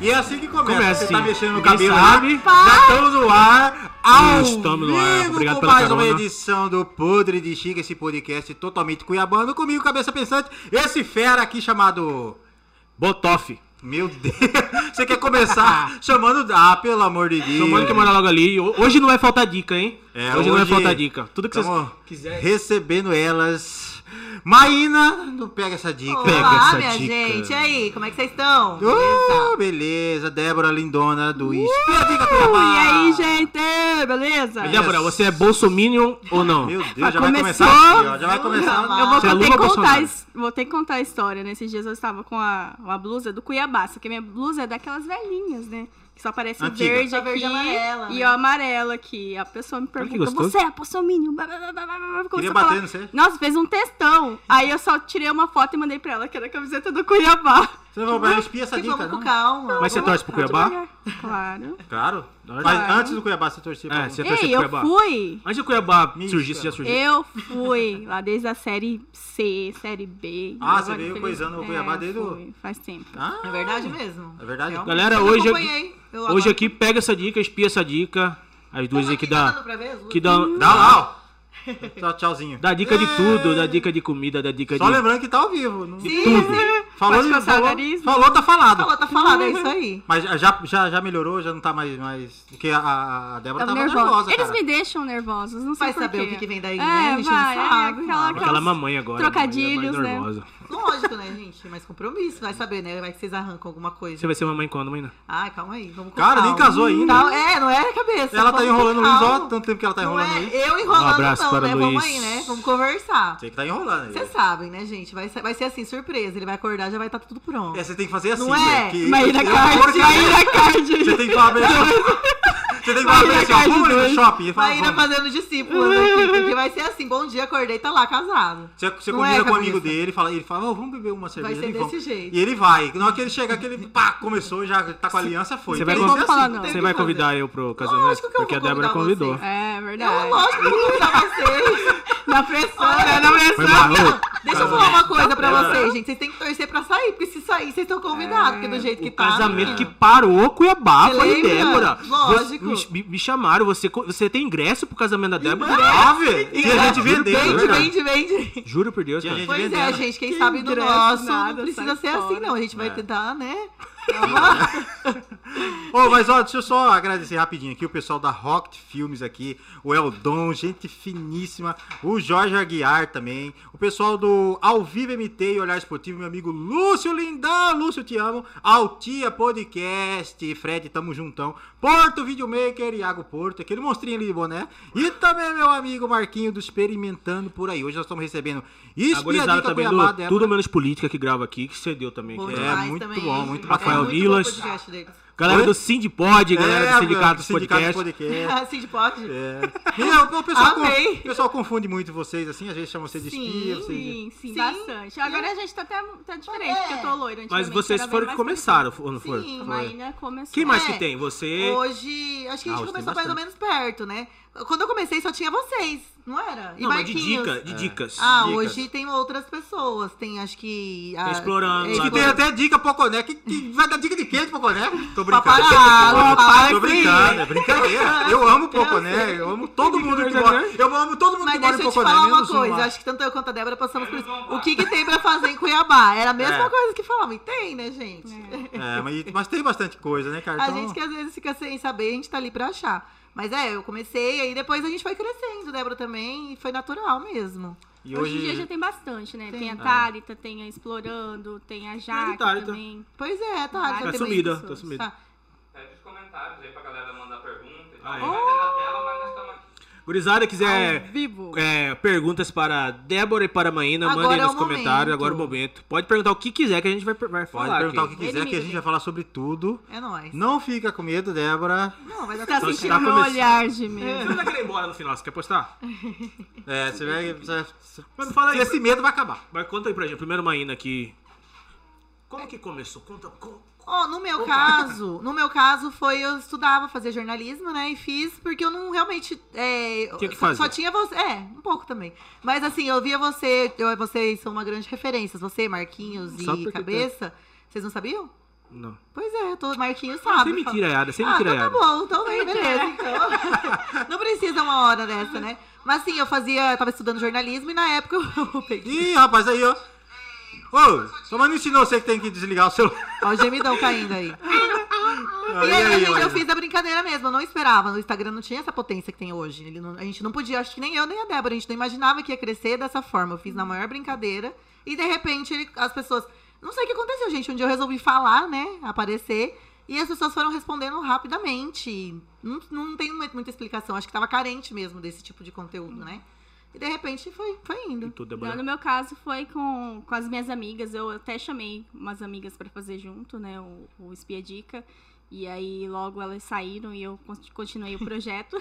E é assim que começa. Começa, Você tá sim. mexendo no Ninguém cabelo sabe. lá. Já estamos no ar. Ao Estamos no ar. vivo Obrigado com pela mais carona. uma edição do Podre de Chica, esse podcast totalmente cuiabano. Comigo, cabeça pensante, esse fera aqui chamado... Botoff. Meu Deus. Você quer começar chamando... Ah, pelo amor de Deus. Tomando que é mora logo ali. Ho- Hoje não vai faltar dica, hein? É, hoje, não vai faltar dica. Tudo que vocês. tamo quiserem. Recebendo elas. Maína, não pega essa dica. Pega Olá, essa minha dica. gente. E aí, como é que vocês estão? Oh, beleza, Débora Lindona do Isp. a dica do Uh, E Amar. aí, gente, beleza? Beleza. Débora, você é bolsominion ou não? Meu Já Deus, já vai começou? começar aqui, ó. Já vai começar. Eu vou Você é ter, Lula que ou contar, Bolsonaro? his- vou ter que contar a história. Nesses dias eu estava com a, uma blusa do Cuiabá, só que minha blusa é daquelas velhinhas, né? Que só aparece o Antiga. verde Só aqui verde e amarela, e né? o amarelo aqui. A pessoa me pergunta, gostoso. você é bolsominion? Blá, blá, blá, blá, blá, blá, começou Queria a bater, falar. não sei. Nossa, fez um textão. Aí eu só tirei uma foto e mandei pra ela, que era a camiseta do Cuiabá. Você não vai espia essa Porque dica, vamos não? com calma. Mas você tá torce pro Cuiabá? Devagar. Claro. Claro. Claro. Mas antes do Cuiabá, você torcia pra É, algum? você torce pro Ei, eu Cuiabá. fui. Antes do Cuiabá Mística. surgir, você já surgiu. Eu fui lá desde a série C, série B. Ah, Agora, você veio infeliz- coisando o Cuiabá desde o- fui, Faz tempo. É Ah, verdade mesmo. É verdade. Realmente. Galera, Eu hoje acompanhei. Eu Hoje agora- aqui pega essa dica, espia essa dica. As duas aí que dá. dando pra ver as Que luzes? dá. dá lá, ó. Tchau, tchauzinho. Dá dica de É. tudo, dá dica de comida, dá dica Só de. lembrando que tá ao vivo. Não... Sim, sim. Falou, Pode coçar o falou, nariz, né? falou, tá falado. Ela tá falando, é isso aí. Mas já, já, já melhorou, já não tá mais. mais... Porque a, a Débora tava Tava Tá nervosa. nervosa. Eles cara. me deixam nervosos, não Vai sei saber por o quê. que que vem daí, é, né? A gente não vai, sabe, É, claro. aquela, Aquela aquela... mamãe agora. mamãe é mais trocadilhos, né? nervosa. Lógico, né, gente? Mas compromisso, vai saber, né? Vai que vocês arrancam alguma coisa. Você vai ser mamãe quando, mãe? Não? Ai, calma aí, vamos com Cara, calma. nem casou ainda. Calma- É, não é a cabeça. Ela tá vamos com enrolando o Luiz, calma. ó, tanto tempo que ela tá Não enrolando o é Luiz. eu enrolando, Um abraço não, para né? o Luiz. Vamos aí, né? Vamos conversar. Você que tá enrolando. Vocês Você sabem, né, gente? Vai ser, vai ser assim, surpresa. Ele vai acordar, já vai estar tudo pronto. É, você tem que fazer assim, Não é? velho, que- Maíra que- Card, porcaria. Maíra Você Card. tem que falar pra ele assim, Você tem que falar pra ele assim, ó, Maíra vamos ali Card no shopping. e fala, Vai ainda vamos. fazendo discípulos né, aqui, porque vai ser assim, bom dia, acordei, tá lá, casado. Você, você Não combina é, com um amigo cabeça. dele, fala, ele fala, "Ô, vamos beber uma cerveja. ser e desse vamos." jeito. E ele vai. Na hora que ele chegar, que ele pá, começou, já tá com a aliança, foi. Você vai Tem que conv- ser falar, assim. não. tem Você que vai fazer. convidar eu pro casamento? Lógico que eu vou Porque a Débora convidar vocês. convidou. É, verdade. Eu, lógico, que eu vou convidar vocês. Na pressão, né? Na pressão. Foi mal. Deixa eu falar uma coisa pra vocês, gente. Vocês têm que torcer pra sair, porque se sair, vocês estão convidados, porque do jeito que O tá. casamento que menina. parou Cuiabá, Você foi lembra? Débora. Lógico. Você- me, me chamaram, você, co- você tem ingresso pro casamento da Débora? Ah, velho. E a gente vendeu. é Vende, verdade. vende, vende. Juro por Deus, E a cara. gente- Pois é, vendendo. gente, quem Que sabe do ingresso, nosso nada, não precisa sai ser assim, fora. não. A gente vai É. tentar, né? Ô, mas ó, deixa eu só agradecer rapidinho aqui o pessoal da Rocket Filmes aqui, o Eldon, gente finíssima, o Jorge Aguiar também, o pessoal do Ao Vivo MT e Olhar Esportivo, meu amigo Lúcio Lindão, Lúcio, te amo, Altia Podcast, Fred, tamo juntão, Porto Videomaker, Iago Porto, aquele monstrinho ali de boné, e também meu amigo Marquinho do Experimentando por aí. Hoje nós estamos recebendo Agorizada Espiadica também Cuiabá, do Débora. Tudo Menos Política que grava aqui, que cedeu também. Bom que é. demais muito também, bom, hein? muito Rafael é muito Nilas. bom o podcast deles. Galera Oi? do Sindpod, galera É, do Sindicato dos Sindicato dos Podcasts. Podcasts. Assim, de pode? É. E, ó, o, pessoal con- Amei. o pessoal confunde muito vocês, assim, às vezes chama você de Sim, espia, você de... Sim, sim, Sim. bastante. Agora a gente tá até tá diferente, porque eu tô loira. Mas antigamente vocês era bem foram que mais começaram, ou não foram? Sim, parecida. Foi. Maíra começou. Quem mais É. que tem? Você. Hoje, acho que a Ah, gente hoje tem começou mais ou menos perto, né? Quando eu comecei só tinha vocês, não era? E não, mas de Marquinhos. dica, de dicas. Ah, Dicas. hoje tem outras pessoas. Tem, acho que. A... Tá explorando Acho lá que tem até dica Poconé. Que, que vai dar dica de quê de Poconé? Tô brincando. Paparazzo, Tô paparazzi. brincando, é brincadeira. Eu amo Poconé, eu amo todo mundo que mora. Eu amo todo mundo que Mas mora deixa em eu te Poconé, falar uma menos um coisa. lá. Acho que tanto eu quanto a Débora passamos por isso. O que, que tem pra fazer em Cuiabá? Era a mesma É. coisa que falavam. E tem, né, gente? É, mas, mas tem bastante coisa, né, cara? A Então- gente que às vezes fica sem saber, a gente tá ali pra achar. Mas é, eu comecei, aí depois a gente foi crescendo, Débora também, e foi natural mesmo. E Hoje em dia já hoje... tem bastante, né? Tem, Tem. a Tárita, tem a Explorando, tem a Jaque Tárita. também. Pois é, tá. Tá já tem sumida, pessoas. tá sumida. Tá. Pede os comentários aí pra galera mandar pergunta. e tal. Ah, é. Não vai ter na tela, mas nós estamos aqui. Gurizada, quiser Ao vivo. é, perguntas para Débora e para a Maína, Agora mandem é o nos comentários, momento. agora é o momento. Pode perguntar o que quiser que a gente vai, vai Pode falar. perguntar aqui. o que quiser, que a gente Inimigo, vai falar sobre tudo. É nóis. Não fica com medo, Débora. Não, assim, vai dar Tá tudo tá sentindo meu começando. É. olhar de medo. Você não vai querer ir embora no final, você quer postar? É, você vai... você vai- Mas fala aí. Esse medo vai acabar. Mas conta aí pra gente. Primeiro, Maína, que. Como que começou? Conta. como- Ó, no meu caso, no meu caso foi eu estudava, fazia jornalismo, né? E fiz porque eu não realmente. É, Tinha que só, só fazer. tinha você. É, um pouco também. Mas assim, eu via você, eu, vocês são uma grande referência. Você, Marquinhos Só e porque Cabeça. Vocês não sabiam? Não. Pois é, eu tô, Marquinhos Ah, sabe. sem fala- mentiraiada, sem Ah, então tá mentiraiada. bom, então vem, beleza. Então. Não precisa uma hora dessa, né? Mas sim, eu fazia, eu tava estudando jornalismo e na época eu peguei. Ih, rapaz, aí, ó. Ô, sua mãe não ensinou você que tem que desligar o celular. Ó, o gemidão caindo aí. Aí, E aí, aí, gente, eu Marina? fiz a brincadeira mesmo, eu não esperava. O Instagram não tinha essa potência que tem hoje. Ele não- a gente não podia, acho que nem eu nem a Débora, a gente não imaginava que ia crescer dessa forma. Eu fiz na maior brincadeira e de repente ele- as pessoas. Não sei o que aconteceu, gente. Um dia eu resolvi falar, né? Aparecer. E as pessoas foram respondendo rapidamente. Não, não tem mu- muita explicação. Acho que tava carente mesmo desse tipo de conteúdo, né? E de repente foi, foi E indo. tudo é Não, branco. no meu caso foi com, com as minhas amigas. Eu até chamei umas amigas pra fazer junto, né? O, o Espia Dica. E aí logo elas saíram e eu con- continuei o projeto.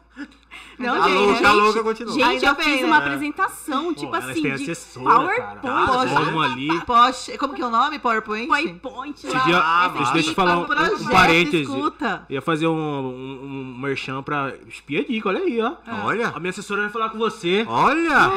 A Gente, louca, a gente, louca continua. Gente, Ainda eu bem, fiz né? uma É. apresentação, tipo Pô, elas assim, têm de assessora, cara. Ah, PowerPoint. vamos ali. Post, como que é o nome? PowerPoint? PowerPoint Esse lá. É dia- Ah, esse mas- aqui, deixa eu falar tá no um- projeto. Projeto, parêntese. escuta. Ia fazer um, um, um merchan pra espia dica, olha aí, ó. Olha, A minha assessora vai falar com você. olha.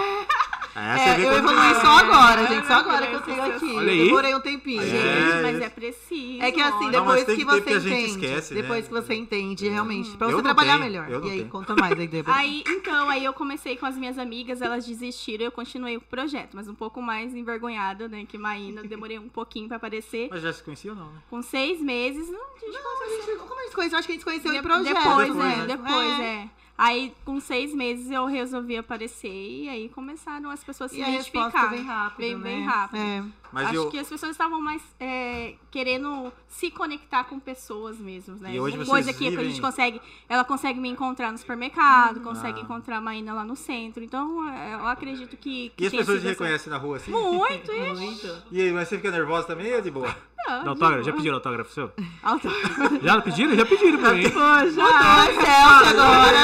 É, você É, vê eu como- evoluí só agora, gente. Só É, agora que eu meu tenho Deus. aqui. Olha Eu aí. demorei um tempinho. É. Gente, mas isso. é preciso. É que assim, olha. Não, mas depois tem que que ter, você porque a gente entende. esquece, né? É. depois que você entende, realmente. Pra Eu você não trabalhar tenho, eu melhor. não E aí, tenho. conta mais aí, Tá Débora. Aí, então, aí eu comecei com as minhas amigas, elas desistiram, eu continuei o projeto, mas um pouco mais envergonhada, né, que Maína, eu demorei um pouquinho pra aparecer. Mas já se conhecia ou não, né? Com seis meses, não, gente, Como a gente- como a gente conheceu? Acho que a gente conheceu De- em projeto. Depois, né? é, depois, é. Aí, com seis meses, eu resolvi aparecer e aí começaram as pessoas se E a resposta identificar. vem rápido, Veio bem né? rápido. É. Mas Acho eu... que as pessoas estavam mais é, querendo se conectar com pessoas mesmo, né? E hoje Uma vocês Coisa que a vivem- gente consegue. Ela consegue me encontrar no supermercado, consegue Ah. encontrar a Maína lá no centro. Então, é, eu acredito que. que E as tenha pessoas te sido essa- reconhecem na rua assim? Muito, É. e Muito. E aí, mas você fica nervosa também ou é de boa? não, Dá de autógrafo, já boa. pediram autógrafo seu? Autógrafo. Já pediram? Já pediram pra mim. Ah, Celso, agora.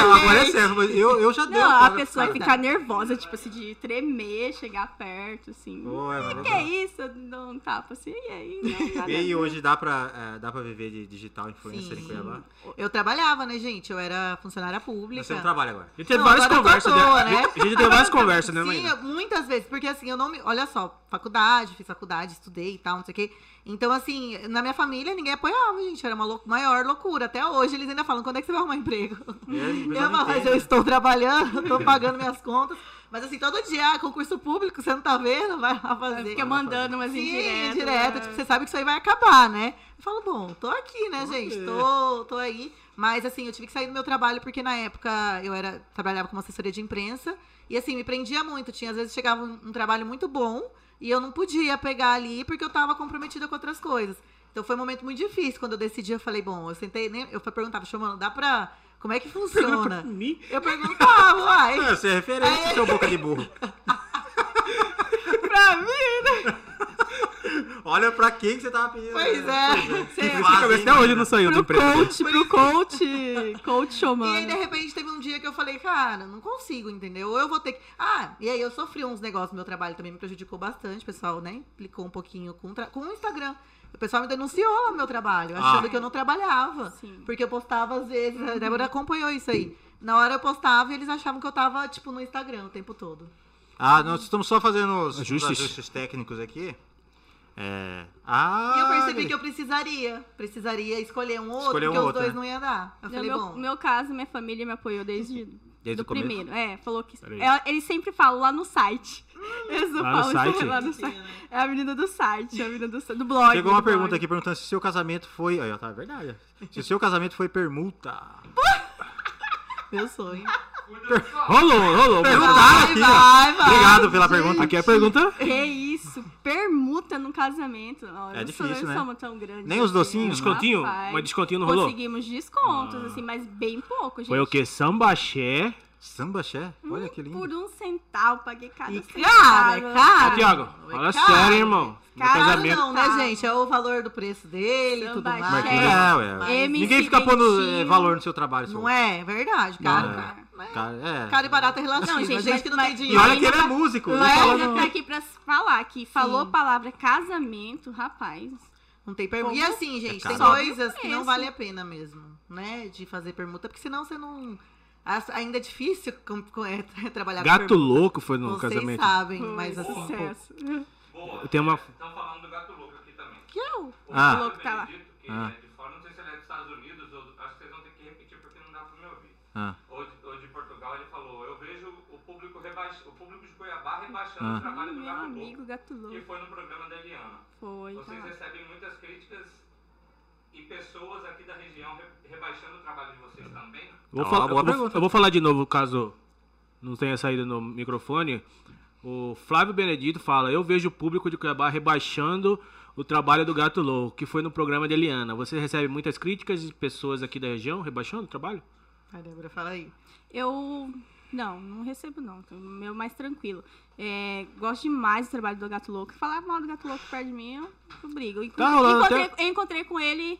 Não, agora é sério, mas eu, eu já dei Não, a autógrafo, pessoa cara. fica nervosa, tipo assim, de tremer, chegar perto, assim. Pô, é, mas- que é isso? Dá um tapa assim, e aí? Não, dá E nada. hoje dá pra, é, dá pra viver de digital influencer em Sim. Cuiabá? Eu trabalhava, né, gente? Eu era funcionária Mas Você pública. não trabalha agora. A gente teve Não, várias agora eu tô conversas, à toa, né? né? A gente teve várias conversas, né, Sim, mãe? eu- muitas vezes, porque assim, eu não me. Olha só, faculdade, fiz faculdade, estudei e tal, não sei o quê. Então, assim, na minha família ninguém apoiava, gente. Era uma lou- maior loucura. Até hoje eles ainda falam: quando é que você vai arrumar emprego? Eu, Eu, falo, mas eu estou trabalhando, estou pagando minhas contas. Mas assim, todo dia, ah, concurso público, você não tá vendo? Vai lá fazer. Fica mandando umas Sim, indiretas. direta, né? Tipo, você sabe que isso aí vai acabar, né? Eu falo, bom, tô aqui, né, Tô gente? aqui. Tô, tô aí. Mas, assim, eu tive que sair do meu trabalho porque na época eu era trabalhava como assessoria de imprensa. E, assim, me prendia muito. Tinha, às vezes, chegava um, um trabalho muito bom e eu não podia pegar ali porque eu tava comprometida com outras coisas. Então, foi um momento muito difícil. Quando eu decidi, eu falei, bom, eu sentei... Né, eu perguntava, chamando, dá pra... Como é que funciona? Mim? Eu perguntava, uai. Ah, você é referência, seu boca de burro. pra mim. né? Olha pra quem que você tava pedindo. Pois é. Você- Fácil, Essa cabeça hein, até hoje Marina? não saiu do pro emprego. coach, pro coach, coach E aí, de xamana. repente, teve um dia que eu falei, cara, não consigo, entendeu? Ou Eu vou ter que. Ah, e aí eu sofri uns negócios no meu trabalho também, me prejudicou bastante, o pessoal, né? Implicou um pouquinho com, o tra- com o Instagram. O pessoal me denunciou lá no meu trabalho, achando Ah. que eu não trabalhava. Sim. Porque eu postava às vezes, a Débora acompanhou isso aí. Na hora eu postava e eles achavam que eu tava, tipo, no Instagram o tempo todo. Ah, nós estamos só fazendo os os Ajustes. ajustes, técnicos aqui. É. Ah. E eu percebi que eu precisaria. Precisaria escolher um outro, Escolher um porque os outro, dois né? não ia dar. Eu No falei, meu, bom. meu caso, minha família me apoiou desde, Desde do o começo? primeiro. É, falou que. Peraí. Ela- eles sempre falam lá no site. Eles não Lá no falam isso, é site? lá no site. É a menina do site, é a menina do, sa- do blog. Chegou uma do blog. pergunta aqui perguntando se o seu casamento foi. Aí, ó, tá verdade. Se o seu casamento foi permuta. Meu sonho. Cuida do sua Rolou, rolou. Perguntaram aqui, vai, ó. vai. Obrigado pela pergunta. Aqui é a pergunta. Que isso? Permuta num casamento. Ó, É não difícil, somos- né? somos tão grandes. Nem os assim, docinhos? Descontinho? rapaz. Mas descontinho não rolou? Conseguimos Ah. descontos, assim, mas bem pouco, gente. Foi o quê? Sambaxé. Samba Xé? Olha que lindo. Hum, Por um centavo, paguei cada E centavo. cara, é Ô, caro. Tiago, fala Caro. sério, irmão. Meu Ah, Caro casamento. não, né, Tá. gente? É o valor do preço dele e tudo Sambaxé. mais. Marquinhos, é. um. é, ué. MC Ninguém fica pondo eh, Dentinho. valor no seu trabalho, seu. Não é verdade, Não, cara. é. Mas Cara, é. Cara né? e barata é relativo. Não, Não, gente, gente, gente mas- que não tem mas- E dinheiro. olha que ele é músico. Não fala Ela tá aqui pra falar que falou a palavra casamento, rapaz. Não tem permuta. E Como? assim, gente, É tem caro. coisas que não Preço. vale a pena mesmo, né? De fazer permuta, porque senão você não. As- Ainda é difícil com- com- é, trabalhar Gato com permuta. louco foi no Vocês casamento. sabem, mas assim. pô, sucesso. Boa. Eu tenho uma- Estão falando do gato louco aqui também. que eu. Ah. O louco tá lá. Benedito, que Ah. é de fora, não sei se ele é dos Estados Unidos, ou acho que vocês vão ter que repetir porque não dá pra me ouvir. Ah. Ou de, ou de Portugal, ele falou, eu vejo o público, rebaix... o público de Cuiabá rebaixando Ah. o trabalho do meu Gato amigo Louco, gato que louco. foi no programa da Eliana. Foi, tá Vocês lá. recebem muitas críticas e pessoas aqui da região re- rebaixando o trabalho de vocês também? Vou Ah, falar- boa eu, vou, pergunta. eu vou falar de novo, caso não tenha saído no microfone. O Flávio Benedito fala: Eu vejo o público de Cuiabá rebaixando o trabalho do Gato Louco, que foi no programa de Eliana. Você recebe muitas críticas de pessoas aqui da região rebaixando o trabalho? Vai, Débora, fala aí. Eu não, não recebo não. Tô meu mais tranquilo. É, gosto demais do trabalho do Gato Louco. Falar mal do Gato Louco perto de mim, eu, eu brigo. Encontrei, Tá rolando encontrei, eu encontrei com ele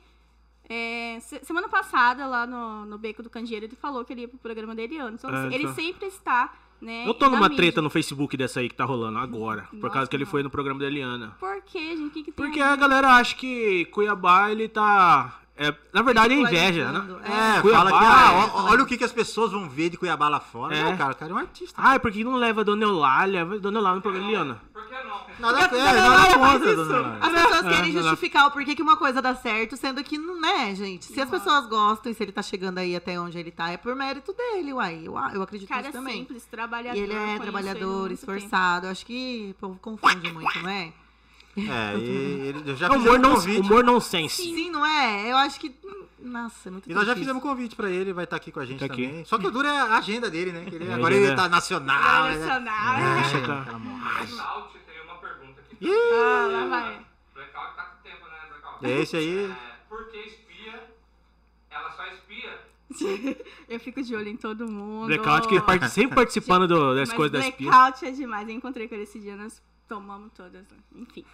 é, se- semana passada lá no, no Beco do Candeeiro. Ele falou que ele ia pro programa dele antes. Então, Ah, assim, ele tá. sempre está, né? eu tô na numa mídia. treta no Facebook dessa aí que tá rolando agora, por Nossa, causa que ele não. foi no programa da Eliana. Por quê, gente? O que, que tem? Porque a ver? a galera acha que Cuiabá ele tá. é, na verdade é inveja, né? Ridicularizando, É, Cuiabá, fala que ah, é. ó- olha o que, que as pessoas vão ver de Cuiabá lá fora. É. Não, cara, o cara é um artista. Ai, porque não leva a Dona Eulália? Dona Eulália no programa da Eliana. Por que não? Nada, é, Dona nada Eulália faz contra, isso. dona Eulália. As pessoas É, não querem dá. justificar o porquê que uma coisa dá certo, sendo que não é, gente. Se as pessoas gostam e se ele tá chegando aí até onde ele tá, é por mérito dele, uai. Eu, eu acredito Cara nisso Tipo também. simples, trabalhador. E ele conheço é há trabalhador, muito tempo. esforçado. Acho que o povo confunde muito, não é? É, e ele, eu já um É humor, fizemos não, convite. humor nonsense. Sim, não é? Eu acho que. hum, Nossa, é muito E nós Então já difícil. fizemos convite pra ele, vai estar aqui com a gente Tá aqui. também. Só que o duro é a agenda dele, né? Que ele- É, agora agenda. ele tá nacional. né? Nacional. É, Ah, tá. aquela mão. Blackout tem uma pergunta aqui. é. Ah, lá vai. Blackout tá com tempo, né, Blackout? É, esse aí- É, por que espia? Ela só espia. Eu fico de olho em todo mundo. Blackout que parte- sempre participando do- das Mas coisas das pias. blackout é demais. Eu encontrei com ele esse dia, nós tomamos todas. né? Enfim.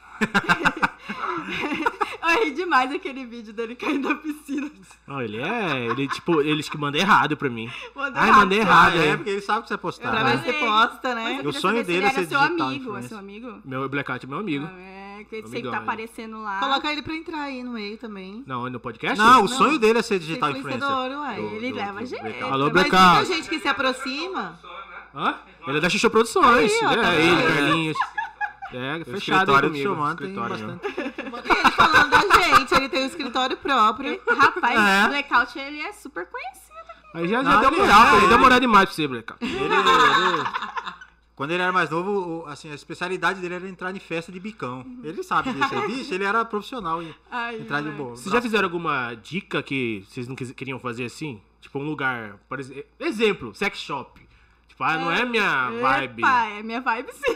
eu ri demais aquele vídeo dele caindo na piscina. Não, ele é. Ele, tipo, eles que mandam errado pra mim. Mandou Ai, errado. mandei errado, é, é. porque ele sabe que você vai postar. Pra né? ver se você posta, Mas eu né? queria O sonho saber se dele ele é era ser seu digital amigo. É influencer. seu amigo? Meu Blackout é meu amigo. Ah, É, que ele sempre Amigão, tá né? aparecendo lá. Coloca ele pra entrar aí no meio também. Não, no podcast? Não, o Não, sonho dele é ser Ser digital influencer. influenciador, uai. Do- Ele do- leva do gente. Blackout. Alô, Mas- Mas tem Blackout. muita gente que se aproxima. Sou, né? Hã? Ele é da Xixô Produções. Aí, ó, é, tá ele, vendo? Carlinhos. É, O fechado aí escritório do comigo. Xomano tem escritório mesmo. bastante. E ele falando da gente, ele tem um escritório próprio. Rapaz, É. o Blackout ele é super conhecido. Aí já, já Não, deu ele moral, é, pra ele deu ele- moral demais pra você, Blackout. Ele- ele- Quando ele era mais novo, o- assim, a especialidade dele era entrar em festa de bicão. Ele sabe disso. aí. Bicho, ele era profissional em Ai, entrar de vai. boa. Vocês já fizeram alguma dica que vocês não quis- queriam fazer assim? Tipo, um lugar. Por exe- exemplo, sex shop. Tipo, ah, não é minha vibe. Epa, é minha vibe sim.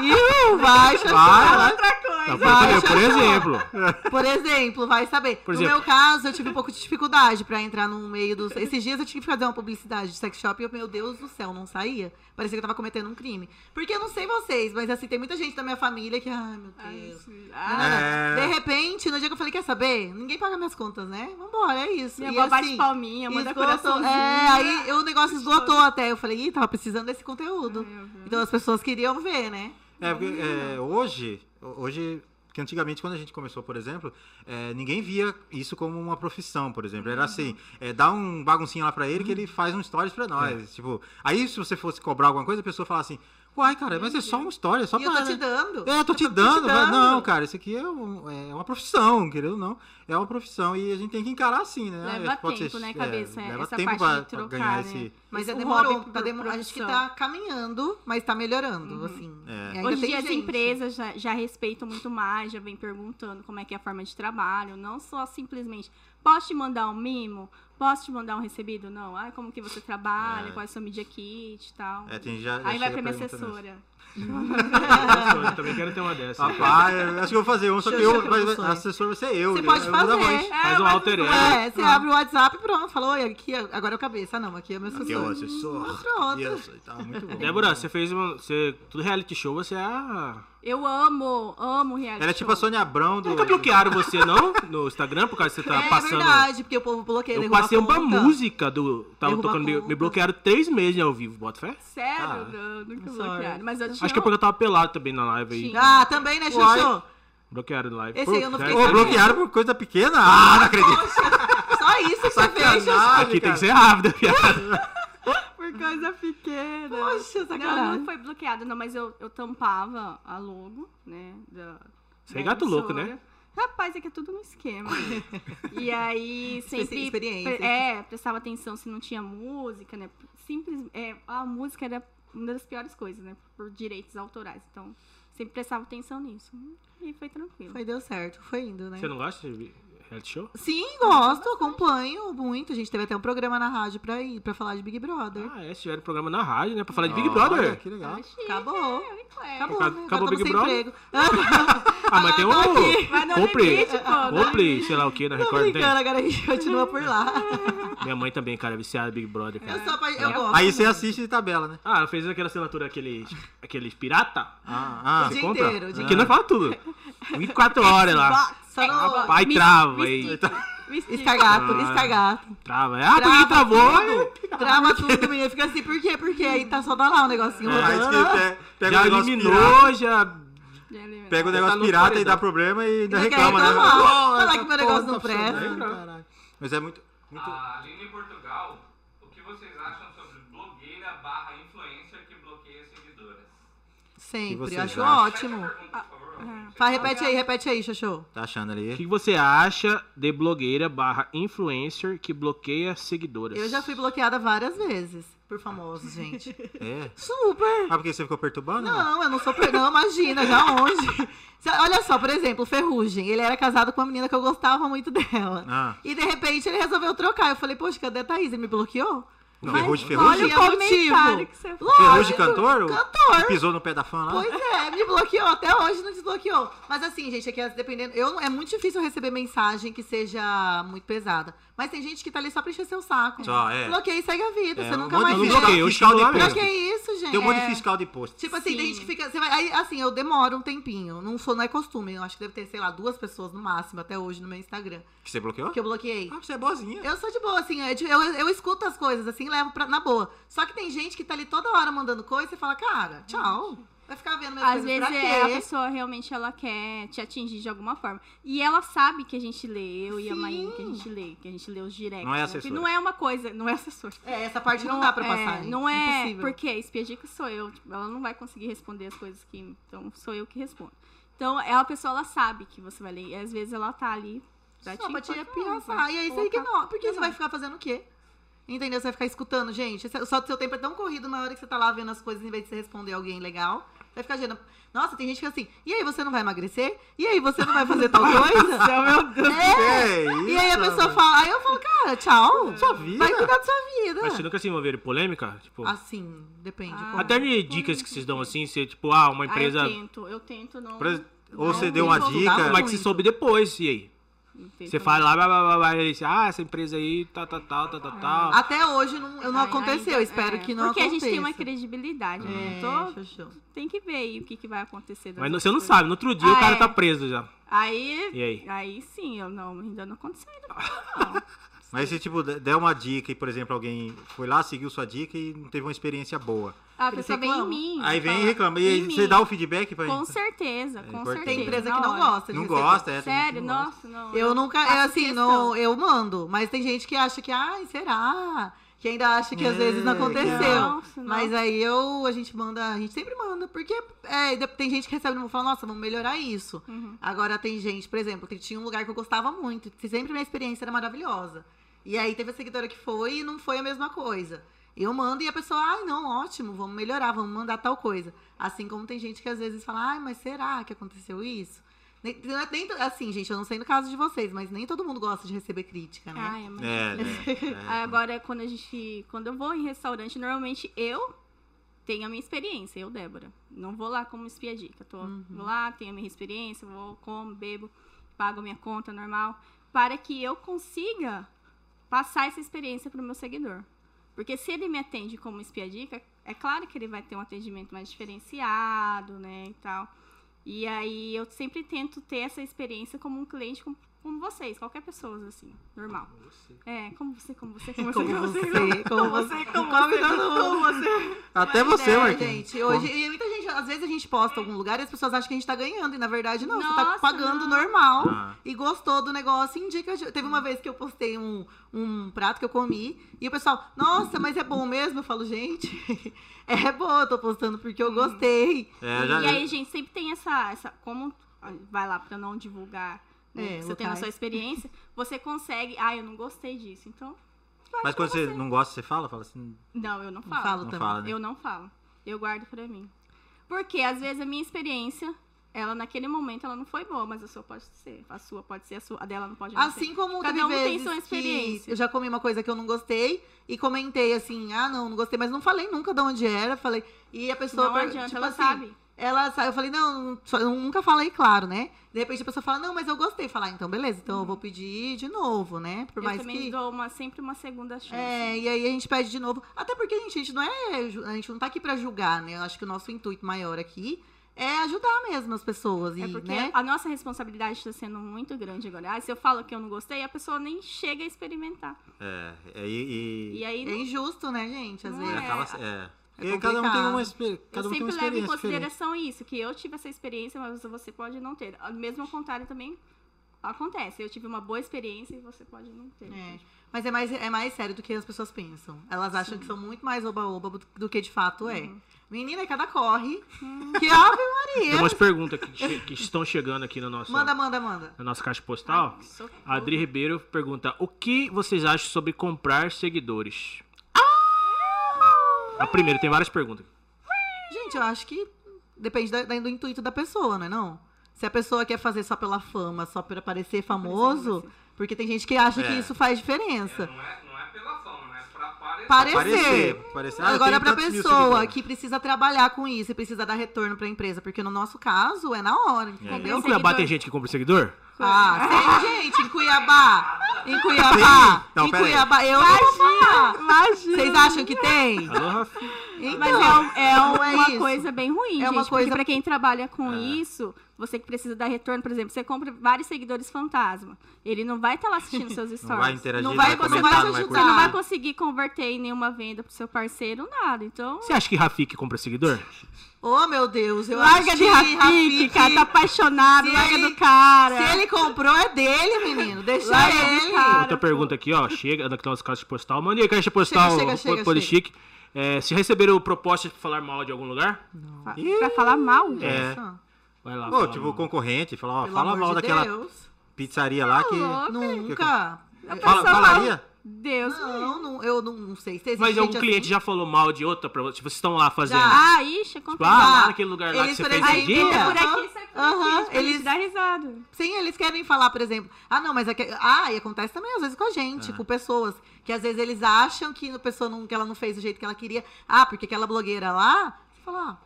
Ih, vai, Vai, Xaxá. vai. É Outra coisa. Não, por, exemplo, por Vai, exemplo. Por exemplo, vai saber. Por no exemplo. meu caso, eu tive um pouco de dificuldade pra entrar no meio dos. Esses dias eu tive que fazer uma publicidade de sex shop e eu, meu Deus do céu, não saía. Parecia que eu tava cometendo um crime. Porque eu não sei vocês, mas assim, tem muita gente da minha família que. Ai, meu Ai, Deus. sim. Não, Ah, não, não. É. De repente, no dia que eu falei, quer saber? Ninguém paga minhas contas, né? Vambora, é isso. minha E avó bate assim, palminha, manda esgotou, coraçãozinho. É, aí o negócio esgotou até. Eu falei, ih, tava precisando desse conteúdo. Ai, eu vi. Então as pessoas queriam ver, né? É, porque é, hoje, hoje, que antigamente quando a gente começou, por exemplo, é, ninguém via isso como uma profissão, por exemplo. Era assim, é, dá um baguncinho lá pra ele que ele faz um stories pra nós. Tipo, aí se você fosse cobrar alguma coisa, a pessoa fala assim, uai, cara, mas é só um story, é só e pra... eu tô né? te dando. É, tô te dando. vai- Não, cara, isso aqui é, um- é uma profissão, querendo ou não. É uma profissão e a gente tem que encarar assim, né? Leva Pode ser- é, tempo, né, cabeça? leva Essa tempo parte pra, de pra trocar, ganhar né? esse... Mas já O demorou, hobby tá pro- demorou. Acho que profissão. tá caminhando, mas tá melhorando, assim. É. E ainda Uhum. Hoje em tem dia as gente. empresas já, já respeitam muito mais, já vem perguntando como é que é a forma de trabalho, não só simplesmente, posso te mandar um mimo? Posso te mandar um recebido? Não. Ah, como que você trabalha? É. Qual é a sua media kit e tal. É, tem, já, já Aí chega vai pra minha perguntando isso. assessora. É, Eu também quero ter uma dessa. Rapaz, eu acho que eu vou fazer um, só que Xuxa eu, vai, vai- Produções. assessor vai ser eu. Você né? pode Eu vou dar fazer. voz. Faz um alter ego. É, você abre o WhatsApp e pronto. Falou, oi, aqui, agora é o cabeça. Ah, não, aqui é o meu Aqui é o assessor. assessor. Pronto. Isso, e tal, muito bom. Débora, você fez uma. Você, tudo reality show, você é a. Eu amo, amo reality Ela é tipo a show. Sônia Abrão do. tá Nunca bloquearam você, não? No Instagram, por causa que você tá é passando. verdade, porque o povo bloqueia. Eu derruba a passei uma conta. música do. Tava Derruba a tocando. Me, conta. me bloquearam três meses ao vivo, bota fé? Sério? Ah. não, nunca Sorry. bloquearam. Mas eu tinha... Acho que é porque eu tava pelado também na live aí. Tinha. Ah, também, né, Uai. Xuxu? Bloquearam a live. é, Esse aí eu não Já- fiquei Ô, bloquearam por coisa pequena? Ah, não acredito. Só isso que você fez, Xuxu. Sacanagem, Aqui tem cara. que ser rápido, viado. Por coisa pequena. Poxa, Não, sacanagem. não foi bloqueado, não, mas eu, eu tampava a logo, né? Da, Você é da gato louco, né? emissora. Rapaz, é que é tudo um esquema. e aí sempre experiência. pre- é, prestava atenção se não tinha música, né? Simples, é, a música era uma das piores coisas, né? Por direitos autorais. Então, sempre prestava atenção nisso. E foi tranquilo. Foi, deu certo. Foi indo, né? Você não gosta de reality show? Sim, gosto, acompanho muito. A gente teve até um programa na rádio pra ir, pra falar de Big Brother. Ah, é, tiveram programa na rádio, né? Pra falar de Big Olha, Brother. Que legal. Era chique, é, Acabou. eu e Claire. Acabou, Ah, Acabou né? o Acabou Big sem Brother? emprego. Ah, mas tem um. Vai no Compre, limite, pô. né? compre, sei lá o que, na Tô Record não tem. brincando, agora a gente continua por lá. Minha mãe também, cara, é viciada em Big Brother, Eu cara. sou apa- eu gosto. Aí você assiste de tabela, né? Ah, ela fez aquela assinatura, aqueles, aqueles pirata. Ah, O ah. dia compra? inteiro, o dia Aqui nós fala tudo. 24 horas lá. Só no Pai Mis- trava Mystique, aí. Mystique. Escargato, Ah. escargato. Trava. Ah, tu que travou. tudo. Trava tudo, menina. Fica assim, por quê? Porque aí tá só dá lá o negocinho. Ah, Aí diz rodando. que pe- pega Já o negócio pirata, eliminou, já. Já eliminado. pega o Tá negócio no pirata e paredão. dá problema e ainda Não quer reclama, né? reclamar. Ó, Falar essa que meu negócio porra não tá funcionando, presta. caralho. Mas é muito... muito... A Aline em Portugal, o que vocês acham sobre blogueira barra influencer que bloqueia seguidoras? Que Sempre. vocês Eu acho acham? ótimo. Repete a pergunta, por favor, Aline. Fala, repete aí, repete aí, Xoxô. Tá achando O que ali? você acha de blogueira barra influencer que bloqueia seguidoras? Eu já fui bloqueada várias vezes por famosos, gente. É. Super. Ah, porque você ficou perturbando? Não, eu não sou. per- Não, imagina, já onde? Se- Olha só, por exemplo, o Ferrugem. Ele era casado com uma menina que eu gostava muito dela. Ah. E de repente ele resolveu trocar. Eu falei, poxa, cadê a Thaís? Ele me bloqueou? O Ferrugem, Olha Ferrugem? o Olha o comentário motivo. que você fez. Ferrugem cantor? O- Cantor. que pisou no pé da fã lá? Pois é, me bloqueou, até hoje não desbloqueou. Mas assim, gente, é que as- dependendo. Eu, não- é muito difícil eu receber mensagem que seja muito pesada. Mas tem gente que tá ali só pra encher seu saco. Só, é. Bloqueia e segue a vida. É, você um nunca monte mais de vê. fiscal- fiscal bloqueio, eu de xingo lá Pra mesmo. que posto. isso, gente? Tem um monte de É. fiscal de posto. Tipo assim, tem Sim. gente que fica. Você vai, aí, assim, eu demoro um tempinho. Não sou, não é costume. Eu acho que deve ter, sei lá, duas pessoas no máximo até hoje no meu Instagram. Que você bloqueou? Que eu bloqueei. Ah, você é boazinha. Eu sou de boa, assim, eu, eu, eu escuto as coisas, assim, e levo pra, na boa. Só que tem gente que tá ali toda hora mandando coisa e você fala, cara, tchau. Vai ficar vendo minhas Às coisas vezes pra quê? é, a pessoa realmente ela quer te atingir de alguma forma. E ela sabe que a gente lê, eu e a Sim. Maíra que a gente lê, que a gente lê os directs. Não é né? assessora. Que não é uma coisa, não é assessor. É, essa parte não, dá pra passar. É, gente. não é, Impossível. porque espiadica sou eu. tipo, ela não vai conseguir responder as coisas que. Então sou eu que respondo. Então, ela, a pessoa ela sabe que você vai ler. E às vezes ela tá ali. Só te pra te enquadrar, apiaçar. vai E aí você colocar- ignora. Porque você Ignora. vai ficar fazendo o quê? Entendeu? Você vai ficar escutando, gente. Esse- Só que seu tempo é tão corrido na hora que você tá lá vendo as coisas, em vez de você responder alguém legal. Você vai ficar dizendo, nossa, tem gente que é assim, e aí você não vai emagrecer? E aí você não vai fazer tal Ah, coisa? meu Deus é. e aí a pessoa fala, aí eu falo, cara, tchau. Sua vida. Vai cuidar da sua vida. Mas você nunca se envolveram em polêmica? Tipo, Assim, depende. Ah. como. até me dicas que vocês dão assim, se tipo, ah, uma Ah, empresa. eu tento, eu tento não. Ou você Não, deu uma não dá dica. Como é que você Muito. soube depois? E aí? não tento Você não. fala lá, blá, blá, blá, blá, e aí, você, ah, essa empresa aí, tá, tá, tal, tá, tá, tal. Até hoje não, eu não Ai, aconteceu, ainda- espero é, que não porque aconteça. a gente tem uma credibilidade, né? É, Tô- Xuxu. tem que ver aí o que, que vai acontecer. das Mas não- você não outras sabe, no outro dia o Ah, cara é. tá preso já. coisas. Aí, E aí? sim, eu não, ainda não aconteceu. ainda. Mas se, tipo, der uma dica e, por exemplo, alguém foi lá, seguiu sua dica e não teve uma experiência boa. Ah, A Eles pessoa vem em reclamam. mim. Aí vem e fala, reclama. E aí em você mim. dá o feedback pra Com gente? certeza, com importante. certeza. Tem empresa na que não hora. gosta. de Não receber. gosta, é. tem gente Sério, que não gosta. nossa, não. Eu nunca, é Faço assim, questão. não, eu mando, mas tem gente que acha que, ai, será? Que ainda acha que às É, vezes não que não. aconteceu. Nossa, Mas nossa. aí eu, a gente manda, a gente sempre manda, porque é, de- tem gente que recebe e fala, nossa, vamos melhorar isso. Uhum. Agora tem gente, por exemplo, tem- tinha um lugar que eu gostava muito, que sempre minha experiência era maravilhosa. E aí teve a seguidora que foi e não foi a mesma coisa. Eu mando e a pessoa, ai, não, ótimo, vamos melhorar, vamos mandar tal coisa. Assim como tem gente que às vezes fala, ai, mas será que aconteceu isso? Nem, não é- nem to- assim, gente, eu não sei no caso de vocês, mas nem todo mundo gosta de receber crítica, né? Ai, é muito É, difícil. né? Aí Agora, quando a gente. Quando eu vou em restaurante, normalmente eu tenho a minha experiência, eu, Débora. Não vou lá como espiadica. Tô vou lá, tenho a minha experiência, vou, como, bebo, pago a minha conta normal. Para que eu consiga passar essa experiência pro meu seguidor. Porque se ele me atende como espiadica, é claro que ele vai ter um atendimento mais diferenciado, né? E tal. E aí eu sempre tento ter essa experiência como um cliente, como, como vocês, qualquer pessoa, assim, normal. É, como você, como você, como você, Como como você. você, como você, como você, como você. Até Mas você, é, Marquinhos. gente. Hoje, e muita gente, às vezes a gente posta algum lugar e as pessoas acham que a gente tá ganhando. E na verdade, não, você tá Nossa, pagando não. normal Ah. e gostou do negócio, indica. de- Teve uma vez que eu postei um, um prato que eu comi e o pessoal, nossa, mas é bom mesmo? Eu falo, gente, é bom, eu tô postando porque eu gostei. É, e já, aí, gente, sempre tem essa, essa. Como ah, vai lá pra não divulgar né, É, o que você tem na locais. sua experiência, você consegue. Ah, eu não gostei disso. Então. vai Mas pra quando você não gosta, você fala? Fala assim, Não, eu não Não falo. falo não também. fala, né? Eu não falo. Eu guardo pra mim. Porque às vezes a minha experiência, ela naquele momento ela não foi boa, mas a sua pode ser, a sua pode ser, a sua, a dela não pode não ser. Assim como Cada teve um tem vezes sua que experiência. Eu já comi uma coisa que eu não gostei e comentei assim, ah, não, não gostei, mas não falei nunca de onde era, falei. E a pessoa Não per- adianta, tipo ela assim, sabe. Ela sa- eu falei, não, só- eu nunca falei claro, né? De repente a pessoa fala, não, mas eu gostei. Falar, então beleza, então eu vou pedir de novo, né? Por Eu mais também que. dou uma, sempre uma segunda chance. É, e aí a gente pede de novo. Até porque, gente, a gente não é. ju- A gente não tá aqui pra julgar, né? Eu acho que o nosso intuito maior aqui é ajudar mesmo as pessoas. É e, porque né? a nossa responsabilidade está sendo muito grande agora. Ah, se eu falo que eu não gostei, a pessoa nem chega a experimentar. é, e, e, E aí É injusto, né, gente? Às Não vezes. é. acaba. É. Porque complicado. cada um tem uma, exper- Eu cada um tem uma sempre levo em experiência diferente. consideração isso, que eu tive essa experiência, mas você pode não ter. Ah, Mesmo ao contrário também acontece. Eu tive uma boa experiência e você pode não ter. Tipo, É. Mas é mais, é mais sério do que as pessoas pensam. Elas acham que são muito mais oba-oba do- do que de fato é. Uhum. Menina, é cada corre. Que ave Tem Maria. umas perguntas que, che- que estão chegando aqui na nossa, Manda, manda, manda. na nossa caixa postal. Socorro. Tá. A Adri Ribeiro pergunta: O que vocês acham sobre comprar seguidores? A primeira, tem várias perguntas. Gente, eu acho que depende da- da- do intuito da pessoa, não é não? Se a pessoa quer fazer só pela fama, só para parecer famoso, porque tem gente que acha que É. isso faz diferença. Não é, não é pela fama, não é pra parecer. Parecer. parecer. Ah, eu Agora, é tenho pra tantos mil pessoa seguidores. que precisa trabalhar com isso e precisa dar retorno pra empresa, porque no nosso caso é na hora, entendeu? Em Cuiabá tem gente que compra seguidor? Ah, tem gente em Cuiabá. Em Cuiabá. Não, em pera aí. Cuiabá. Eu não vou falar. Imagina. Vocês acham que tem? Alô, Rafinha. Então, Mas é, um- é então é uma isso. coisa bem ruim, É gente. uma coisa- Porque pra quem trabalha É. com isso, você que precisa dar retorno, por exemplo, você compra vários seguidores fantasma. Ele não vai estar lá assistindo seus stories. Não vai interagir, Não não vai- vai, você comentar, vai não vai ajudar. Você não curtir. vai conseguir converter em nenhuma venda pro seu parceiro, nada. Então, Você acha que Rafik compra seguidor? Oh, meu Deus. Eu larga de acho que Rafik, cara, tá apaixonado, Se larga ele- do cara. Se ele comprou, é dele, menino. Deixa Larga de ele. cara. Outra pô. pergunta aqui, ó. Chega na nossa caixa postal. Mandei a caixa postal Chega, chega, chega, po- Polichique. É, se receberam propostas pra falar mal de algum lugar, Fa- Pra falar mal? É. Nossa, vai lá. Pô, fala tipo, mal. o concorrente, falar, ó, pelo fala amor mal de daquela Deus. pizzaria lá que. louco. Nunca. Fala, Pessoal, falaria? Deus. me livre. Não, não, eu não, não sei. Se existe é um Mas algum gente cliente assim. já falou mal de outra pra tipo, vocês? Vocês estão lá fazendo. Já. Ah, ixi, Tipo, acontece. ah, já. lá naquele lugar lá que Eles, você por fez exemplo, esse dia? Entra por Aham. aqui, sai por Então, Aham, aqui. tipo, eles- Eles dá risada. Sim, eles querem falar, por exemplo, ah, não, mas é que... Ah, e acontece também às vezes com a É. gente, com pessoas. Que às vezes eles acham que a pessoa não, que ela não fez do jeito que ela queria. Ah, porque aquela blogueira lá, você fala,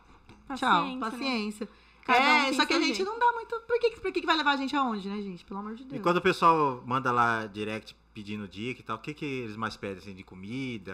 ah, tchau, Paciência, né?" paciência. Cada um É, tem só que a seu gente jeito. não dá muito. Por que, por que que vai levar a gente aonde, né, gente? Pelo amor de E Deus. quando o pessoal manda lá direct pedindo dica e tal, o que, que eles mais pedem, assim, de comida?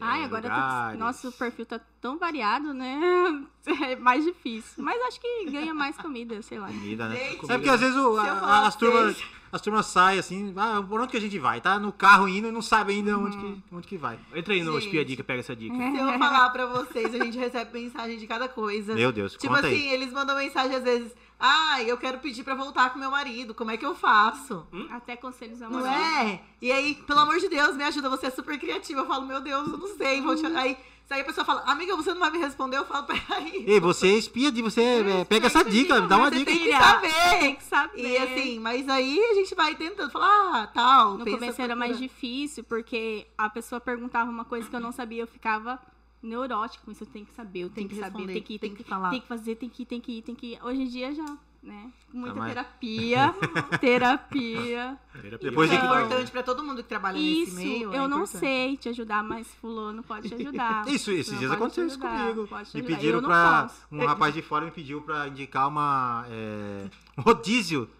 Ai, eh, agora tá- lugares? nosso perfil tá tão variado, né? É mais difícil. Mas acho que ganha mais comida, sei lá. Comida, né? Gente, é porque às vezes o- se eu a- falar as pra turmas as turmas saem assim, ah, por onde que a gente vai? Tá no carro indo e não sabe ainda onde, Uhum. que, onde que vai. Tipo Entra aí no Gente. É. Espia Dica, pega essa dica. Se eu falar pra vocês, a gente recebe mensagem de cada coisa. Meu Deus, Tipo conta assim, aí. eles mandam mensagem às vezes. Ah, eu quero pedir pra voltar com meu marido. Como é que eu faço? Até conselhos Não amorosos. é? E aí, pelo amor de Deus, me ajuda, você é super criativa. Eu falo, meu Deus, eu não sei. Vou te... Aí, se aí a pessoa fala, amiga, você não vai me responder, eu falo, peraí. Ei, você é espia, de- você eh, pega essa dica, dá uma você dica. tem que Filha, saber. é? Tem que saber. E assim, mas aí a gente vai tentando falar, ah, tal. no pensa, começo era mais procura. difícil, porque a pessoa perguntava uma coisa que eu não sabia, eu ficava neurótico. Isso eu tenho que saber, eu tenho que, saber, responder, tem que ir, tem tem que que falar. Tem que fazer, tem que ir, tem que ir, tem que ir. Hoje em dia já, né? Muita Tá mais- terapia, terapia. Depois É tem que... importante pra todo mundo que trabalha Isso, nesse meio. é eu não importante. sei te ajudar, mas fulano pode te ajudar. Isso, esses Fulano dias pode te aconteceu isso ajudar, comigo. pode te Me ajudar. pediram Eu não pra. posso. Um rapaz de fora me pediu pra indicar uma. é, um rodízio.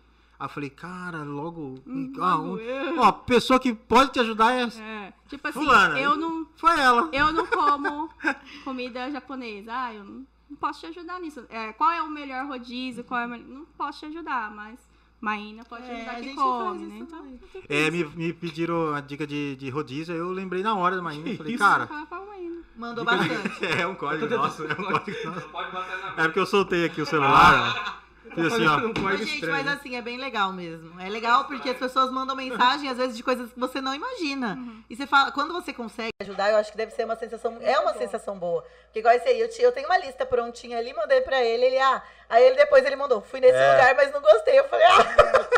Aí eu falei, cara, logo. ah, um- eu. ó, a pessoa que pode te ajudar é. É, tipo assim, Fulana. eu não, Foi ela. eu não como comida japonesa. Ah, eu não, não posso te ajudar nisso. É, qual é o melhor rodízio? Qual é o melhor... Não posso te ajudar, mas Maína pode te É, ajudar a que gente faz come, isso né? Então, também. É, me, me pediram a dica de, de rodízio, aí eu lembrei na hora da Maína. Eu falei, isso? cara. fala pra é Maína. Mandou bastante. É um código nosso, é um código nosso. Não pode bater na É mesa. porque eu soltei aqui o celular. ó. Fiz assim, ó. um Mas, código gente, estranho. mas assim, é bem legal mesmo. É legal porque as pessoas mandam mensagem, às vezes, de coisas que você não imagina. E você fala, quando você consegue ajudar, eu acho que deve ser uma sensação. É uma sensação boa. Porque igual esse aí, eu, ti- eu tenho uma lista prontinha ali, mandei pra ele, ele, ah, aí ele depois ele mandou, fui nesse É. lugar, mas não gostei. Eu falei, ah,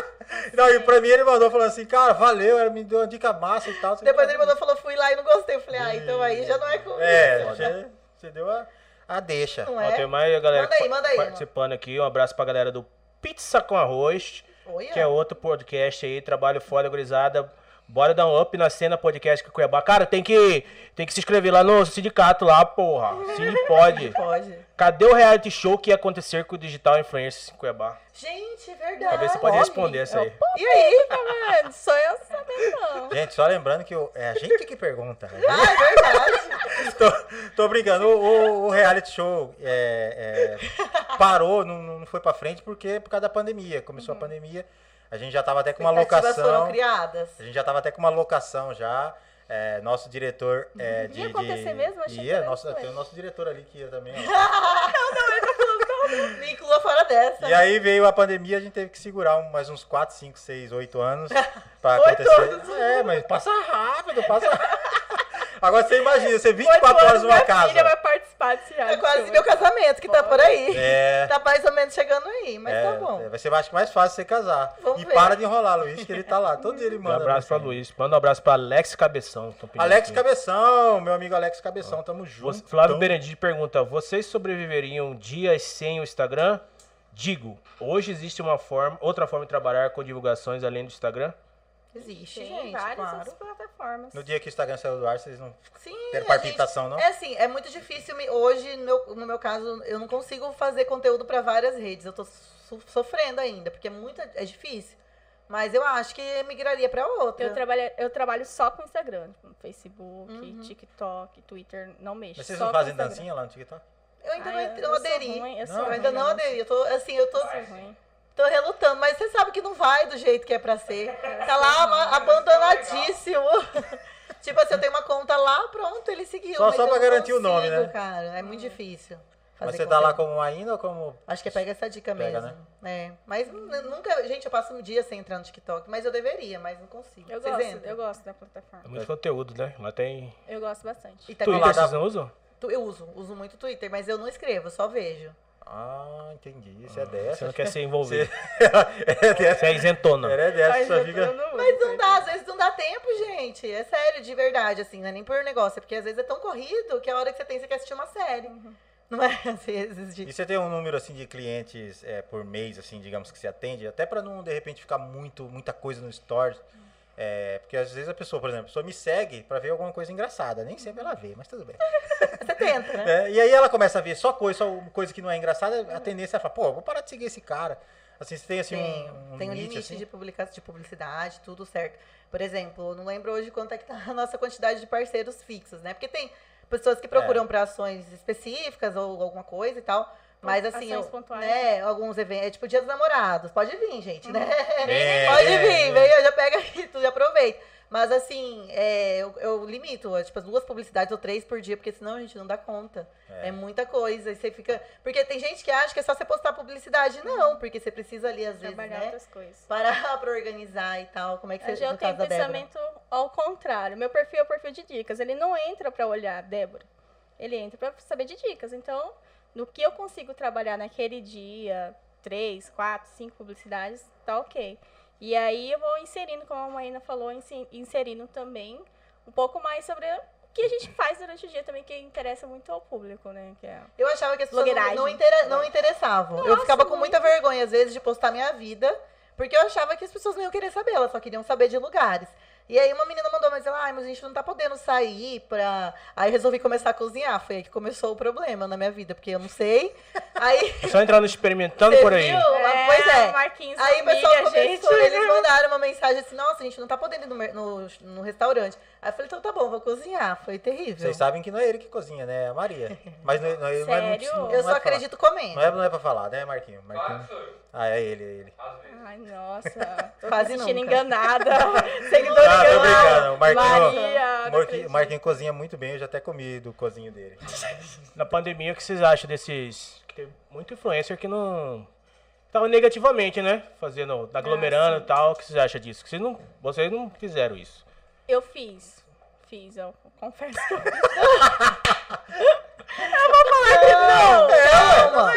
Não, e pra mim ele mandou falando assim, cara, valeu, ela me deu uma dica massa e tal. assim, depois pra ele mim. mandou, falou, fui lá e não gostei. Eu falei, ah, então aí já não é comigo. É, você, você deu a, a deixa. Não Ó, é? Tem mais a galera Manda aí, pa- manda aí, participando aqui. Um abraço pra galera do Pizza com Arroz, Olha. que é outro podcast aí, trabalho fora, gurizada. Bora dar um up na cena podcast que Cuiabá. Cara, tem que, tem que se inscrever lá no sindicato lá, porra. Sim, pode. Pode. Cadê o reality show que ia acontecer com o Digital Influencers em Cuiabá? Gente, é verdade. É Talvez você pode responder essa aí. E aí? tá Mano, sou eu saber não. Gente, só lembrando que o- é a gente que pergunta. né? Ah, é verdade. tô, tô brincando. O, o- o reality show é, é, parou, não, não foi pra frente porque por causa da pandemia. Começou Uhum. a pandemia, a gente já tava até com uma Expectativas foram locação. criadas. A gente já tava até com uma locação já. é, nosso diretor é, de. de- acontecer mesmo? Achei que ia, era nosso, isso, tem o nosso diretor ali que ia também. ó. Me inclua fora dessa. E aí veio a pandemia, a gente teve que segurar um- mais uns 4, 5, 6, 8 anos pra Oito acontecer. anos. É, mas passa rápido, passa rápido. Agora você imagina, você 24 horas numa Minha casa. filha vai participar desse É reality quase show. meu casamento que tá por aí. É. Tá mais ou menos chegando aí, mas é, tá bom. é, Vai ser mais, mais fácil você casar. Vamos e ver. para de enrolar, Luiz, que ele tá lá. Todo dia ele Um manda. abraço pra mensagem. Luiz. Manda um abraço pra Alex Cabeção. Então. tão pedindo Alex aqui. Cabeção, meu amigo Alex Cabeção, tamo junto. Você- Flávio Benedito pergunta: Vocês sobreviveriam dias sem o Instagram? Digo, hoje existe uma forma, outra forma de trabalhar com divulgações além do Instagram? Existe, Tem gente, várias claro. outras plataformas. No dia que o Instagram saiu do ar, vocês não Sim, deram a gente- palpitação, não? É assim, é muito difícil. me- Hoje, no meu, no meu caso, eu não consigo fazer conteúdo pra várias redes. Eu tô so- sofrendo ainda, porque é muito é difícil. Mas eu acho que migraria pra outra. Eu trabalho, eu trabalho só com Instagram, tipo, Facebook, Uhum. TikTok, Twitter, não mexo. Mas vocês só não fazem com Instagram. dancinha lá no TikTok? Eu ainda Ai, não eu- eu aderi. Eu, sou ruim, eu, Não, sou Eu ruim, ainda não eu aderi. Eu tô, assim, eu tô, sou ruim. tô relutando. Mas você sabe que não vai do jeito que é pra ser. Tá lá ama- abandonadíssimo. tipo assim, eu tenho uma conta lá, pronto, ele seguiu. Só- mas só eu pra não garantir o nome, consigo, né? cara. É muito difícil. Mas fazer você tá lá conteúdo. como ainda ou como. Acho que pega essa dica Pega, né? mesmo. É. Mas n- nunca. Gente, eu passo um dia sem entrar no TikTok, mas eu deveria, mas não consigo. Eu Vocês gosto, entram? eu gosto da É um plataforma. muito conteúdo, né? Lá tem. Eu gosto bastante. E tá Twitter, lá, vocês não usam? tu- eu uso, uso muito Twitter, mas eu não escrevo, eu só vejo. Ah, entendi. Você é Você dessa. não quer se envolver. é dessa. Você é isentona. É dessa, Mas só eu- fica. eu não uso Mas não Twitter. dá, às vezes não dá tempo, gente. É sério, de verdade, assim, não é nem por negócio, é porque às vezes é tão corrido que a hora que você tem, você quer assistir uma série. Uhum. Não é às vezes de. E você tem um número assim de clientes é, por mês, assim, digamos que você atende, até pra não de repente ficar muito muita coisa no stories. É, porque às vezes a pessoa, por exemplo, a pessoa me segue pra ver alguma coisa engraçada, nem sempre ela vê, mas tudo bem. É. Você tenta, né? É, e aí ela começa a ver só coisa, só coisa que não é engraçada, a tendência é falar, pô, eu vou parar de seguir esse cara. Assim, você tem assim Tem, um, um tem um limite, limite assim. de, publica- de publicidade, tudo certo. Por exemplo, eu não lembro hoje quanto é que tá a nossa quantidade de parceiros fixos, né? Porque tem pessoas que procuram É. pra ações específicas ou alguma coisa e tal. Mas assim, Ações eu- pontuais. né, alguns eventos, é tipo Dia dos Namorados, pode vir, gente, né? É, pode é, vir, é. vem, já pega aqui, tu já aproveita. Mas assim, é, eu, eu limito, é, tipo, as duas publicidades ou três por dia, porque senão a gente não dá conta. É, muita coisa, e você fica... Porque tem gente que acha que é só você postar publicidade, não, porque você precisa ali, às vezes, Trabalhar né? outras coisas. parar pra organizar e tal. Como é que Mas você eu no tenho caso da Débora? pensamento ao contrário. Meu perfil é o perfil de dicas. Ele não entra pra olhar, Débora. Ele entra pra saber de dicas. Então, no que eu consigo trabalhar naquele dia, três, quatro, cinco publicidades, tá ok. E aí eu vou inserindo, como a Maína falou, inse- inserindo também um pouco mais sobre o que a gente faz durante o dia também, que interessa muito ao público, né? Que é... Eu achava que as pessoas não, Blogueiragem. É. não, intera- não interessavam. eu ficava com muita vergonha, às vezes, de postar minha vida, porque eu achava que as pessoas não iam querer saber, elas só queriam saber de lugares. E aí uma menina mandou, mas ela, ai, mas a gente não tá podendo sair pra. Aí resolvi começar a cozinhar. Foi aí que começou o problema na minha vida, porque eu não sei. Aí. É só entrar no Experimentando você por aí. viu? pois é. o Marquinhos Aí o pessoal humilha a começou, gente. eles mandaram uma mensagem assim, nossa, a gente não tá podendo ir no, mer- no, no restaurante. Aí eu falei, então tá bom, vou cozinhar. Foi terrível. Vocês sabem que não é ele que cozinha, né? É a Maria. Mas não, não, mas não- Sério? não é Eu só pra falar. acredito comendo. Não é, não é pra falar, né, Marquinho? Claro que Marquinho. sou eu, Ah, é ele, é ele. às vezes. Ai, nossa. Tô Quase me sentindo nunca. enganada. Seguidor Ah, tô enganado. brincando. O Marquinho, Maria, o não Marquinho, acredito. o Marquinho cozinha muito bem, eu já até comi do cozinho dele. Na pandemia, o que vocês acham desses. Que tem muito influencer que não. Tava negativamente, né? Fazendo, aglomerando e tal. O que vocês acham disso? Que vocês não, vocês não fizeram isso. Eu fiz. Fiz, eu confesso que eu fiz. Não, é, calma.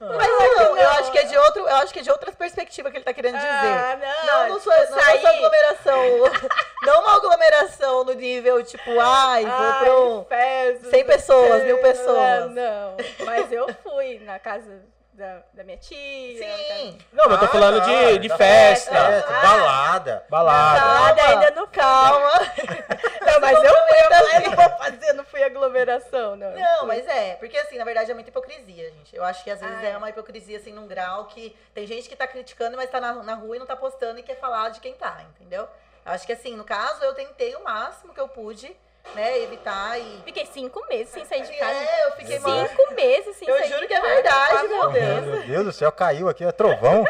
Mas Não, eu- não. eu acho que é de outro, eu acho que é de outra perspectiva que ele tá querendo dizer. Não, não sou, Ah, tipo, não sou aglomeração. não uma aglomeração no nível tipo, ai, Ai, vou um" pro. fezes, 100 pessoas, não mil sei, pessoas. Não, não. mas eu fui na casa da, da minha tia. na casa- Sim. é, Não, mas eu tô Ah, falando tá, de, de tá festa, certo, Ah. balada. balada. Balada Calma. ainda não tá. fui. Calma. Não, mas eu fui, eu Complementando. falei, não vou fazer, não fui aglomeração, não. Não, mas é, porque assim, na verdade é muita hipocrisia, gente. Eu acho que às vezes Ah, é. é. uma hipocrisia, assim, num grau que tem gente que tá criticando, mas tá na, na rua e não tá postando e quer falar de quem tá, entendeu? Eu acho que assim, no caso, eu tentei o máximo que eu pude, né, evitar e. Fiquei cinco meses sem sair de casa. É, eu fiquei mal. Cinco meses sem Eu sair juro de que é casa, verdade, quase meu um Deus. mês. Meu Deus do céu, caiu aqui, é trovão.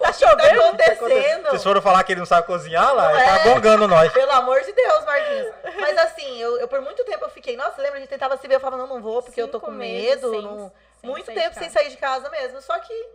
Tá chovendo? Tá acontecendo? Vocês foram falar que ele não sabe cozinhar lá? Não Ele tá é. gongando nós. Pelo amor de Deus, Marquinhos. Mas assim, eu, eu por muito tempo eu fiquei, nossa, lembra? A gente tentava se ver, eu falava, não, não vou, porque eu tô Cinco com meses medo. sem- não- sem muito sair de tempo sem casa. sair de casa mesmo. Só que,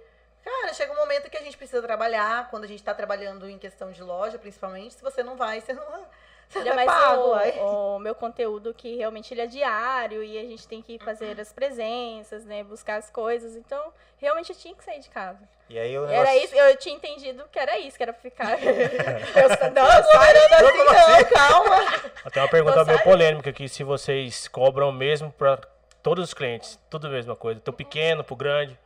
cara, chega um momento que a gente precisa trabalhar, quando a gente tá trabalhando em questão de loja, principalmente, se você não vai, você não, você Ainda não é mais pago. aí. o, o meu conteúdo que realmente ele é diário e a gente tem que fazer as presenças, né? Buscar as coisas. Então, realmente eu tinha que sair de casa. E aí o negócio... Era isso, eu tinha entendido que era isso, que era pra ficar. eu, não, eu saí- Aglomerando assim, Como não, calma. Até uma pergunta Gostar? meio polêmica aqui, se vocês cobram mesmo pra todos os clientes, tudo a mesma coisa, do pequeno pro grande.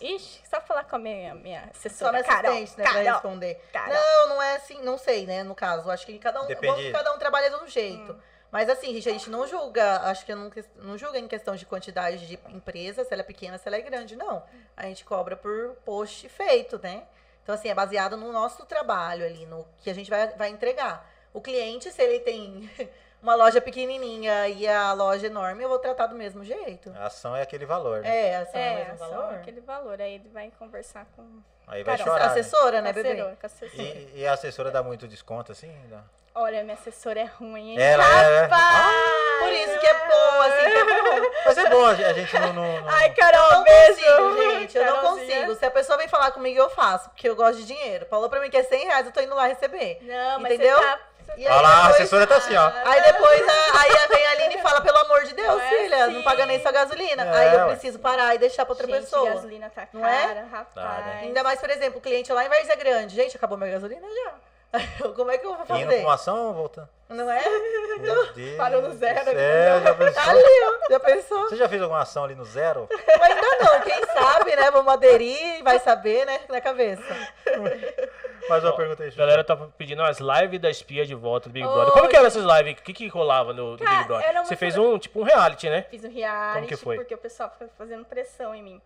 Ixi, só falar com a minha, minha Só assessora. minha Carol, assistente, né, pra Carol, responder. Carol. Não, não é assim, não sei, né? No caso, acho que cada um, bom Depende. que cada um trabalha de um jeito. Hum. Mas assim, gente, a gente não julga, acho que eu não, ques- não julga em questão de quantidade de empresa, se ela é pequena, se ela é grande, não. A gente cobra por post feito, né? Então, assim, é baseado no nosso trabalho ali, no que a gente vai, vai entregar. O cliente, se ele tem uma loja pequenininha e a loja enorme, eu vou tratar do mesmo jeito. A ação é aquele valor, né? É, assim, é, o É, mesmo só valor. aquele valor. Aí ele vai conversar com Aí vai Carol, A chorar. né? Assessora, né, bebê? parceiro, com a assessora. E, e a assessora dá muito desconto, assim? Dá? Olha, minha assessora é ruim, hein? Ela é... Por isso que é bom, assim, que é bom. Mas é bom, a gente- a gente não... não- não- Ai, Eu Carol, não beijo! consigo, gente. Eu não Carolzinha. consigo. Se a pessoa vem falar comigo, eu faço, porque eu gosto de dinheiro. Falou pra mim que é 100 reais, eu tô indo lá receber. Não, mas Entendeu? você tá... você E tá- aí, Olha lá, a depois- assessora tá assim, ó. Aí depois a- aí vem a Aline e fala, pelo amor de Deus, Não é filha, não assim. paga nem sua gasolina. É, aí eu ué. preciso parar e deixar pra outra Gente, pessoa. gasolina tá Não é? cara, Tá, rapaz. né? Ainda mais, por exemplo, o cliente lá em Várzea é Grande. Gente, acabou minha gasolina já. Como é que eu vou Indo pra fazer? uma ação ou voltando? Não é? Meu Deus Parou no do zero, céu, né? já pensou? Tá Ali, ó. Já pensou? Você já fez alguma ação ali no zero? Mas ainda não, quem sabe, né? Vamos aderir e vai saber, né? Na cabeça. Mais uma pergunta aí. A Xuxa. galera tá pedindo as lives da espia de volta do Big Ô, Brother. Como que eram essas lives? O que, que rolava no do Cara, Big Brother? era uma Você fez coisa- um, tipo, um reality, né? Fiz um reality, Como que foi? porque o pessoal fica fazendo pressão em mim.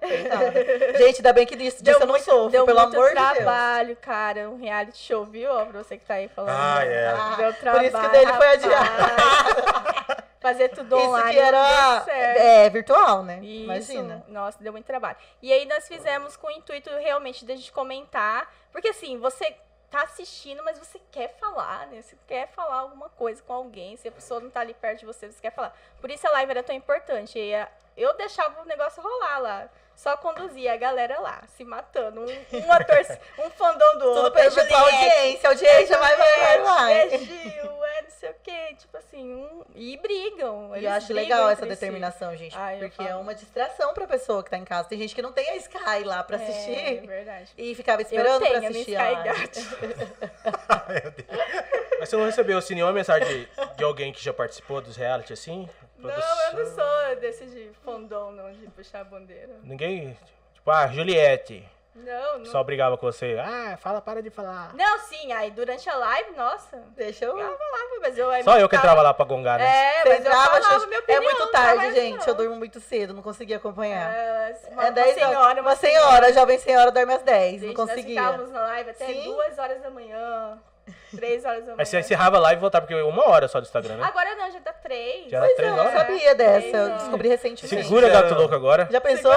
Coitada. Gente, ainda bem que disso, disso eu não sofro, Deu pelo muito amor de Deus. trabalho, cara. Um reality show, viu? Ó, pra você que tá aí falando. Ah, é. Ah, Deu trabalho. por isso que o dele foi rapaz. Fazer tudo Isso online. que não era deu certo. é, virtual, né? Isso, Imagina. Nossa, deu muito trabalho. E aí nós fizemos com o intuito realmente de a gente comentar, porque assim, você tá assistindo, mas você quer falar, né? Você quer falar alguma coisa com alguém, se a pessoa não tá ali perto de você, você quer falar. Por isso a live era tão importante. E a- eu deixava o negócio rolar lá. Só conduzia a galera lá, se matando. Um, um ator, um fandom do outro. Tudo pra Juliette, ajudar a audiência, a audiência vai, vai, vai, vai. É Gil, é não sei o quê. Tipo assim, um- e brigam. E eu eles acho brigam legal essa entre si. determinação, gente, Ah, eu porque falo. é uma distração pra pessoa que tá em casa. Tem gente que não tem a Sky lá pra É, assistir verdade. e ficava esperando eu tenho pra assistir. a a minha live. Sky Gat. Mas você não recebeu assim, nenhuma mensagem de, de alguém que já participou dos reality assim? É. Não, eu não Produção. sou desse de fandom, não, de puxar a bandeira. Ninguém. Tipo, ah, Juliette. Não, não. Só brigava com você. Ah, fala, para de falar. Não, sim, aí durante a live, nossa. Deixa eu. falava, Mas eu Só eu que entrava lá pra gongar, né? É, Você Ah, mas eu entrava, falava gente, minha é opinião. muito não tarde, trabalho, gente. não. Eu durmo muito cedo, não consegui acompanhar. É, uma, É, 10 uma horas. senhora, uma senhora, jovem senhora, dorme às 10. Não Gente, conseguia. Nós ficávamos na live até Sim. 2 horas da manhã, 3 horas da manhã. Aí você encerrava a live e voltava, porque é uma hora só do Instagram, né? Agora não, já tá dá 3. Já dá Pois é, três eu horas. não sabia dessa. Eu Três descobri recentemente. Segura, gato louco, agora. Já pensou?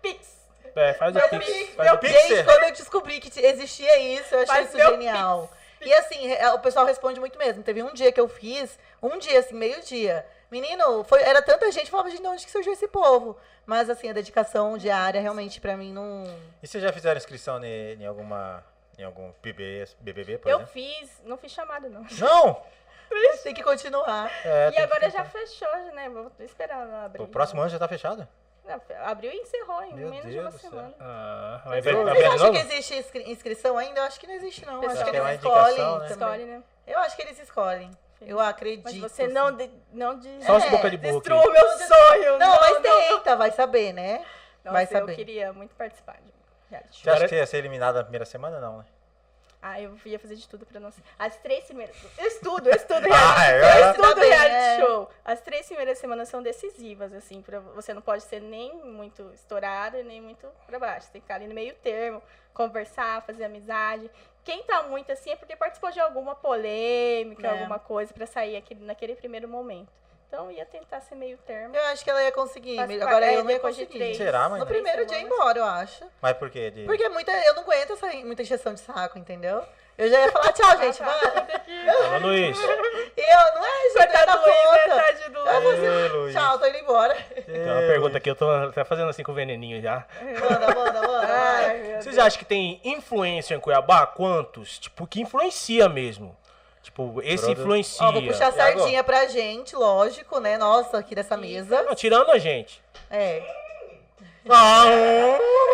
Pix. É, faz o Mas pix. me- Faz o meu- pix. Gente, quando eu descobri que existia isso, eu achei Faz isso meu é, genial. E assim, re- o pessoal responde muito mesmo. Teve um dia que eu fiz, um dia, assim, meio-dia. Menino, foi, era tanta gente, eu falava, gente, de onde que surgiu esse povo? Mas, assim, a dedicação diária, realmente, pra mim, não... E vocês já fizeram inscrição ne- em, alguma. em algum PB, BBB, por Eu é. exemplo? fiz, não fiz chamado, não. Não! Tem que continuar. É, e tem- agora já fechou, né? Vou esperar ela abrir. O próximo ano já tá fechado? Não, É, abriu e encerrou em Meu menos de Deus uma do céu. semana. Ah, vai Mas ver eu- vai ver Vocês de acham que novo? existe inscri- inscrição ainda? Eu acho que não existe, não. Eu Pessoal, acho que tem eles uma escolhem indicação, né? também. Escolhe, né? Eu acho que eles escolhem. Eu Mas acredito. assim. você não, de, não de... Só É, as boca de burro aqui. destrua o meu sonho. Não, mas tenta, vai saber, né? Nossa, Vai saber. eu queria muito participar de um reality Você show. é acha que ia ser eliminado na primeira semana, não, né? Ah, eu ia fazer de tudo pra não ser... As três primeiras... Eu estudo, eu estudo reality Ah, Eu é? estudo Também, é. reality show. As três primeiras semanas são decisivas, assim, pra, você não pode ser nem muito estourado e nem muito pra baixo. Você tem que ficar ali no meio termo, conversar, fazer amizade. Quem tá muito assim é porque participou de alguma polêmica, É. alguma coisa pra sair aqui, naquele primeiro momento. Então ia tentar ser meio termo. Eu acho que ela ia conseguir. Mas é, Agora eu não ia depois de conseguir. três. Será, mãe? No Três primeiro dia ia semanas. embora, eu acho. Mas por quê? De... Porque muita, eu não aguento essa, muita injeção de saco, entendeu? Eu já ia falar, tchau, gente, Ah, tá. vai. Ô, Luiz, Eu não é isso, eu Coitado da do Luiz, conta. metade do Eu vou Luiz. assim, Ê, Luiz. tchau, tô indo embora. tem Então, É. uma pergunta aqui, eu tô até fazendo assim com o veneninho já. Manda, manda, manda. vai. Ai, meu Vocês acham que tem influência em Cuiabá? Quantos? Tipo, que influencia mesmo. Tipo, esse Brother. influencia. Ó, vou puxar a Thiago. sardinha pra gente, lógico, né? Nossa, aqui dessa mesa. Não, tirando a Tá gente. É. Ah,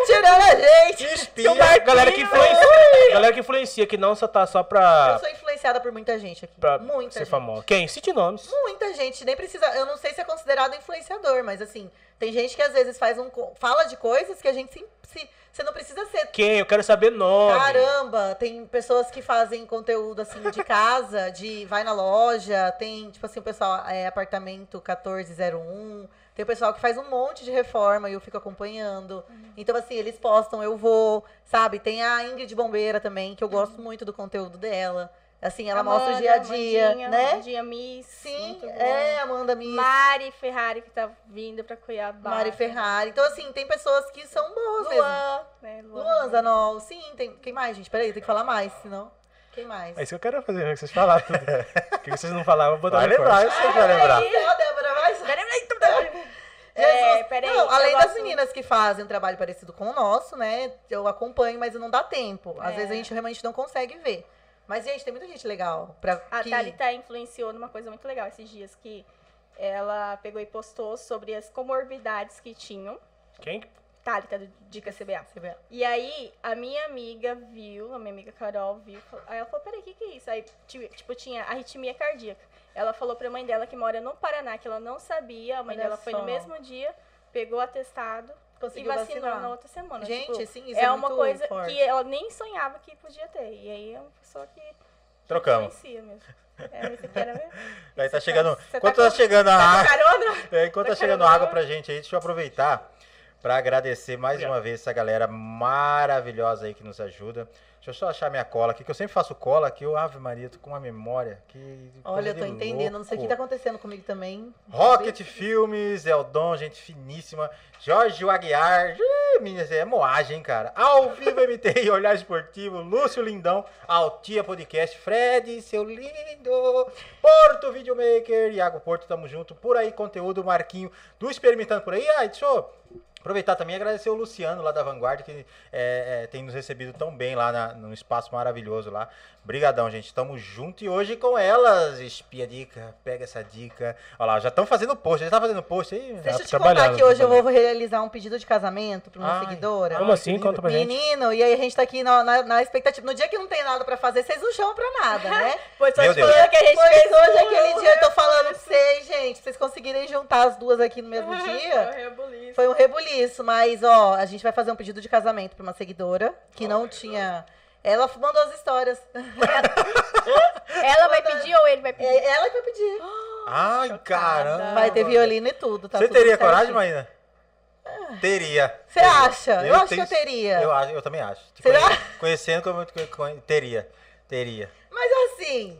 Tirando a gente. espia. Tem uma galera que influencia. galera que influencia, que não só tá só Eu pra, sou influenciada por muita gente aqui. pra muita ser gente. famosa. Quem? Cite nomes. Muita gente, nem precisa. Eu não sei se é considerado influenciador, mas assim, tem gente que às vezes faz um. co- fala de coisas que a gente se. se- você não precisa ser. Quem? Eu quero saber nome. Caramba, tem pessoas que fazem conteúdo assim de casa, de vai na loja, tem, tipo assim, o pessoal, é, apartamento 1401. Tem o pessoal que faz um monte de reforma e eu fico acompanhando. Uhum. Então, assim, eles postam, eu vou, sabe? Tem a Ingrid Bombeira também, Uhum. que eu gosto muito do conteúdo dela. Assim, ela mostra o dia a dia, Amandinha, né? Amandinha Miss. Sim, muito bom. é, Amanda Miss, Mari Ferrari, que tá vindo pra Cuiabá. Mari Ferrari. Então, assim, tem pessoas que são boas mesmo. Luan, né? Luan. Luan Zanol, sim, tem. Quem mais, gente? Peraí, tem que falar mais, senão. Quem mais? É isso que eu quero fazer, né? que vocês falaram tudo. O que vocês não falaram, eu vou botar Vai no corte. lembrar, eu sei que vai lembrar. Ó, Débora, mais. É, Jesus. peraí. não, eu além das gosto- meninas que fazem um trabalho parecido com o nosso, né? Eu acompanho, mas não dá tempo. Às É. vezes a gente realmente não consegue ver. Mas, gente, tem muita gente legal. Pra, A que... Ah, Thalita influenciou numa coisa muito legal esses dias, que ela pegou e postou sobre as comorbidades que tinham. Quem? Thalita, do Dica CBA. Você vê. E aí, a minha amiga viu, a minha amiga Carol viu, falou- aí ela falou, peraí, o que que é isso? Aí, ti- tipo, tinha arritmia cardíaca. Ela falou pra mãe dela que mora no Paraná, que ela não sabia, a mãe Olha dela foi no só. mesmo dia, pegou o atestado e Conseguiu vacinou vacinar. na outra semana. Gente, tipo, sim, isso é, é uma muito coisa forte. que ela nem sonhava que podia ter. E aí é uma pessoa que que Trocamos. influencia mesmo. É, esse aqui era mesmo. Aí tá Você chegando. tá- você tá Enquanto tá com- chegando a Tá com água. carona? É, Enquanto tá chegando Tá chegando água água. pra gente aí, deixa eu aproveitar pra agradecer mais Obrigado. uma vez essa galera maravilhosa aí que nos ajuda. Deixa eu só achar minha cola aqui, que eu sempre faço cola aqui. Eu, Ave Maria, tô com uma memória que. coisa Olha, eu tô de entendendo. Não sei o que louco. tá acontecendo comigo também. Rocket Filmes, Eldon, gente finíssima. Jorge Aguiar, ih, minha, é moagem, cara. Ao vivo MT e Olhar Esportivo, Lúcio Lindão, Altia Podcast, Fred, seu lindo, Porto Videomaker, Iago Porto, tamo junto. Por aí, conteúdo, Marquinho do Experimentando por aí. Ah, e deixa eu aproveitar também e agradecer o Luciano lá da Vanguarda, que é, é, tem nos recebido tão bem lá na, num espaço maravilhoso lá. Brigadão, gente. Tamo junto e hoje com elas. Espia a dica, pega essa dica. Olha lá, já estão fazendo post. Já tá fazendo post aí? Deixa eu te trabalhando, contar que hoje eu vou realizar um pedido de casamento pra uma Ai. seguidora. Como assim? Conta pra gente. Menino, e aí a gente tá aqui na, na- na expectativa. No dia que não tem nada pra fazer, vocês não chamam pra nada, né? Foi só Meu te Deus. falando que a gente Pois fez hoje, tudo, aquele dia, eu tô né? falando pra vocês, gente. pra Vocês conseguirem juntar as duas aqui no mesmo dia. Foi um rebuliço. Foi um rebuliço, mas ó, a gente vai fazer um pedido de casamento pra uma seguidora que não tinha. Ela mandou as histórias. Ela vai pedir ou ele vai pedir? É ela que vai pedir. Ai, Ah. caramba. Vai ter violino e tudo, tá? Você tudo teria certinho. coragem, Marina? Teria. Ah. Você acha? Eu, acho tenho- que eu teria. Eu, acho, eu também acho. Te Será? conhe- Conhecendo como eu te conhe- teria. Teria. Mas assim,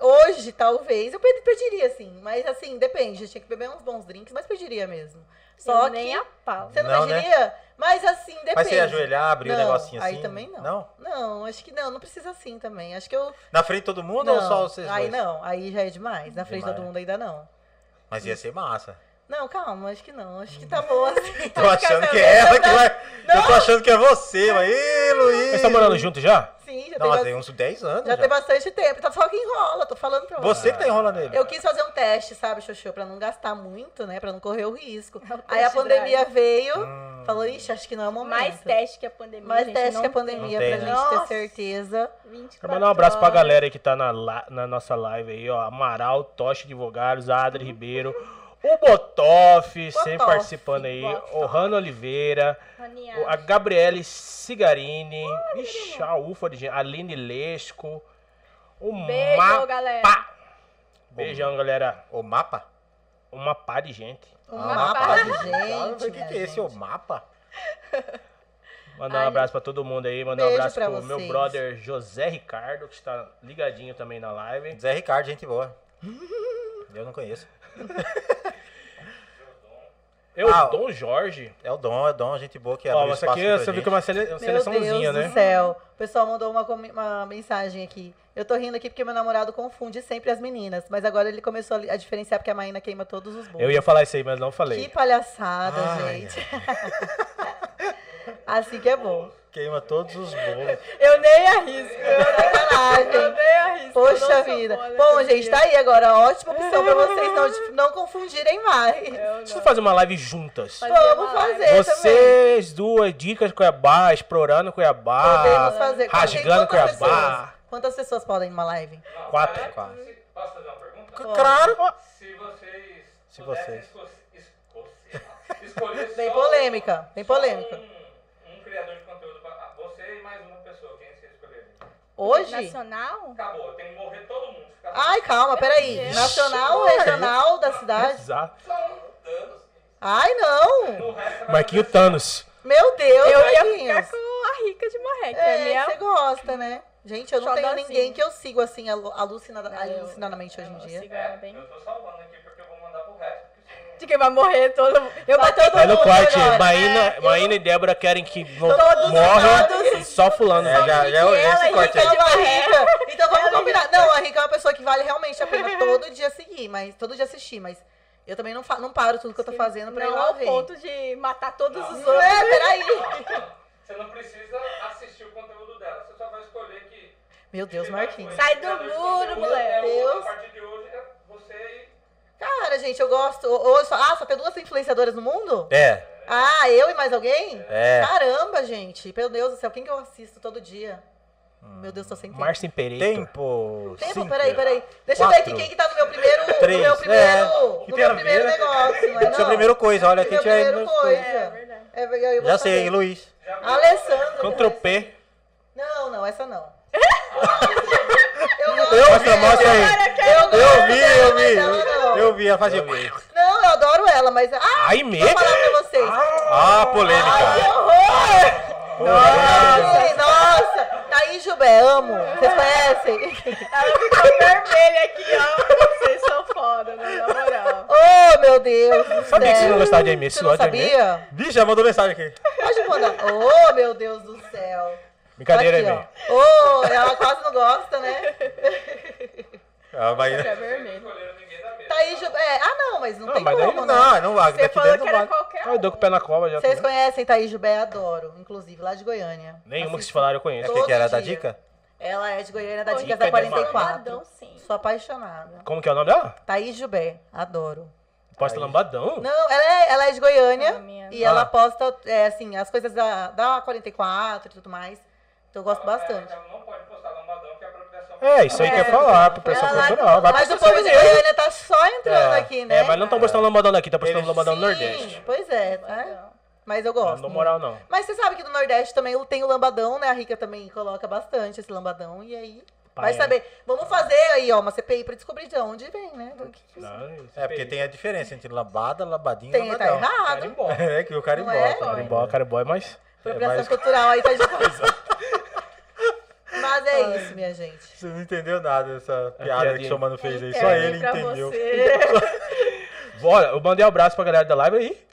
hoje talvez eu pedi- pediria sim, mas assim, depende, eu tinha que beber uns bons drinks, mas pediria mesmo. Só Eu nem que a pau. você não, Não, né? pediria? Mas assim, depende. Mas você ia ajoelhar, abrir o Não, negocinho assim? aí também não. Não? Não, acho que não, não precisa assim também. Acho que eu Na frente de todo mundo ou não, só vocês Aí dois? não, aí já é demais. Na frente de Demais. todo mundo ainda não. Mas ia ser massa. Não, calma, acho que não. Acho que tá boa assim. Tô achando que é ela que vai. Eu tô achando que é você, mas. Ih, Luiz! Vocês estão morando junto já? Sim, já tem, Nossa, ba- tem uns 10 anos. já Já tem bastante tempo. Tá só que enrola, tô falando pra Você que tá enrolando ele. Eu quis fazer um teste, sabe, Xuxu, pra não gastar muito, né? Pra não correr o risco. É o test Aí a pandemia veio, Hum. falou, ixi, acho que não é o momento. Mais teste que a pandemia. Mais gente, teste não que a pandemia, tem, pra né? gente Nossa. ter certeza. tem 24 Quero mandar um abraço pra horas. galera aí que tá na, la- na nossa live aí, ó. Amaral, Tocha Advogados, Adri Ribeiro, o Botoff, sempre Botoff, participando aí, o Rano Oliveira, Raniá. o- a Gabriele Cigarini, ixi, a ufa de gente, Aline Lesco, o Beijo, Mapa. galera. Beijão, galera. O mapa? Uma pá de gente. Um Ah, mapa de Ah, não gente. sei O que, né, que é esse? gente? O mapa? Mandar um Ai, abraço pra todo mundo aí, mandar um beijo abraço pra pro meu vocês. brother José Ricardo, que está ligadinho também na live. Zé Ricardo, gente boa. Eu não conheço. Eu, Ah, Dom Jorge. É o Dom, é o Dom, gente boa que Ó, abriu mas espaço aqui aqui pra você gente. viu que é uma, sele... uma Meu seleçãozinha, Deus né? do céu. O pessoal mandou uma, comi- uma mensagem aqui. Eu tô rindo aqui porque meu namorado confunde sempre as meninas. Mas agora ele começou a li- a diferenciar porque a Maína queima todos os bolos. Eu ia falar isso aí, mas não Que falei. palhaçada, Ai, gente. Assim que é bom. Queima todos os bolos. Eu nem arrisco. Sacanagem. Dei a risca, eu Poxa não sou vida. boa nessa Bom, gente, vida. tá aí agora. Ótima opção pra vocês não, não confundirem mais. Preciso fazer uma live juntas. Fazer Vamos uma live. fazer também. Vocês duas, dicas Cuiabá, explorando Podemos Cuiabá, fazer. tá rasgando Quantas Cuiabá. pessoas? Quantas pessoas podem numa live? Quatro. Quase. Posso fazer uma pergunta? Claro! Se vocês Se pudessem vocês. esco- esco- escolher Bem só- polêmica, bem só polêmica. Um, um criador de conteúdo pra ah, você e mais uma pessoa, quem você escolheria? Hoje? Nacional? Acabou, tem que morrer todo mundo. Ficar Ai, É calma, peraí. Deus. Nacional, regional da cidade? Exato. Ai, um, não! Marquinho Thanos. Meu Deus, Eu ia Marquinhos. ficar com a rica de Marreca. É, É, minha... você gosta, né? Gente, eu não tenho Xodózinho. ninguém que eu sigo assim alu- alucinada, eu- alucinadamente hoje em eu dia. sigo ela Tá bem. um. É, Eu tô salvando aqui porque eu vou mandar pro resto. Porque senão... De quem vai morrer todo Eu Tá bato todo Vai no mundo corte. agora. Maína, É, eu- Maína e Débora querem que Todos, morra todos. só fulano. né? É, já, já ela é esse e corte aí. Então, a Rica, então vamos Ela combinar. Não, a Rica é uma pessoa que vale realmente a pena todo dia seguir, mas todo dia assistir, mas eu também não, fa- não paro tudo que eu tô fazendo pra ir assim, não lá ao ver. ponto de matar todos os Não outros. é, peraí. Você não precisa assistir o conteúdo dela, você só vai escolher que. Meu Deus, que Marquinhos. Sai do criador de muro, conteúdo moleque. é o- Deus. A partir de hoje é você e. Cara, gente, eu gosto. Ou, ou só, ah, só tem duas influenciadoras no mundo? É, Ah, eu e mais alguém? é. Caramba, gente. Meu Deus do céu, quem que eu assisto todo dia? Meu Deus, tô sem tempo. Márcio Imperator. Tempo. Tempo, cinco, peraí, peraí. Deixa eu ver aqui Hum, quatro, quem que tá no meu primeiro. três, no meu primeiro. é. Que no tem a meu primeiro ver, né? negócio, não Essa é? é a não? primeira coisa, olha, aqui Meu tinha. primeiro coisa. É, verdade. É, eu vou Já sei, saber. Luiz. Alessandra. Contra o né? P. Não, não, essa não. Eu gosto. Mostra, mostra aí. Eu, gosto Eu vi, dela, eu mas ela não. vi. Eu vi, ela fazia. Não, eu adoro ela, mas. Ah, Ai, vou mega! falar pra vocês. Ah, polêmica. Nossa, nossa! Thaís Jubé, amo. Vocês conhecem? Ela ficou vermelha aqui, ó. Vocês são foda, né? na moral. Oh, meu Deus! do Sabia que você céu. não gostava de Aimee? Você Você não gosta de Aimee? sabia? Vixe, já mandou mensagem aqui. Pode mandar. Oh, meu Deus do céu! Brincadeira, Aqui, Aimee. ó. Oh, ela quase não gosta, né? Ah, mas... É vermelho. Thaís Jubé. é, Ah, não, mas não, Não, tem mas daí como, né? Não, não vai. Você Daqui falou dentro que não era vai. qualquer um. Ah, Eu dou com o pé na cova já. Vocês também. conhecem Thaís Jubé? Adoro. Inclusive, lá de Goiânia. Nenhuma que se Assisto. falaram eu conheço. É que, que era da Todo dia. dica? Ela é de Goiânia, da Pô, Dicas dica da é 44. Lambadão, sim. Sou apaixonada. Como que é o nome dela? Thaís Jubé, adoro. Posta Lambadão. Não, ela é, ela é de Ah, Goiânia minha. e ela Ah. posta, é, assim, as coisas da, da 44 e tudo mais. Então eu gosto bastante. Ela não pode postar lambadão, que é apropriação. É, isso aí que é falar pro pessoal Ela lá- cultural. Vai mas pro o povo de sertanejo. Goiânia tá só entrando É, aqui, né? É, mas não estão postando Lambadão daqui, tá postando Eles- Lambadão Sim, no Nordeste. Pois é, tá? Mas eu Não gosto. dou moral, não. Mas você sabe que no Nordeste também tem o lambadão, né? A Rica também coloca bastante esse lambadão. E aí, Pai, vai é. saber. Vamos fazer aí, ó, uma CPI pra descobrir de onde vem, né? Do que que Não, isso É, porque tem a diferença entre lambada, lambadinho e tem, tá lambadão. errado. Carimbó. É que o cara Não é? embota. Carimbó, carimbó é mais. Apropriação mas- cultural aí tá de coisa. Mas é isso, minha gente. Você não entendeu nada dessa piada piadinha. que o seu mano fez aí. Interna Só ele pra entendeu. você. Bora, eu mandei um abraço pra galera da live aí.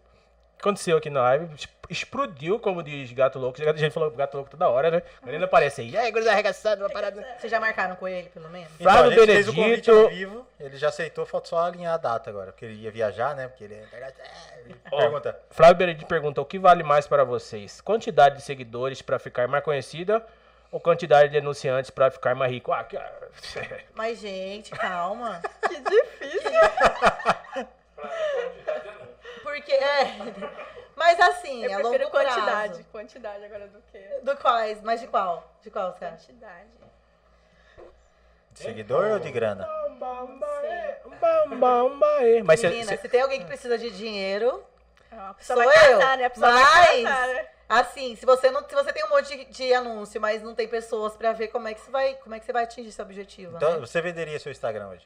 aconteceu aqui na live, es- explodiu, como diz Gato Louco. A gente falou Gato Louco toda hora, né? Quando ele aparece aí, e aí, gurizada arregaçando, uma parada. Vocês já marcaram com ele, pelo menos? Flávio Então, a gente fez o Benedito. convite ao vivo, ele já aceitou, falta só alinhar a data agora, porque ele ia viajar, né? Porque ele é... ele Ó. Pergunta. Flávio Benedito pergunta, o que vale mais para vocês? Quantidade de seguidores para ficar mais conhecida ou quantidade de denunciantes para ficar mais rico? Ah, que- Mas, gente, calma. Que difícil. Porque, é... Mas assim, Eu a longo prefiro quantidade. prazo. Quantidade agora do que Do quais? Mas de qual? De qual, você acha? quantidade. Não De seguidor ou de grana? sei. Mas Ah. cê- Menina, cê- se tem alguém que precisa de dinheiro, É uma pessoa Sou vai eu, casar, né? A pessoa vai mas- casar, né? assim, se você não, se você tem um monte de, de anúncio, mas não tem pessoas pra ver como é que você vai, como é que você vai atingir seu objetivo, Então, né? você venderia seu Instagram hoje?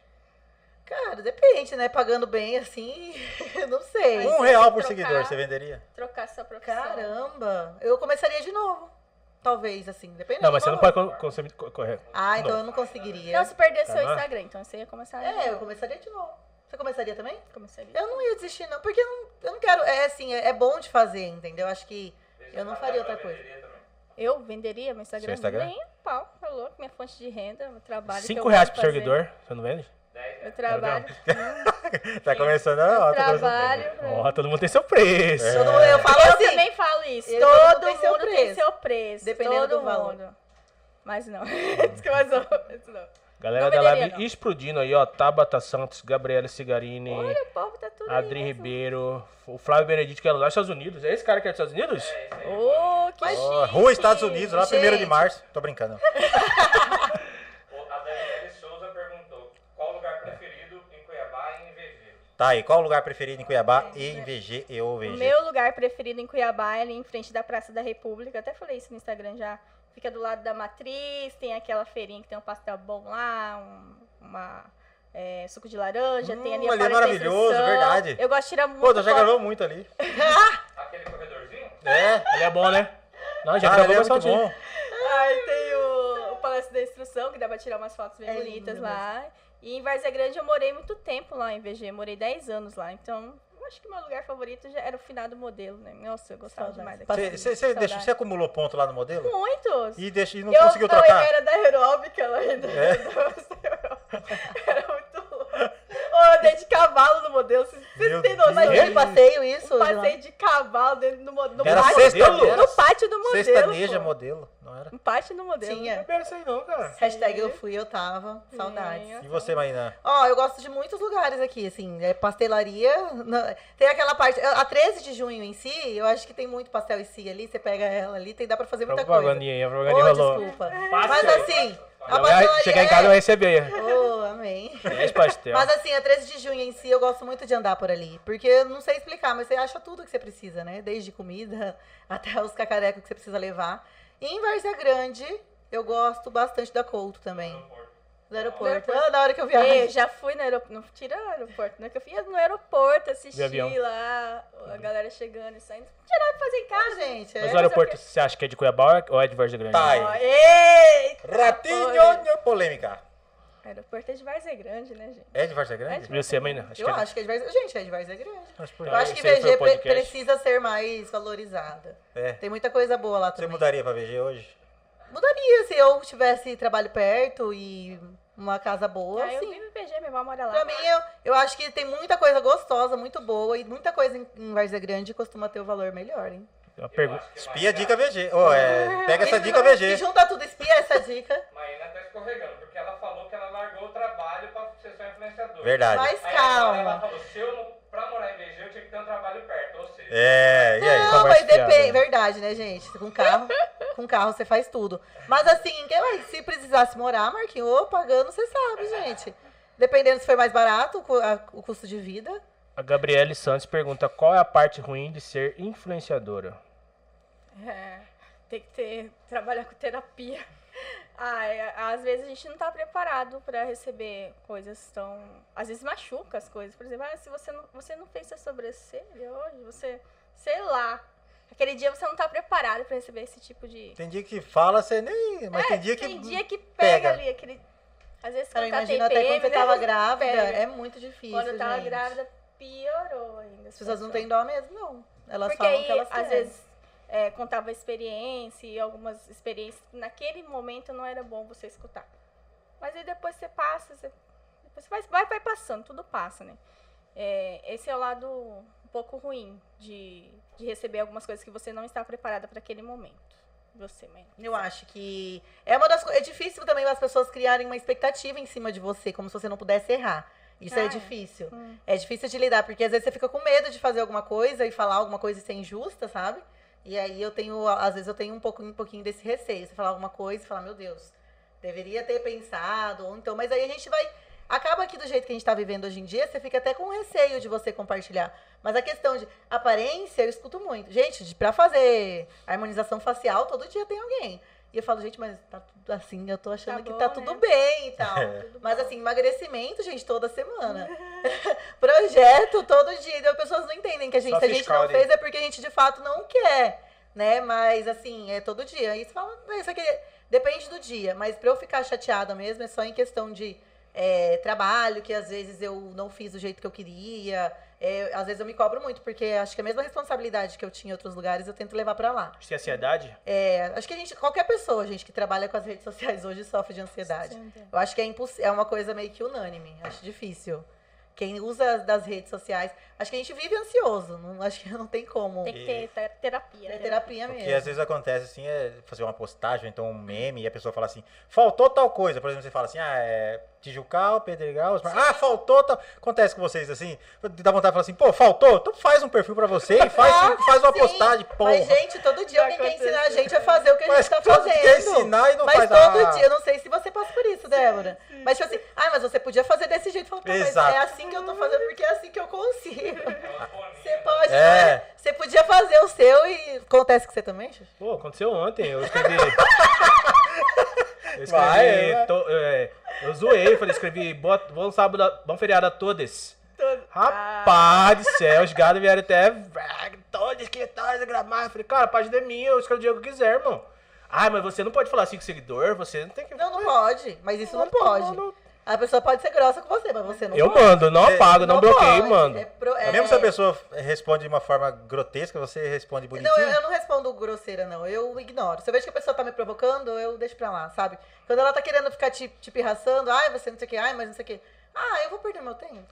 Cara, depende, né? Pagando bem assim, eu não sei. Um real por trocar- seguidor, você venderia? Trocar sua profissão. Caramba, eu começaria de novo. Talvez assim, é dependendo. Não, mas do você não valor. pode con- consumir co- correto. Ah, então Não. eu não conseguiria. Não, se perder seu Tá lá? Instagram, então você ia começar. É, eu começaria de novo. Você começaria também? comecei. Eu não ia desistir, não, porque eu não, eu não quero. É assim, é, é bom de fazer, entendeu? Acho que eu não faria outra coisa. Eu venderia meu Instagram, Seu Instagram? nem a pau, tá louco? Minha fonte de renda, meu trabalho. que eu Cinco amo reais pro fazer. seguidor, você não vende? Eu trabalho. Tá começando a... Eu trabalho. pra- Ó, todo mundo tem seu preço. Todo mundo- eu falo Eu assim. também falo isso. ele- todo todo tem mundo seu tem preço. seu preço. Dependendo todo do valor. mundo. Mas não. Diz que vazou. Isso não. Galera Não da venderia, Lab não. explodindo aí, ó. Tabata Santos, Gabriela Cigarini, Olha, o povo tá tudo Adri aí mesmo. Ribeiro, o Flávio Benedito, que é lá dos Estados Unidos. É esse cara que é dos Estados Unidos? Ô, que Ó, chique. rua Estados Unidos, lá 1 de Gente. março. Tô brincando. O- A Daniele Souza perguntou qual o lugar preferido em Cuiabá e em VG. Tá aí, qual o lugar preferido em Cuiabá e em VG e ou O VG? É, meu lugar preferido em Cuiabá é ali em frente da Praça da República. Até falei isso no Instagram já. Fica do lado da Matriz, tem aquela feirinha que tem um pastel bom lá, um, uma, é, suco de laranja, tem ali Hum, a ali é Praça da maravilhoso, Instrução. verdade. Eu gosto de tirar muito Pô, tu já foto. gravou muito ali. Aquele corredorzinho? É, Ele é bom, né? Não, já cara, gravou ele é mais muito saltinho. bom. Ai, tem o, o Palácio da Instrução, que dá pra tirar umas fotos bem É bonitas lindo lá. E em Várzea Grande eu morei muito tempo lá em VG, morei 10 anos lá. Então, eu acho que meu lugar favorito já era o finado modelo, né? Nossa, eu gostava Saudades. demais Você- daqui. Você você deixou- Saudades. você acumulou ponto lá no modelo? Muitos! E, deixou, e não eu conseguiu não, trocar? Eu era da aeróbica lá ainda. É? Era muito louco. Ou eu andei de cavalo no modelo, vocês Meu vocês têm noção Mas Deus. disso? de passeio isso? de lá? Passei de cavalo dentro do, mo- no Era pátio. sexta- No pátio do modelo. Sextaneja pô. modelo, não era? No pátio do modelo. Não Tinha. pera isso aí não, cara. Hashtag eu fui, eu tava. Tinha. Saudades. E você, Mainã? Ó, eu gosto de muitos lugares aqui, assim. É pastelaria. na- Tem aquela parte. é, A 13 de junho em si, eu acho que tem muito pastel em si ali. Você pega ela ali, tem, dá pra fazer muita coisa. Propagandinha aí, a Ô, propagandinha rolou. desculpa. Fácil. É. Mas assim, a Já vai pastelaria. Chegar em casa eu é- vai receber aí. Ô, amém. 10 pastel. Mas assim, a 13 de junho em si, eu gosto muito de andar por ali. Porque eu não sei explicar, mas você acha tudo que você precisa, né? Desde comida até os cacarecos que você precisa levar. E em Várzea Grande, eu gosto bastante da Couto também. Do aeroporto. Ah, da hora que eu viajo. Ei, eu já fui no aeroporto. Não tira o aeroporto, né? Que eu fui no aeroporto De avião. assistir lá Uhum. a galera chegando e saindo. Não tinha nada pra fazer em casa. Ah, gente, Mas é. o aeroporto, você acha que é de Cuiabá ou é de Vargas Grande? Tá aí. Ó, Ei! Ratinho né? polêmica. Aeroporto é de Várzea Grande, né, gente? É de Vargas É Grande? de- E você, mãe? Acho Eu que é- acho que é de Várzea... Gente, é de Várzea Grande. Mas por Eu Ah, aí. acho que esse aí foi VG o podcast. pre- precisa ser mais valorizada. É. Tem muita coisa boa lá Você também. mudaria pra VG hoje? Mudaria se eu tivesse trabalho perto e uma casa boa, ah, eu sim. é. vivo em PG, minha irmã mora lá. Pra mim, eu, eu acho que tem muita coisa gostosa, muito boa, e muita coisa em, em Várzea Grande costuma ter o valor melhor, hein? Uma pergunta. Ah, Espia a dica VG. Ô, é, pega essa E- dica E VG. junta tudo, espia essa dica. Maína tá escorregando, porque ela falou que ela largou o trabalho pra ser só influenciadora. Verdade. Mas Aí agora ela calma. falou, se eu, não- pra morar em VG, eu tinha que ter um trabalho perto, ou seja... É, e aí? Não, conversa mas fiada, depende. né? Verdade, né, gente? Com carro, com carro você faz tudo. Mas assim, que- ué, se precisasse morar, Marquinhos, ou pagando, você sabe, gente. Dependendo se foi mais barato o cu- a- o custo de vida. A Gabriele Santos pergunta qual é a parte ruim de ser influenciadora? É, tem que ter, trabalhar com terapia. Ah, é, às vezes a gente não tá preparado pra receber coisas tão. Às vezes machuca as coisas. Por exemplo, ah, se você não, você não fez sua sobrancelha hoje, você. Sei lá. Aquele dia você não tá preparado pra receber esse tipo de. Tem dia que fala, você nem. É, Mas tem dia que. é Tem dia que pega. pega, ali, aquele. Às vezes Cara, quando tá imagina até TPM, quando você né? tava grávida. pega. É muito difícil. Quando eu tava gente. grávida, piorou ainda. a As pessoas não situação. têm dó mesmo, não. Elas Porque falam aí, que elas às querem. vezes, é, contava experiência e algumas experiências. que Naquele momento não era bom você escutar. Mas aí depois você passa, você, depois vai, vai, vai passando, tudo passa, né? É, esse é o lado um pouco ruim de, de receber algumas coisas que você não está preparada para aquele momento. Você, mãe. Eu acho que é uma das co- é difícil também as pessoas criarem uma expectativa em cima de você, como se você não pudesse errar. Isso Ah, é é. difícil. Hum. É difícil de lidar, porque às vezes você fica com medo de fazer alguma coisa e falar alguma coisa e ser injusta, sabe? E aí eu tenho, às vezes eu tenho um pouquinho, um pouquinho desse receio. Você falar alguma coisa e falar, meu Deus, deveria ter pensado, ou então, mas aí a gente vai. Acaba aqui do jeito que a gente tá vivendo hoje em dia, você fica até com receio de você compartilhar. Mas a questão de aparência, eu escuto muito. Gente, de, pra fazer harmonização facial, todo dia tem alguém. E eu falo, gente, mas tá tudo assim, eu tô achando Tá que bom, tá né? tudo bem e tal. Tudo Mas assim, emagrecimento, gente, toda semana. Projeto todo dia. Então, pessoas não entendem que a gente, Só se a gente fiscal não ali. fez é porque a gente de fato não quer, né? Mas assim, é todo dia. Aí você fala, "Ah, isso aqui depende do dia. Mas pra eu ficar chateada mesmo, é só em questão de é, trabalho, que às vezes eu não fiz do jeito que eu queria. É, às vezes eu me cobro muito, porque acho que é a mesma responsabilidade que eu tinha em outros lugares, eu tento levar pra lá. Você tem ansiedade? É, acho que a gente, qualquer pessoa, gente, que trabalha com as redes sociais hoje sofre de ansiedade. bem. Eu acho que é, imposs... é uma coisa meio que unânime. Acho difícil. Quem usa das redes sociais. Acho que a gente vive ansioso. Não, acho que não tem como. Tem que ter ter- terapia. É né? terapia O mesmo. que às vezes acontece assim é fazer uma postagem, ou então um meme, e a pessoa fala assim, faltou tal coisa. Por exemplo, você fala assim, ah, é Tijucal, Pedregal, Osmar- ah, faltou tal. Acontece com vocês assim, dá vontade de falar assim, pô, faltou? Então faz um perfil pra você e faz, Ah, faz é uma sim. postagem, Mas, porra. gente, todo dia Já alguém quer ensinar a aconteceu. gente a fazer o que a Mas gente tá todo dia fazendo. ensinar e não mas faz todo ah, dia, eu não sei se você passa por isso, Débora. Mas tipo assim, ah, mas você podia fazer desse jeito. Eu Falo, tá, mas Exato. é assim que eu tô fazendo, porque é assim que eu consigo. Você Você pode, É. né? Você podia fazer o seu e. Acontece que você também, Xuxa? Pô, aconteceu ontem, eu escrevi. eu escrevi. Vai, vai. to- é, eu zoei, falei, escrevi boa- bom sábado, a- bom feriado a todos. Rapaz do céu, os gados vieram até. "Ah, Todos que todos gramar. Falei, cara, a página é minha, eu escrevo o dia que eu quiser, irmão. Ah, mas você não pode falar assim com o seguidor, você não tem que. Não, não pode. Mas isso não pode. não- A pessoa pode ser grossa com você, mas você não Eu pode. mando, não apago, não, bloqueio, pode. mando. É pro- é- Mesmo se a pessoa responde de uma forma grotesca, você responde bonitinho. Não, eu, eu não respondo grosseira, não. Eu ignoro. Se eu vejo que a pessoa tá me provocando, eu deixo pra lá, sabe? Quando ela tá querendo ficar te, te pirraçando, ai, você não sei o que, ai, mas não sei o que. Ah, eu vou perder meu tempo.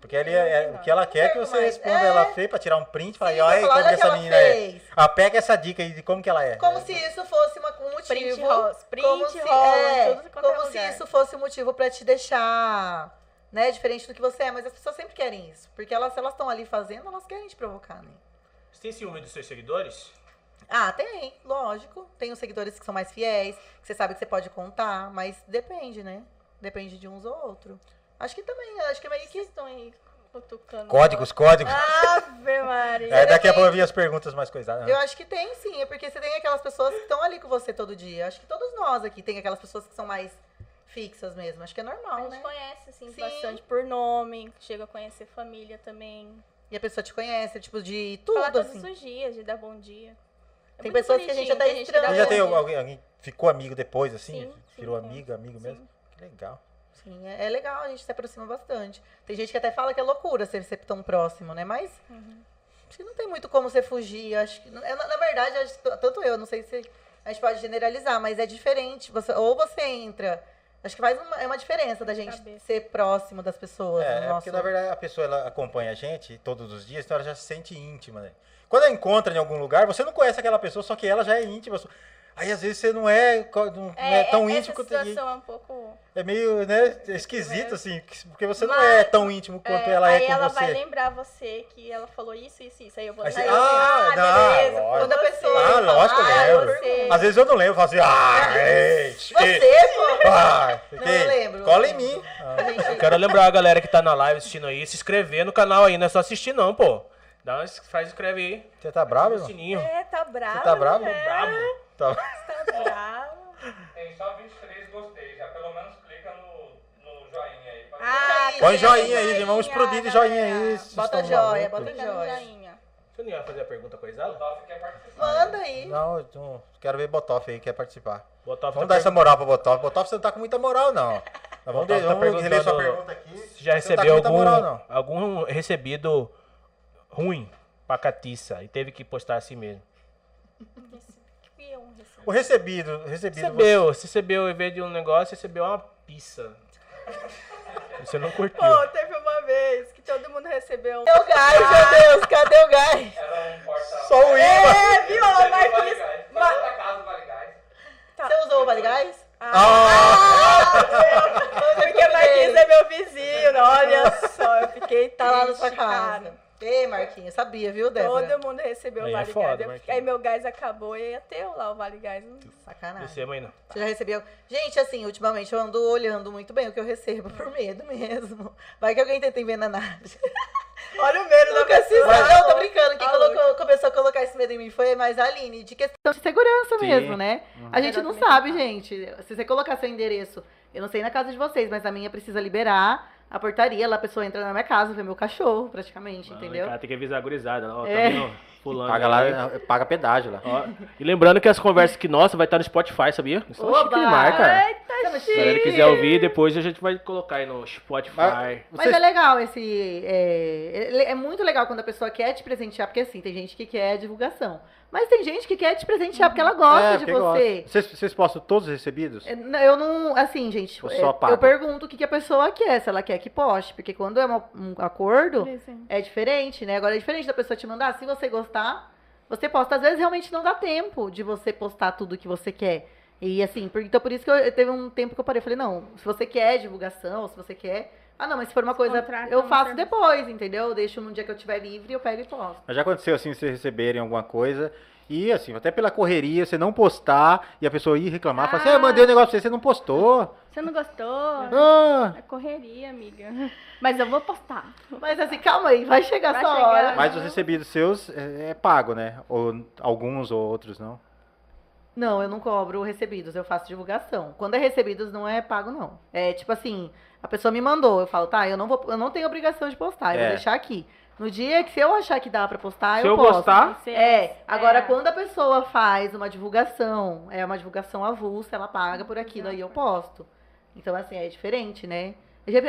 Porque ali é, é o que ela quer que você mais. responda É. ela feia pra tirar um print e falar, Sim, e olha eu aí falo, como que olha o que essa ela menina é. fez. Ah, pega essa dica aí de como que ela é. Como É. se isso fosse uma- um motivo. Print rola, print como se, rola, é, tudo quanto é como se lugar. isso fosse um motivo pra te deixar, né, diferente do que você é. Mas as pessoas sempre querem isso. Porque elas, se elas estão ali fazendo, elas querem te provocar, né? Você tem ciúme dos seus seguidores? Ah, tem, lógico. Tem os seguidores que são mais fiéis, que você sabe que você pode contar, mas depende, né? Depende de uns ou outro. Acho que também, acho que é meio que que. estão aí cutucando. Códigos, códigos. Ah, Ave Maria. É, daqui a pouco eu depende. vi as perguntas mais coisadas. né? Eu acho que tem sim, é porque você tem aquelas pessoas que estão ali com você todo dia. Acho que todos nós aqui tem aquelas pessoas que são mais fixas mesmo. Acho que é A normal, gente né? conhece, assim, Sim. bastante por nome, chega a conhecer família também. E a pessoa te conhece, tipo, de tudo, Falar todos assim. os dias, de dar bom dia. É Tem muito pessoas que a gente bonitinho, até tem que dá estranha. E bom já tem dia. alguém, alguém que ficou amigo depois, assim? Sim, sim, virou tem. amigo, amigo Sim. mesmo? Que legal. Sim, é, é legal, a gente se aproxima bastante. Tem gente que até fala que é loucura ser, ser tão próximo, né? Mas Uhum. acho que não tem muito como você fugir. Acho que, é, na, na verdade, acho que t- tanto eu, não sei se a gente pode generalizar, mas é diferente. Você, ou você entra. Acho que faz uma, é uma diferença da gente Cabeça. ser próximo das pessoas. É, no é porque nosso... na verdade a pessoa ela acompanha a gente todos os dias, então ela já se sente íntima, né? Quando ela encontra em algum lugar, você não conhece aquela pessoa, só que ela já é íntima. só- Aí às vezes você não é, co- não não é, tão íntimo essa quanto. situação é um pouco... É meio, né, esquisito, assim, porque você não Mas- é tão íntimo quanto É, ela é aí com ela você. vai lembrar você que ela falou isso, isso, isso. Aí eu vou Aí você- lembrar. Ah, eu, não, lógico. foi Quando a você. pessoa Ah, fala, lógico, eu ah, lembro. você. Às vezes eu não lembro, eu falo assim, ah, gente, Você, pô! ah, Não, eu lembro, eu cola em lembro. mim. A Ah, gente- Eu quero lembrar a galera que tá na live assistindo aí, se inscrever no canal aí, não é só assistir não, pô. Dá uma, faz, inscreve aí. você tá bravo, no irmão? sininho. É, tá bravo. Você tá bravo? né? Brabo. É. Tá. Tá bravo. Tem só 23 gostei, já pelo menos clica no, no joinha aí. pra- Ah, Põe gente, joinha aí, gente, vamos explodir de joinha aí. galera. vocês Bota estão joia, malucos. bota Clica no joia. joinha. Você não ia fazer a pergunta O coisada? Dolph quer participar. Manda aí. Não, eu não- quero ver Botoff aí, quer participar. Botar Vamos dar essa moral pro Botoff. Botoff, você não tá com muita moral, não. Nós vamos, um Botoff tá vamos reler sua perguntando pergunta aqui. já Você não tá recebeu com muita algum, moral, não. algum recebido ruim pacatiça. E teve que postar assim mesmo. Que é um recebido. O recebido, recebido. Recebeu, você recebeu, em vez de um negócio, recebeu uma pizza. Você não curtiu. Pô, teve uma vás que todo mundo recebeu um. Cadê o gás, meu Deus? Cadê o gás? Era um porta Só o imã. É, viu? A Marquinhos. Ma- Toda casa vale gás. Tá. Você usou o Vale Gás? Ah, Porque a Marquinhos é meu vizinho, olha só. Eu fiquei Tá lá na sua triste, casa. cara. Ei, Marquinhos, sabia, viu, Débora? Todo mundo recebeu o Aí é Vale foda, Gás. Eu- Marquinhos. Aí meu gás acabou e ia ter lá o Vale Gás. Hum, Sacanagem. é Receba aí não. Você já recebeu? Gente, assim, ultimamente eu ando olhando muito bem o que eu recebo, por medo mesmo. Vai que alguém tenta envenenar. Olha o medo da Nunca se pessoa. sabe. Não, tô brincando. Quem Tá colocou- começou a colocar esse medo em mim foi mais a Aline, de questão de segurança Sim. mesmo, né? A gente não Exatamente. sabe, gente. Se você colocar seu endereço, eu não sei na casa de vocês, mas a minha precisa liberar a portaria, lá a pessoa entra na minha casa, vê meu cachorro, praticamente, entendeu? Cara, tem que avisar a gurizada. Ó, É. tá vendo? Fulano. Paga aí. lá, né? paga pedágio lá. Ó, E lembrando que as conversas que nossa vai estar no Spotify, sabia? Só Oba! clica em mar, cara. Eita, Se a galera chique. quiser ouvir, depois a gente vai colocar aí no Spotify. Mas- Mas é legal esse. É, ele- é muito legal quando a pessoa quer te presentear, porque assim, tem gente que quer divulgação. Mas tem gente que quer te presentear porque ela gosta É, de porque você. gosta. Vocês, vocês postam todos os recebidos? É, não, Eu não, assim, gente, Ou é, só paga? eu pergunto o que, que a pessoa quer, se ela quer que poste, porque quando é uma- um acordo, é diferente, né? Agora é diferente da pessoa te mandar, se você gostar, você posta. Às vezes realmente não dá tempo de você postar tudo que você quer. E assim, por- então por isso que eu, eu teve um tempo que eu parei, eu falei, não, se você quer divulgação, se você quer. Ah, não, mas se for uma coisa, Contrata eu um faço serviço. depois, entendeu? Eu deixo num dia que eu tiver livre, eu pego e posto. Mas já aconteceu assim, vocês receberem alguma coisa e assim, até pela correria, você não postar e a pessoa ir reclamar, falar assim, ah, Ah. eu mandei um negócio pra você, você não postou. Você não gostou? Ah. É correria, amiga. Mas eu vou postar. Mas assim, calma aí, vai chegar Vai sua chegar. hora. Mas os recebidos seus é, é pago, né? Ou alguns ou outros não. Não, eu não cobro recebidos, eu faço divulgação. Quando é recebidos, não é pago, não. É tipo assim, a pessoa me mandou, eu falo, tá, eu não, vou, eu não tenho obrigação de postar, eu É. vou deixar aqui. No dia que se eu achar que dá pra postar, Se eu, eu posto. gostar, É, agora É. quando a pessoa faz uma divulgação, é uma divulgação avulsa, ela paga por aquilo, aí eu posto. Então, assim, é diferente, né?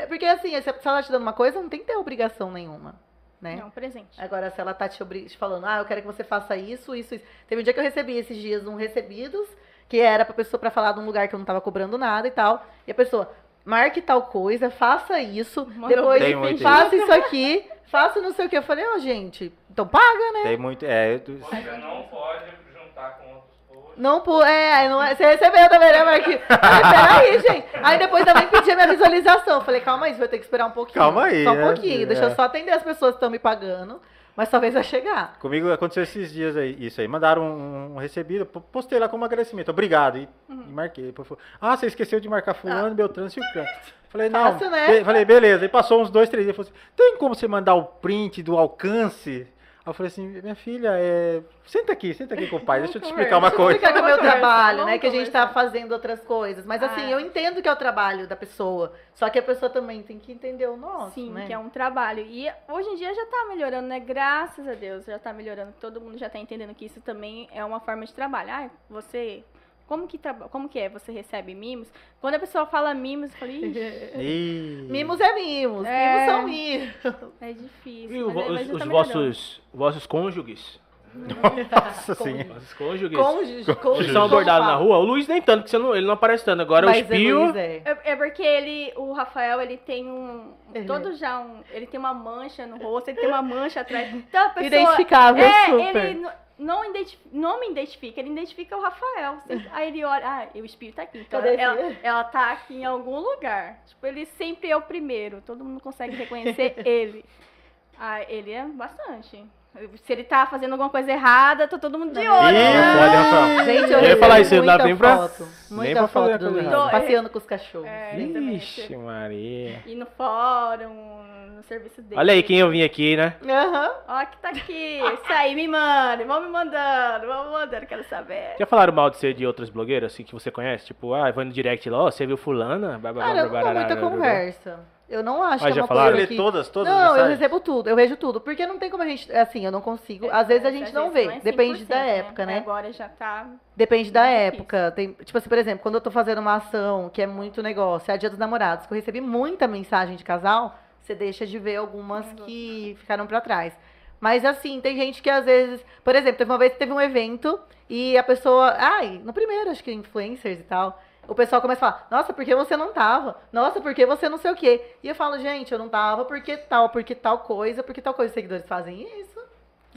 Porque assim, se ela te dando uma coisa, não tem que ter obrigação nenhuma, né? Não, presente. Agora, se ela tá te, obri- te falando, ah, eu quero que você faça isso, isso, isso. Teve um dia que eu recebi esses dias um recebidos, que era pra pessoa pra falar de um lugar que eu não tava cobrando nada e tal. E a pessoa, marque tal coisa, faça isso, Mano, depois Tem muito faça isso aqui, faça não sei o que. Eu falei, ó, gente, então paga, né? Tem muito. É, tu- Você não pode juntar com outros posts. Não, pô, é, não é- você recebeu também, né, Marquinhos? Eu Falei, peraí, gente. Aí depois também pedi a minha visualização. Eu Falei, calma aí, você vai ter que esperar um pouquinho. Calma aí, Só um né? pouquinho, deixa É. eu só atender as pessoas que estão me pagando, mas talvez vai chegar. comigo aconteceu esses dias aí, isso aí. Mandaram um, um recebido, po- postei lá como agradecimento, obrigado. E, e marquei. Depois falou, ah, você esqueceu de marcar fulano, Beltrano e Ciclano. Falei, não. Fácil, né? be- falei, beleza. E passou uns dois, três dias. Falei assim, tem como você mandar o print do alcance? Aí eu falei assim, minha filha, é... senta aqui, senta aqui com o pai, deixa eu te explicar uma Deixa eu coisa. explicar que é o meu Vamos conversar, trabalho, né? vamos Que a gente tá fazendo outras coisas. Mas Ah. assim, eu entendo que é o trabalho da pessoa. Só que a pessoa também tem que entender o nosso, Sim, né? que é um trabalho. E hoje em dia já tá melhorando, né? Graças a Deus, já tá melhorando. Todo mundo já tá entendendo que isso também é uma forma de trabalho. Ah, você. Como que, traba... Como que é? Você recebe mimos? Quando a pessoa fala mimos, eu falo, "Ih, Ih. Mimos é mimos. É. Mimos são mimos. é difícil. e mas- o vo- mas já os, tá os melhorando. vossos, vossos cônjuges. Nossa senhora. Os cônjuges. Cônjuge, cônjuge. Vocês são abordados na rua? O Luiz nem tanto, porque você não, ele não aparece tanto. Agora Mas o Espio. Luiz, é. É, é porque ele, o Rafael, ele tem um. Ele- Todo já um. Ele tem uma mancha no rosto, ele tem uma mancha atrás. Então a pessoa. Identificável, É, super. ele n- não, identi- não me identifica, ele identifica o Rafael. Sempre- Aí ele olha, ah, o espírito tá aqui. Então Cadê ela, esse? ela tá aqui em algum lugar. Tipo, ele sempre é o primeiro, todo mundo consegue reconhecer ele. Ah, ele é bastante. Se ele tá fazendo alguma coisa errada, tá todo mundo de Ih, olho. né? pode, Rafael. Gente, Eu ia recebo falar isso, não dá muita nem pra- foto, Muita pra fazer foto do coisa Luiz. errada. Passeando com os cachorros. É, ele também é Ixi, Maria. E no fórum, no serviço dele. Olha aí quem eu vim aqui, né? Aham. Ó, que tá aqui. Isso aí, me manda. Vão me mandando, vão me mandando, quero saber. Já falaram mal de ser de outras blogueiras, assim, que você conhece? Tipo, ah, vai no direct lá, ó, você viu fulana? Blá, blá, blá, Cara, eu blá, não dou blá, blá, muita blá, blá. conversa. Eu não acho Ah, que já é uma Você falaram? coisa lê que... todas, todas as Não, eu mensagens? recebo tudo, eu vejo tudo. Porque não tem como a gente, assim, eu não consigo. Às vezes a gente não vê, não é depende 100%, da época, né? Agora já tá. Depende da Muito época. Tem, tipo assim, por exemplo, quando eu tô fazendo uma ação que é muito negócio, é a Dia dos Namorados, que eu recebi muita mensagem de casal, você deixa de ver algumas que ficaram pra trás. Mas assim, tem gente que às vezes. Por exemplo, teve uma vez que teve um evento e a pessoa. Ai, no primeiro, acho que influencers e tal. O pessoal começa a falar, nossa, por que você não tava? Nossa, por que você não sei o quê? E eu falo, gente, eu não tava porque tal, porque tal coisa, porque tal coisa. Os seguidores fazem isso.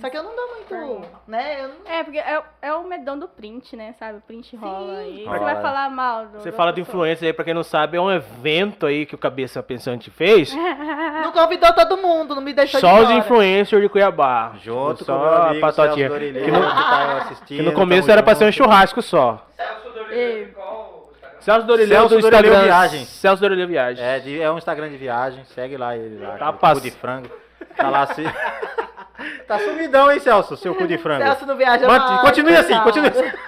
Só que eu não dou muito, né? Eu não... É, porque é, é o medão do print, né? Sabe? O print rola. E você Rola. vai falar mal. Do, Você da fala de pessoa. influência aí, pra quem não sabe, é um evento aí que o Cabeça Pensante fez. não convidou todo mundo, não me deixou Só os É, de fora. influencer de Cuiabá. Tipo, Junto só com o meu amigo a patotinha. Celso Dorilê, Que no- que tá assistindo, Que no começo tamo era pra ser um junto. churrasco só. Celso Dorilê, qual o Instagram? Celso Dorilê Celso do Dorilê Instagram. Viagem. Celso Dorilê Viagem. É, de- é um Instagram de viagem, segue lá ele lá. Tá o pass- cu de frango. Tá lá assim. tá sumidão, hein, Celso, seu cu de frango. Celso não viaja Mant- mais, continue assim, coitado. continue assim.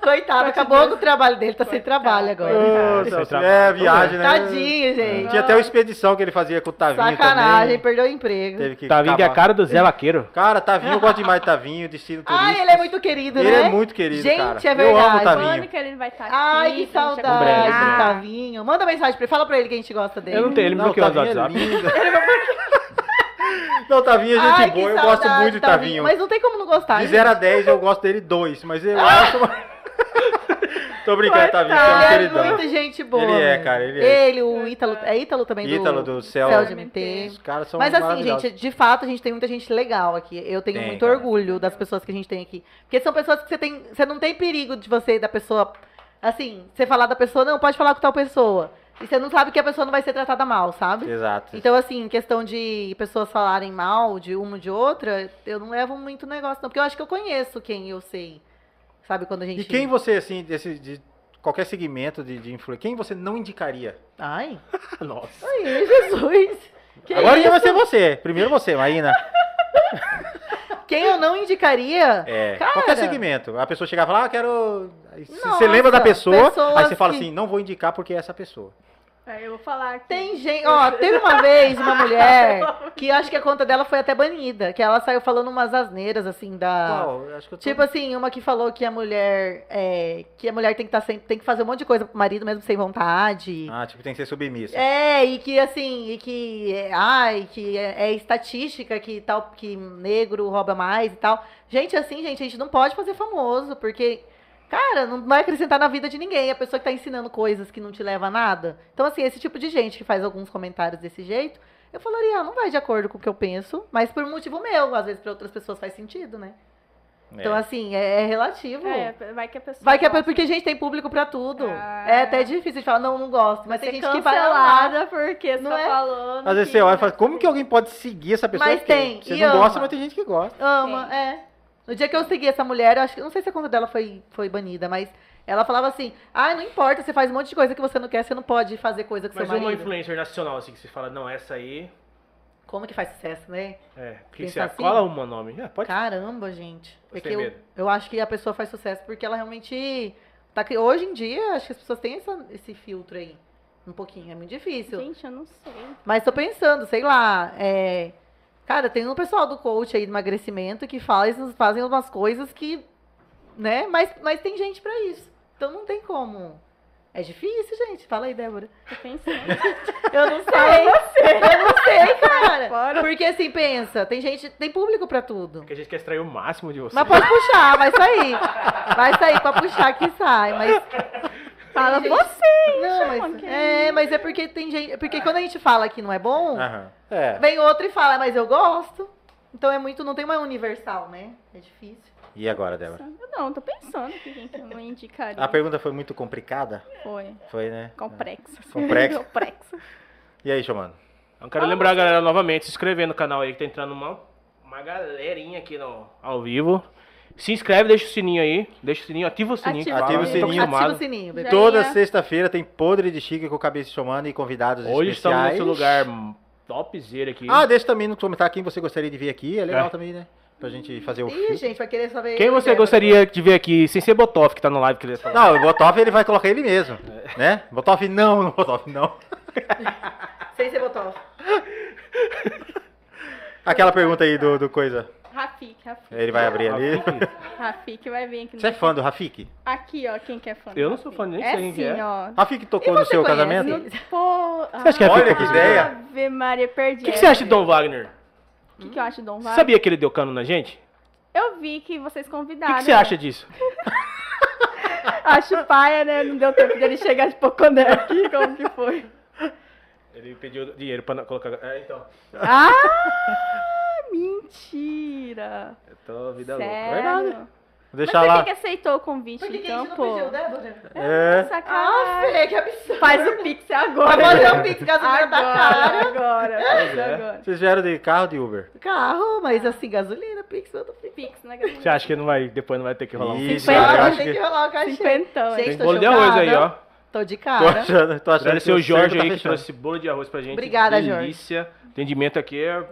Coitado, acabou com o trabalho dele, tá sem trabalho agora. Ô, Sem Celso, trabalho. é, viagem, né? Tadinho, gente. Tinha até uma expedição que ele fazia com o Tavinho Sacanagem, Ah, também. perdeu o emprego. Teve que Tá vindo que é a acabar. cara do Zé Vaqueiro. Cara, Tavinho, eu gosto demais de Tavinho, destino turístico. Ai, ele é muito querido, Ele né? é muito querido, Gente, cara. é Eu amo verdade. o Tavinho. Quando que ele vai estar aqui? Ai, que quando chegar- saudade breve, do breve. Tavinho. Manda mensagem pra ele, fala pra ele que a gente gosta dele. Eu não tá tenho, ele me né? Não, o bloqueou no Tavinho é WhatsApp. lindo. Não, Tavinho é gente Ai, que boa, eu saudade gosto muito de do Tavinho. Mas não tem como Tá, não gostar. De gente. 0 a 10 eu gosto dele 2, mas eu acho. Tô brincando, Tavinho, você é um Ele é queridão. muito gente boa. Ele é, né? cara, ele é. Ele, o Ítalo. É Ítalo também do. Ítalo do céu. Céu de MT. Os caras são Mas assim, maravilhosos. gente, de fato, a gente tem muita gente legal aqui. Eu tenho Tem, muito cara. orgulho das pessoas que a gente tem aqui. Porque são pessoas que você tem. Você não tem perigo de você, da pessoa. Assim, você falar da pessoa, não, pode falar com tal pessoa. E você não sabe que a pessoa não vai ser tratada mal, sabe? Exato. Então, assim, questão de pessoas falarem mal de uma ou de outra, eu não levo muito negócio, não. Porque eu acho que eu conheço quem eu sei. Sabe, quando a gente. E quem você, assim, desse, de qualquer segmento de, de influência, quem você não indicaria? Ai, Nossa. ai, Jesus! Que Agora isso? já vai ser você. Primeiro você, Marina. Quem eu não indicaria? É, Cara. qualquer segmento. A pessoa chega e fala, ah, quero. Aí c- Você lembra da Nossa, pessoa, aí pessoas você fala que- assim, não vou indicar porque é essa pessoa. É, eu vou falar aqui. Tem gente. Ó, teve uma vez uma mulher que acho que a conta dela foi até banida, que ela saiu falando umas asneiras, assim, da. Qual? Eu Acho que eu tô... Tipo assim, uma que falou que a mulher. é, que a mulher tem que, tá sem, tem que fazer um monte de coisa pro marido mesmo sem vontade. Ah, tipo, tem que ser submissa. É, e que assim, e que. é, Ai, que é, é estatística que tal, que negro rouba mais e tal. Gente, assim, gente, a gente não pode fazer famoso, porque, cara, não vai acrescentar na vida de ninguém. A pessoa que tá ensinando coisas que não te leva a nada. Então, assim, esse tipo de gente que faz alguns comentários desse jeito, eu falaria, ah, não vai de acordo com o que eu penso, mas por um motivo meu, às vezes pra outras pessoas faz sentido, né? É. Então, assim, é, é relativo. É, vai que a pessoa. Vai que é pra- porque a gente tem público pra tudo. Ah. É até difícil de falar, não, não gosto. Mas tem ser gente que vai amar. cancelada porque você Não tá é? falando. Às vezes que- você olha e fala, como que alguém pode seguir essa pessoa? Mas Porque tem, Você e não ama. gosta, mas tem gente que gosta. Ama, é. No dia que eu segui essa mulher, eu acho que. Não sei se a conta dela foi, foi banida, mas ela falava assim: ah, não importa, você faz um monte de coisa que você não quer, você não pode fazer coisa com Mas seu uma marido. influencer nacional, assim, que você fala, não, essa aí. Como que faz sucesso, né? É. Que Pensa você assim? cola um nome. É, pode Caramba, gente. Porque tem eu, medo? eu acho que a pessoa faz sucesso porque ela realmente. Tá, cri- hoje em dia, acho que as pessoas têm essa- esse filtro aí. Um pouquinho, é muito difícil. Gente, eu não sei. Mas tô pensando, sei lá, é... Cara, tem um pessoal do coach aí do emagrecimento que faz, fazem umas coisas que, né? Mas, mas tem gente pra isso. Então não tem como. É difícil, gente. Fala aí, Débora. Tô pensando. Eu não sei. Eu não sei, cara. Fora. Porque assim, pensa, tem gente, tem público pra tudo. Porque a gente quer extrair o máximo de você. Mas pode puxar, vai sair. Vai sair pra puxar que sai, mas. Fala você! Não, mas. que É, mas é porque tem gente. Porque quando a gente fala que não é bom, Aham. É. Vem outro e fala, mas eu gosto. Então é muito, não tem uma universal, né? É difícil. E agora, Débora? Não, tô pensando que quem que eu não indicaria. A pergunta foi muito complicada? Foi. Foi, né? Complexo. Complexo. Complexo. E aí, Xomano? Eu quero lembrar a galera novamente, se inscrever no canal aí, que tá entrando uma, uma galerinha aqui no, ao vivo. Se inscreve, deixa o sininho aí. Deixa o sininho, ativa o sininho. que Ativa fala, eu tô o sininho. Ativa acostumado. o sininho, bebê. Já Toda ia. sexta-feira tem Podre de Chique com o Cabeça Xomano e convidados Hoje estamos especiais. nesse lugar topzera aqui. Ah, deixa também no comentário quem você gostaria de ver aqui. É legal É. também, né? Pra gente fazer o Ih, filtro. gente, vai querer saber. Quem você gostaria de ver aqui, sem ser Botoff, que tá no live que ele falou? Não, o Botoff ele vai colocar ele mesmo, né? Botoff não, não Botoff não. Sem ser botão. Aquela pergunta aí do, do coisa, Rafik, Rafik. ele vai Ah, abrir ali. Rafik vai vir aqui. no- Você é fã do Rafik? Aqui, ó, quem que é fã? do Eu não sou Rafik. fã, nem é sei quem sim, que é. ó. Rafik tocou no seu casamento? Pô, ah, Você acha que é Olha Pico que Pico? ideia. Ave Maria, perdi. O que, que você acha de Dom Wagner? O que, que eu acho de Dom Vale? Sabia que ele deu cano na gente? Eu vi que vocês Tá, O convidaram. que, que você acha disso? Acho paia, né? Não deu tempo dele chegar de Poconé aqui, como que foi? Ele pediu dinheiro pra colocar. É, então. Ah, mentira. Eu tô vida louca. Sério? Vou Mas deixar por lá. que que aceitou o convite, Por que, que a então, gente não pô? pediu, Débora? É. Ah, Sacanagem. Fê, que absurdo. Faz o pix agora. Agora é um pix gasolina tá Agora, cara. agora. Faz é. agora. Vocês vieram de carro ou de Uber? Carro, mas assim, gasolina, pix, outro pix. né? Pix na Você acha que não vai, depois não vai ter que rolar um Ih, Cinquenta. cara, eu Ah, acho tem que que... rolar o cachê. Cinquentão, hein? Gente, Tem tô bolo de chocada. arroz aí, ó. Tô de Tô cara. achando, tô achando que Agradecer o circo Jorge tá aí que fechando. trouxe bolo de arroz pra gente. Obrigada, Jorge. Delícia. Atendimento aqui é.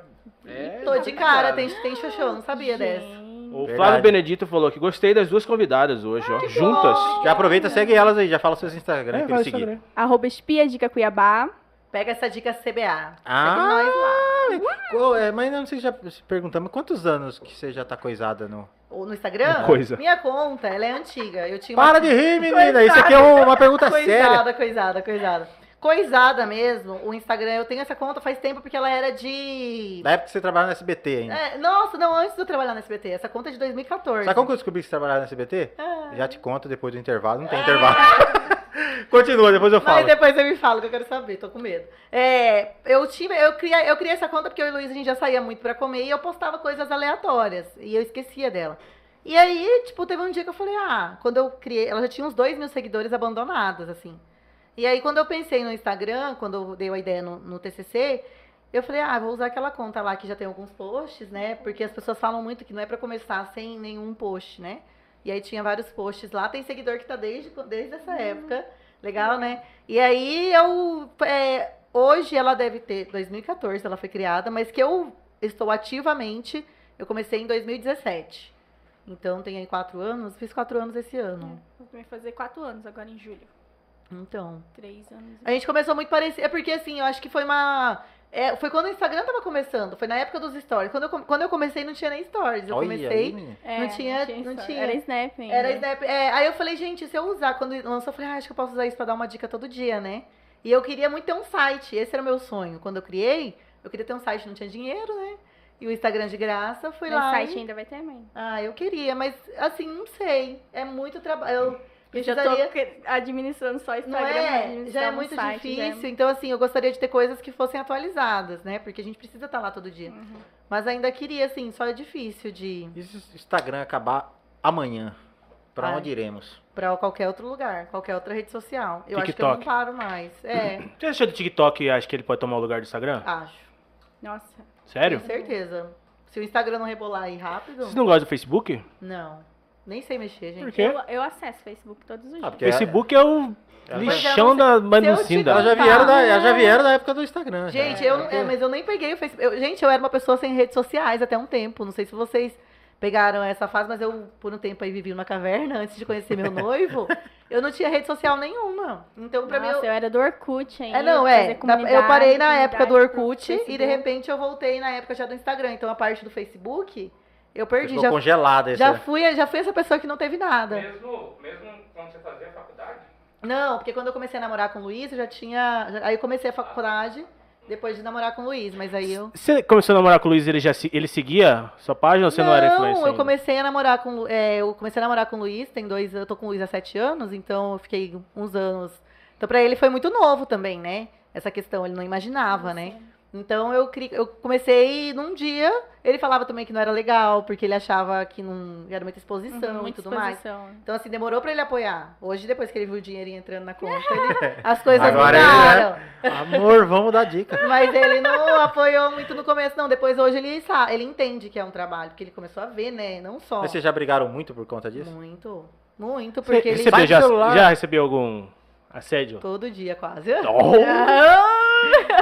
é Tô tá de cara, complicado. tem, tem xoxô, não sabia dessa. O Verdade. Flávio Benedito falou que gostei das duas convidadas Ah, hoje, ó. Juntas. Já aproveita, segue elas aí, já fala seus Instagram É, pra vai, eles seguir. Instagram. Arroba espia dica Cuiabá. Pega essa dica CBA. Ah, Nós lá. qual- é, mas não sei se já se perguntamos quantos anos que você já tá coisada no. Ou no Instagram? Coisa. Minha conta, ela é antiga. Eu tinha uma Para de rir, menina! Isso aqui é uma pergunta séria. Coisada, coisada, coisada. Coisada mesmo, o Instagram, eu tenho essa conta faz tempo porque ela era de. Na época que você trabalhava no SBT ainda. É, nossa, não, antes de eu trabalhar na SBT. Essa conta é de 2014. Sabe como que eu descobri que você trabalhava no SBT? Ah. Já te conto depois do intervalo. Não tem intervalo. Continua, depois eu Mas falo. É. depois você me fala que eu quero saber, tô com medo. É, eu tive, eu criei, eu criei essa conta porque eu e o Luiz a gente já saía muito pra comer e eu postava coisas aleatórias e eu esquecia dela. E aí, tipo, teve um dia que eu falei, ah, quando eu criei, ela já tinha uns dois mil seguidores abandonados, assim. E aí, quando eu pensei no Instagram, quando eu dei a ideia no, no TCC, eu falei, ah, vou usar aquela conta lá que já tem alguns posts, né? Porque as pessoas falam muito que não é pra começar sem nenhum post, né? E aí tinha vários posts lá, tem seguidor que tá desde, desde essa época. Legal, né? E aí eu. é, hoje ela deve ter. 2014 ela foi criada, mas que eu estou ativamente. Eu comecei em 2017. Então tem aí quatro anos. Fiz quatro anos esse É. ano. Vai fazer quatro anos agora em julho. Então. Três anos. A gente começou muito parecido. É porque assim, eu acho que foi uma. é, foi quando o Instagram tava começando, foi na época dos stories. Quando eu, come- quando eu comecei, não tinha nem stories. Eu Olha aí, comecei. menina. É, Não tinha- não história. tinha. Era Snap ainda. Era Snap. É, aí eu falei, gente, se eu usar quando lançou, eu falei, ah, acho que eu posso usar isso pra dar uma dica todo dia, né? E eu queria muito ter um site. Esse era o meu sonho. Quando eu criei, eu queria ter um site, não tinha dinheiro, né? E o Instagram de graça, fui Mas lá. site é e- ainda vai ter, mãe. Ah, eu queria, mas assim, não sei. É muito trabalho. Eu Eu já precisaria- tô cre- administrando só não Instagram. mas é? administrar Já é um muito site, já é difícil. Então, assim, eu gostaria de ter coisas que fossem atualizadas, né? Porque a gente precisa estar lá todo dia. Uhum. Mas ainda queria, assim, só é difícil de E se o Instagram acabar amanhã? Pra Ai. onde iremos? para qualquer outro lugar, qualquer outra rede social. Eu acho que eu TikTok. não paro mais. É, Você achou do TikTok e acha que ele pode tomar o lugar do Instagram? acho. Nossa. Sério? Com certeza. Se o Instagram não rebolar aí rápido. Vocês não gostam do Facebook? Não. Nem sei mexer, gente. Por quê? Eu, eu acesso Facebook todos os dias. Ah, porque Facebook é o Ela- lixão da te- Elas manucinda. já Tá. vieram da, elas já vieram da época do Instagram. já. Gente, eu não. é, mas eu nem peguei o Facebook. eu- gente, eu era uma pessoa sem redes sociais até um tempo. Não sei se vocês pegaram essa fase, mas eu, por um tempo aí, vivi numa caverna antes de conhecer meu noivo. eu não tinha rede social nenhuma. Então, pra Nossa, mim. eu era do Orkut ainda. É, não, é. fazer Da- Eu comunidade, parei na época do comunidade pro Orkut e de Facebook. repente eu voltei na época já do Instagram. Então a parte do Facebook, eu perdi. Ficou Já, congelada essa. já, fui, já fui essa pessoa que não teve nada. Mesmo, mesmo quando você fazia faculdade? Não, porque quando eu comecei a namorar com o Luiz, eu já tinha. já- Aí eu comecei a faculdade depois de namorar com o Luiz, mas aí eu. Você começou a namorar com o Luiz ele já se- ele seguia sua página ou você não, era influencer? eu ainda? comecei a namorar com. é, eu comecei a namorar com o Luiz, tem dois. Eu tô com o Luiz há sete anos, então eu fiquei uns anos. Então pra ele foi muito novo também, né? Essa questão, ele não imaginava, né? Então eu, cri- eu comecei num dia, ele falava também que não era legal, porque ele achava que não era muita exposição Uhum, e muita tudo mais. exposição. Então, assim, demorou pra ele apoiar. Hoje, depois que ele viu o dinheirinho entrando na conta, ele- as coisas Agora ele, né? é mudaram. Amor, vamos dar dica. Mas ele não apoiou muito no começo, não. Depois hoje ele sabe, ele entende que é um trabalho, porque ele começou a ver, né? Não só. Mas vocês já brigaram muito por conta disso? Muito. Muito, Você porque ele recebeu, já, celular. já recebeu algum assédio? todo dia, quase. Oh!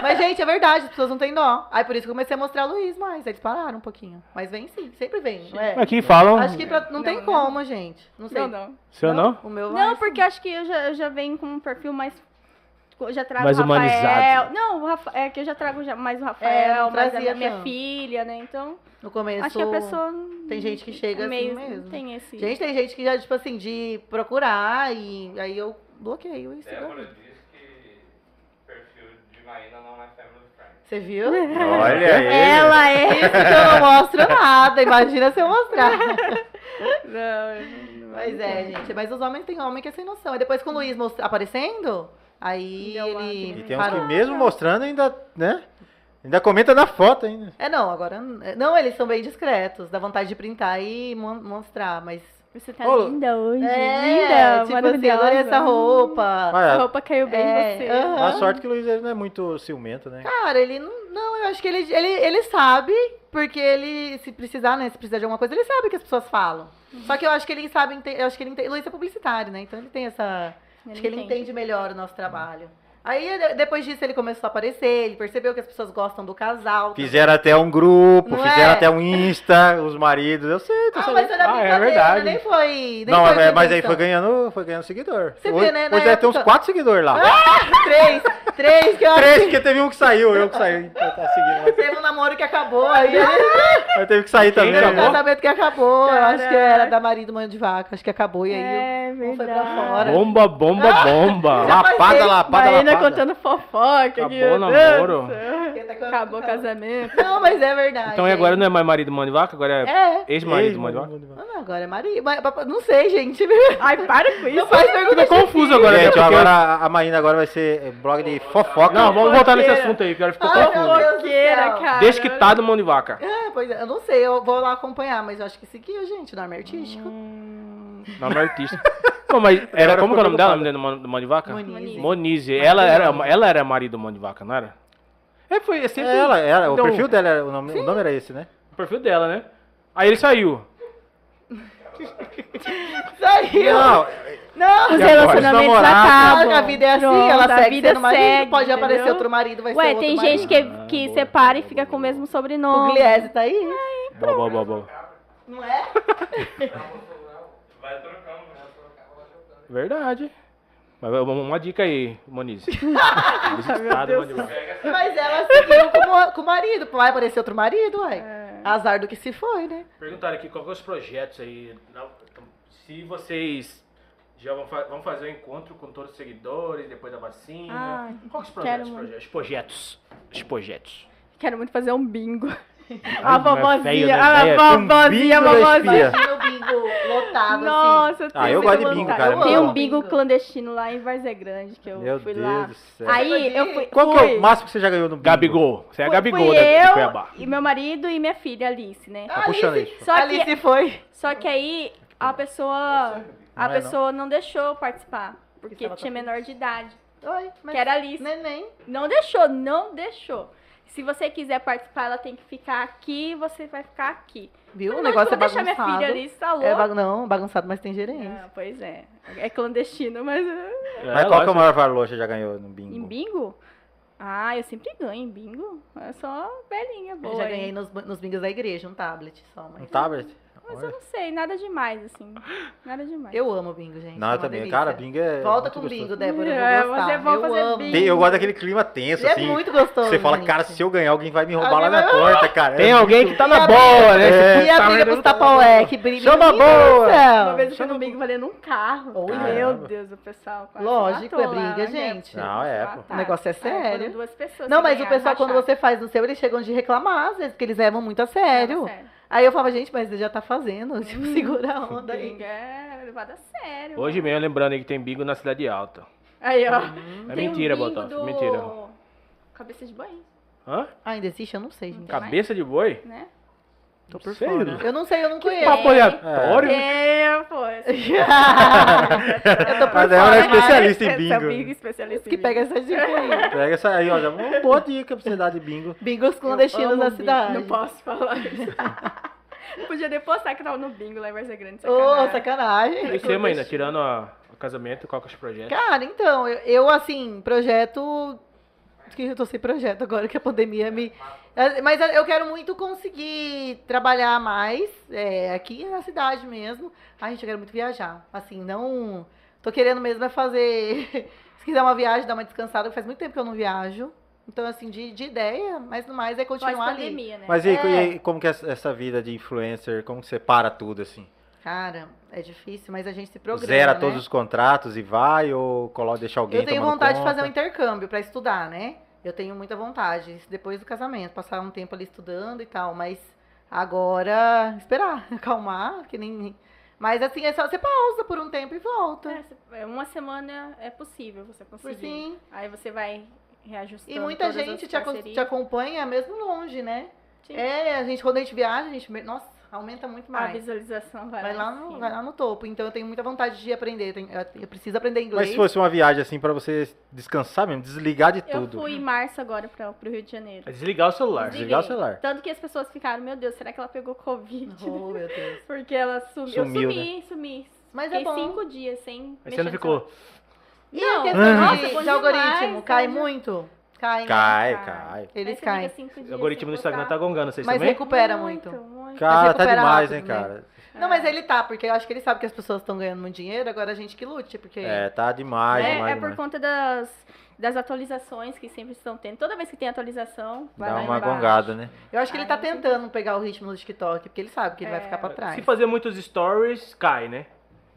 Mas, gente, é verdade, as pessoas não têm dó. Aí por isso que eu comecei a mostrar o Luiz mais. Aí eles pararam um pouquinho. Mas vem sim, sempre vem, não é? Aqui falam. Acho que pra- não, Não, tem né? como, gente. Não sei. Não, não. um- Seu não? O meu Não, vai- porque acho que eu já, eu já venho com um perfil mais. tipo, eu já trago Mais o Rafael. humanizado. Não, o Rafa- é que eu já trago já mais o É, Rafael, não mais trazia, a minha não. filha, né? Então, no começo. acho que a pessoa. Tem gente que chega é assim meio, mesmo. Tem esse. Gente, tem gente que já, tipo assim, de procurar e aí eu bloqueio isso. Débora disse que o perfil de Maína não é family friend. Você viu? Olha aí. Ela é isso que eu não mostro nada. Imagina se eu mostrar. Não, Mas é, gente. Mas os homens tem homem que é sem noção. E depois com o Luiz mostra- aparecendo, aí Deu uma ele. E tem uns que parou. mesmo mostrando ainda, né? Ainda comenta na foto ainda. É, não, agora. Não, eles são bem discretos. Dá vontade de printar e mon- mostrar, mas. Você tá Ô, linda hoje. é, linda, tipo assim, maravilhosa. adorei essa roupa. Ah, Essa Olha, roupa caiu bem É, em você. aham. a sorte que o Luiz ele não é muito ciumento, né? Cara, ele não. Não, eu acho que ele, ele, ele sabe, porque ele, se precisar, né? Se precisar de alguma coisa, ele sabe o que as pessoas falam. Só que eu acho que ele sabe, ente- eu acho que ele entende. Luiz é publicitário, né? Então ele tem essa. acho que ele entende. melhor o nosso trabalho. Aí de- depois disso ele começou a aparecer, ele percebeu que as pessoas gostam do casal. Ah, Fizeram até um grupo, Não fizeram é? até um Insta, os maridos, eu sei, tô Ah, sabendo. mas foi na Ah, brincadeira, é verdade. nem foi. Nem não, foi é- mas aí foi intenção. ganhando, foi ganhando seguidor. Você hoje vê, né, na hoje deve ter uns época- Ah, quatro seguidores lá. Três, três, que eu Três, porque teve um que saiu, eu que saí. então tá seguindo. Teve um namoro que acabou, aí ele Mas teve que sair também. teve um né? casamento que acabou. Eu acho que era da marido mãe de vaca, acho que acabou, e aí É, eu- um foi verdade. pra fora. Bomba, bomba, bomba. Lapada, lapada, Marina lapada. contando fofoca. Acabou que, meu o Deus namoro. do céu. Quem tá com- Acabou o casamento. Não, mas é verdade. Então e agora não é mais marido mão de vaca, agora é É. ex-marido mão de vaca. Ex-marido. Ah, não, agora é marido. mas- mas- Não sei, gente. Ai, para com Não isso. faz pergunta. Fica confuso agora, né? Gente, Porque agora a- a Marina agora vai ser blog de fofoca. Não, vamos voltar nesse Fofoqueira. assunto aí, que agora ficou Ai, meu confuso. Deus do Fofoqueira, céu. cara. tá Desquitado mão de vaca. É, pois é, eu não sei, eu vou lá acompanhar, mas eu acho que seguiu, gente, o nome artístico. Nome artista. Não, mas era Agora como que é o ficou nome dela, preocupada. a mulher do mão do mão de vaca? Monize. Monize. Ela era, ela era marido do mão de vaca, não era? É, foi, é sempre É ela, ela, Então- o perfil dela, era- o nome, o nome era esse, né? o perfil dela, né? Aí ele saiu. Saiu! Não, Não, os E agora? relacionamentos Namorado. acabam. a vida é assim, Pronto, ela a segue vida sendo marido, segue, pode aparecer entendeu? outro marido, vai ser Ué, outro tem marido. gente que, Ah, que separa e fica com o mesmo O sobrenome. Gliese tá aí, Boa, boa, boa, boa. não é? Vai trocando, né? Verdade. Mas uma, uma dica aí, Moniz. Desquitado mão de vaca. Mas ela seguiu com, o- com o marido, vai aparecer outro marido, uai. É. Azar do que se foi, né? Perguntaram aqui qual que é os projetos aí. na- Se vocês já vão, fa- vão fazer o encontro com todos os seguidores depois da vacina. Ah, qual que é os quero projetos, muito. projetos? Os projetos. Os projetos. Quero muito fazer um bingo. A é mas veio, né, vovozinha, a veio. vovozinha, a Bingo da vovozinha. espia. Imagina o bingo lotado, assim. Nossa, Ah, tenho eu gosto de muita bingo, vontade. cara, é muito Tem bom. um bingo Bingo. clandestino lá em Várzea Grande, que eu meu fui Deus lá. do céu. Aí eu fui. Qual que é fui- o máximo que você já ganhou no bingo? Gabigol. Você é fui- Gabigol fui da, de eu Cuiabá. E meu marido e minha filha, Alice, né? Tá puxando aí. Só Ali que, se foi. só que aí a pessoa. A Não é, não. pessoa não deixou eu participar. Porque Estava tinha com- menor de idade. Oi, mas... né? Que era Alice. Neném. Não deixou, não deixou. Se você quiser participar, ela tem que ficar aqui você vai ficar aqui. Viu? Eu o não negócio é vou deixar bagunçado. minha filha ali, tá salou. É bagun- Não, bagunçado, mas tem gerência. Ah, pois é. É clandestino, mas. uh, Mas qual que É, é o lógico. maior valor que você já ganhou no bingo? Em bingo? Ah, eu sempre ganho em bingo. É só velhinha boa. Eu já hein? ganhei nos, nos bingos da igreja, um tablet só, Um mas... tablet? Mas eu Olha. não sei, nada demais, assim. Nada demais. Eu amo bingo, gente. Não, é eu uma também. delícia. Cara, bingo é. Volta muito com gostoso. bingo, Débora. É, Eu vou gostar. você é bom eu fazer amo. bingo. Tem- Eu gosto daquele clima tenso, Ele é assim. muito gostoso. Você fala, gente. cara, se eu ganhar, alguém vai me roubar lá Alguém na vai- porta, cara. Tem É alguém muito- que tá na E a bola, né? É. Esse E a puta briga merda pros não tá- tapaué, que briga. Chama Menino boa! do céu. Uma vez eu fui no bingo valendo um carro. Olha. Meu Deus, o pessoal. quase Lógico, matou é briga, lá, né? gente. Não, é, pô. Tá. O negócio é Aí foram sério. duas pessoas Não, que mas o ganharam, pessoal, quando racharam. você faz no seu, eles chegam de reclamar, às vezes, porque eles levam muito a Sério? Hum. sério. Aí eu falava, gente, mas ele já tá fazendo, tipo, segura a onda aí. Bingo é levado a sério. Hoje mano. mesmo, lembrando aí que tem bingo na Cidade Alta. Aí, ó. Uhum. É mentira, um bingo Botox, do- mentira. Cabeça de banho, Hã? Ainda existe? Eu não sei, gente. Cabeça de boi? né? Tô por Sei fora. lá. Eu não sei, eu não Que conheço. Papo aleatório? É, pô. assim, eu tô por Mas ela fora. é especialista em essa bingo. bingo especialista em Que bingo. pega essa dica aí. Pega essa aí, ó. já é Uma boa dica pra você dar de bingo. Bingos Eu clandestinos amo da bingo. cidade. Não posso falar isso. Podia nem postar que tava no bingo lá em Varza Grande, Ô, sacanagem. sacanagem. E você, Marina, tirando a- o casamento, qual que é os projetos? Cara, então, eu, eu, assim, projeto. que Eu tô sem projeto agora que a pandemia me. É, Mas eu quero muito conseguir trabalhar mais é, aqui na cidade mesmo. Ai, gente, eu quero muito viajar. Assim, não. Tô querendo mesmo é fazer. Se quiser uma viagem, dar uma descansada, faz muito tempo que eu não viajo. Então, assim, de, de ideia, mas no mais é continuar ali. Pós-pandemia, né? Mas e, É. e como que é essa vida de influencer? Como que você para tudo, assim? Cara, é difícil, mas a gente se programa. Zera né? todos os contratos e vai? Ou coloca, deixa alguém Eu tenho tomando vontade de conta? fazer um intercâmbio pra estudar, né? Eu tenho muita vontade, isso depois do casamento, passar um tempo ali estudando e tal, mas agora esperar, acalmar, que nem. Mas assim, é só você pausa por um tempo e volta. É, uma semana é possível você conseguir. Sim. Aí você vai reajustando. E muita todas as gente te, aco- parcerias. te acompanha mesmo longe, né? Sim. Ah, É, a gente, quando a gente viaja, a gente. Nossa, aumenta muito A mais. visualização vai, Vai lá, em no, cima. vai lá no topo. Então eu tenho muita vontade de aprender. Tem- Eu, eu preciso aprender inglês. Mas se fosse uma viagem assim pra você descansar mesmo, desligar de Eu tudo. fui em março agora para pro Rio de Janeiro. É desligar o celular. Desligar o Desliguei. celular. Tanto que as pessoas ficaram, meu Deus, será que ela pegou Covid? Oh, meu Deus. Porque ela sumiu. Sumiu, né? eu sumi, sumi. Mas é Fiquei bom. cinco dias sem. Aí você não mexer no ficou. E Não, a questão nossa, de, bom de algoritmo? demais, cai né? é muito? Cai, né? Cai, Cai. cai. Eles Aí você caem. fica cinco O dias algoritmo do sem Instagram tá postar. gongando vocês Mas também? recupera muito. muito. Cara, tá recupera demais, hein, rápido, né? cara. Não, mas ele tá, porque eu acho que ele sabe que as pessoas estão ganhando muito dinheiro, agora a gente que lute, porque... É, tá demais, é, demais, é por demais. conta das, das atualizações que sempre estão tendo. Toda vez que tem atualização, vai Dá lá uma embaixo. gongada, né? Eu acho que ele Ah, tá não sei. tentando pegar o ritmo do TikTok, porque ele sabe que ele vai É. ficar pra trás. Se fazer muitos stories, cai, né?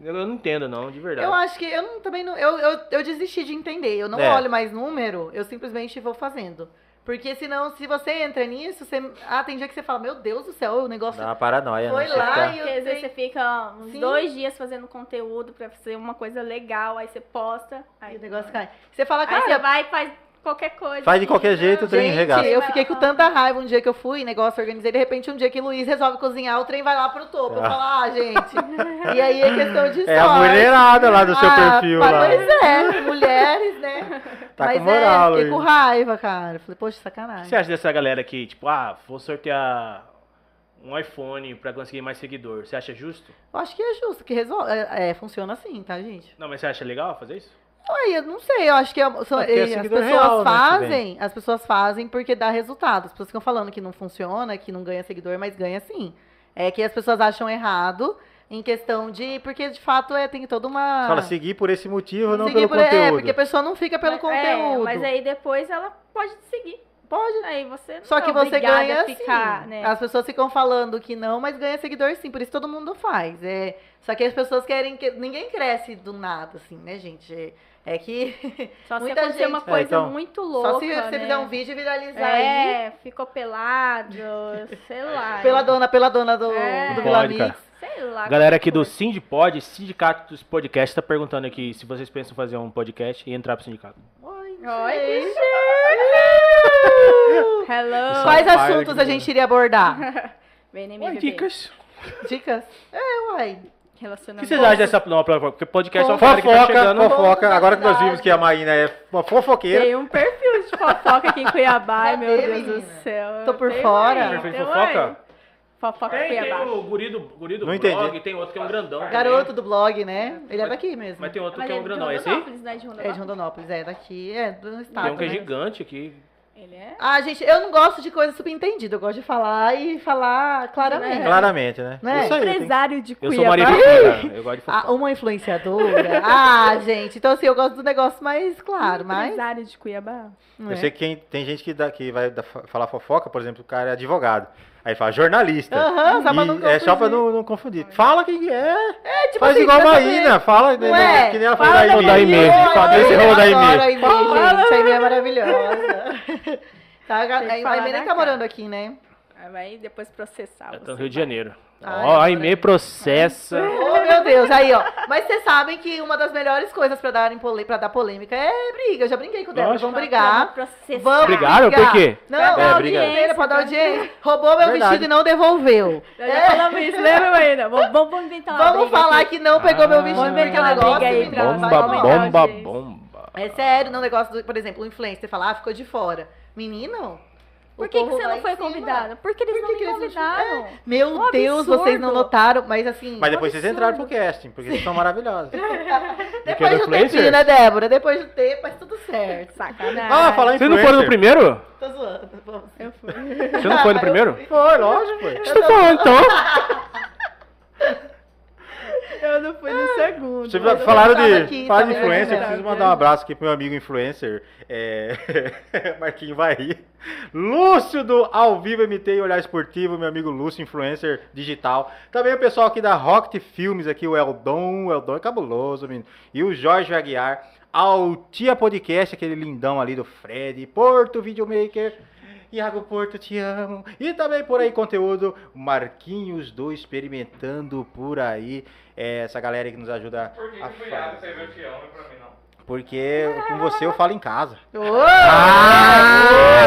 Eu eu não entendo, não, de verdade. Eu acho que eu não- também não. Eu, eu, eu desisti de entender. Eu não É. olho mais número, eu simplesmente vou fazendo. Porque senão, se você entra nisso, você. Ah, tem dia que você fala, meu Deus do céu, o negócio. Dá uma paranoia, Foi né? Você lá fica- e eu Porque às vezes você tenho- fica uns Sim. dois dias fazendo conteúdo pra fazer uma coisa legal, aí você posta, aí, e o negócio cai. Você fala, aí você cara. vai e faz qualquer coisa. Faz de qualquer jeito, o tem. trem regaça. Gente, eu fiquei com tanta raiva um dia que eu fui, negócio organizei, de repente um dia que o Luiz resolve cozinhar, o trem vai lá pro topo. Eu Ah. falo, ah, gente. e aí é questão de sorte. É a mulherada lá do seu Ah, perfil mas lá. Pois é, mulheres, né? Tá mas com moral, é, fiquei com Luiz. raiva, cara. Falei, poxa, O que sacanagem. você acha dessa galera que, tipo, ah, vou sortear um iPhone pra conseguir mais seguidor? Você acha justo? Eu acho que é justo, que resolve. É, é, funciona assim, tá, gente? Não, mas você acha legal fazer isso? Ué, eu não sei, eu acho que é- são- Porque é eh, as seguidor pessoas real, né, que fazem, as pessoas fazem porque dá resultado. As pessoas ficam falando que não funciona, que não ganha seguidor, mas ganha sim. É que as pessoas acham errado em questão de. Porque de fato é, tem toda uma. Fala, seguir por esse motivo, não Seguir pelo por- É, conteúdo. porque a pessoa não fica pelo Mas- é, conteúdo. mas aí depois ela pode te seguir. Pode. Aí você não Só é que você obrigada ganha assim. a ficar, sim. né? As pessoas ficam falando que não, mas ganha seguidor sim. Por isso todo mundo faz. É, só que as pessoas querem que ninguém cresce do nada, assim, né, gente? É, é que Só se muita acontecer gente- uma É, coisa então, muito louca, só se você né? fizer um vídeo e viralizar aí. É, ficou pelado, sei lá. Pela dona, pela dona do, É. do Vila Pode, cara. Mix. Sei lá. Galera aqui do qualquer Sindipod, Sindicato dos Podcasts, tá perguntando aqui se vocês pensam em fazer um podcast e entrar pro sindicato. Oi, coisa. Oi, gente. gente! Hello! Só Quais para assuntos de- a gente iria abordar? Vem nem me Ué, beber. dicas. Dicas? É, uai. O Relacionamento. que vocês acham dessa nova plataforma? Porque podcast é uma galera que tá Fofoca, chegando. fofoca. Agora que nós Verdade. vimos que a Maína é uma fofoqueira. Tem um perfil de fofoca aqui em Cuiabá, ai, meu Cadê, Deus menina? do céu. Tô por Tem fora. aí, Perfil de tem fofoca? aí. Fofoca Tem, tem Cuiabá. o guri do, guri do Não blog, entendi. tem outro que é um grandão. também. Garoto do blog, né? Ele é daqui mesmo. Mas tem outro Mas que é ele um grandão. de É esse aí? Rondonópolis, não é É de de Rondonópolis? Rondonópolis, é daqui, é do Tem estado, um que é né? gigante aqui. Ele é? Ah, gente, eu não gosto de coisa subentendida. Eu gosto de falar e falar claramente. Claramente, né? Não é? Isso aí. tem- Empresário de Eu Cuiabá. sou Maria Bethânia, eu gosto de fofoca. Ah, uma influenciadora. ah, gente. Então, assim, eu gosto do negócio mais claro, mas. Empresário de Cuiabá. não Eu é. sei que quem- tem gente que, dá, que vai da- fa- falar fofoca, por exemplo, o cara é advogado. Aí fala jornalista. né? Aham, Ah, só pra E não é só pra confundir. não, não confundir. Fala quem é. É, tipo Faz assim, igual a pra saber. Maína. Fala, Não né, é? que nem ela Fala fez da Aimee. Oi, Fabrício eu Rodaimê. adoro a Aimee, Fala. gente. A Aimee é maravilhosa. Tá, a Tem que a Aimee falar nem na tá cara. morando aqui, né? Aí vai depois processar Eu você. tô no É Rio de Janeiro. Ai, Ó, a adorei. IME processa. Oh, meu Deus, aí, ó. Mas vocês sabem que uma das melhores coisas pra dar, pra dar polêmica é briga. Eu já brinquei com o Débora. Lógico. Vamos brigar. Processar. Vamos Brigaram? brigar. Por quê? Não, Pra dar é, audiência, briga. Pra dar pra- audiência. Roubou meu Verdade. vestido e não devolveu. Já falamos isso, lembra, Marina? Vamos, vamos inventar uma Vamos Ah, briga falar aqui. que não pegou meu Ah, vestido. vamos inventar porque uma ela briga gosta aí de pra- brigar, pra vai Bomba, rolar. aumentar bomba, audiência. bomba. É sério, no negócio do, por exemplo, o influencer falar, ah, ficou de fora. Menino, o Por que, que povo você vai não em foi cima. convidada? Porque eles Por que não que me eles não te- convidaram. Meu Um Deus, absurdo. vocês não notaram, mas assim. Mas depois vocês absurdo. entraram pro casting, porque vocês são maravilhosos. depois é do do tempinho, influencer? né, Débora? Depois do tempo, faz tudo certo. Sacanagem. Ah, falar em Vocês não foram no primeiro? Tô zoando. vamos. Eu fui. Você não foi no primeiro? Foi, lógico. foi. Estou falando, então. Eu não fui no segundo. Vocês Mas eu falaram tava de, aqui, tá É falaram de tava influencer, eu aqui. preciso mandar um abraço aqui pro meu amigo influencer. É... Marquinho vai rir. Lúcio do Ao Vivo MT e Olhar Esportivo, meu amigo Lúcio, influencer digital. Também o pessoal aqui da Rocket Filmes, aqui, o Eldon, o Eldon é cabuloso, menino. E o Jorge Aguiar. ao Tia Podcast, aquele lindão ali do Fred, Porto Videomaker, Iago Porto, te amo. E também por aí conteúdo, Marquinhos do Experimentando por aí. É, essa galera que nos ajuda Por que a que foi Iago fazer. teve eu te amo e pra mim não? Porque com você eu falo em casa. Ah!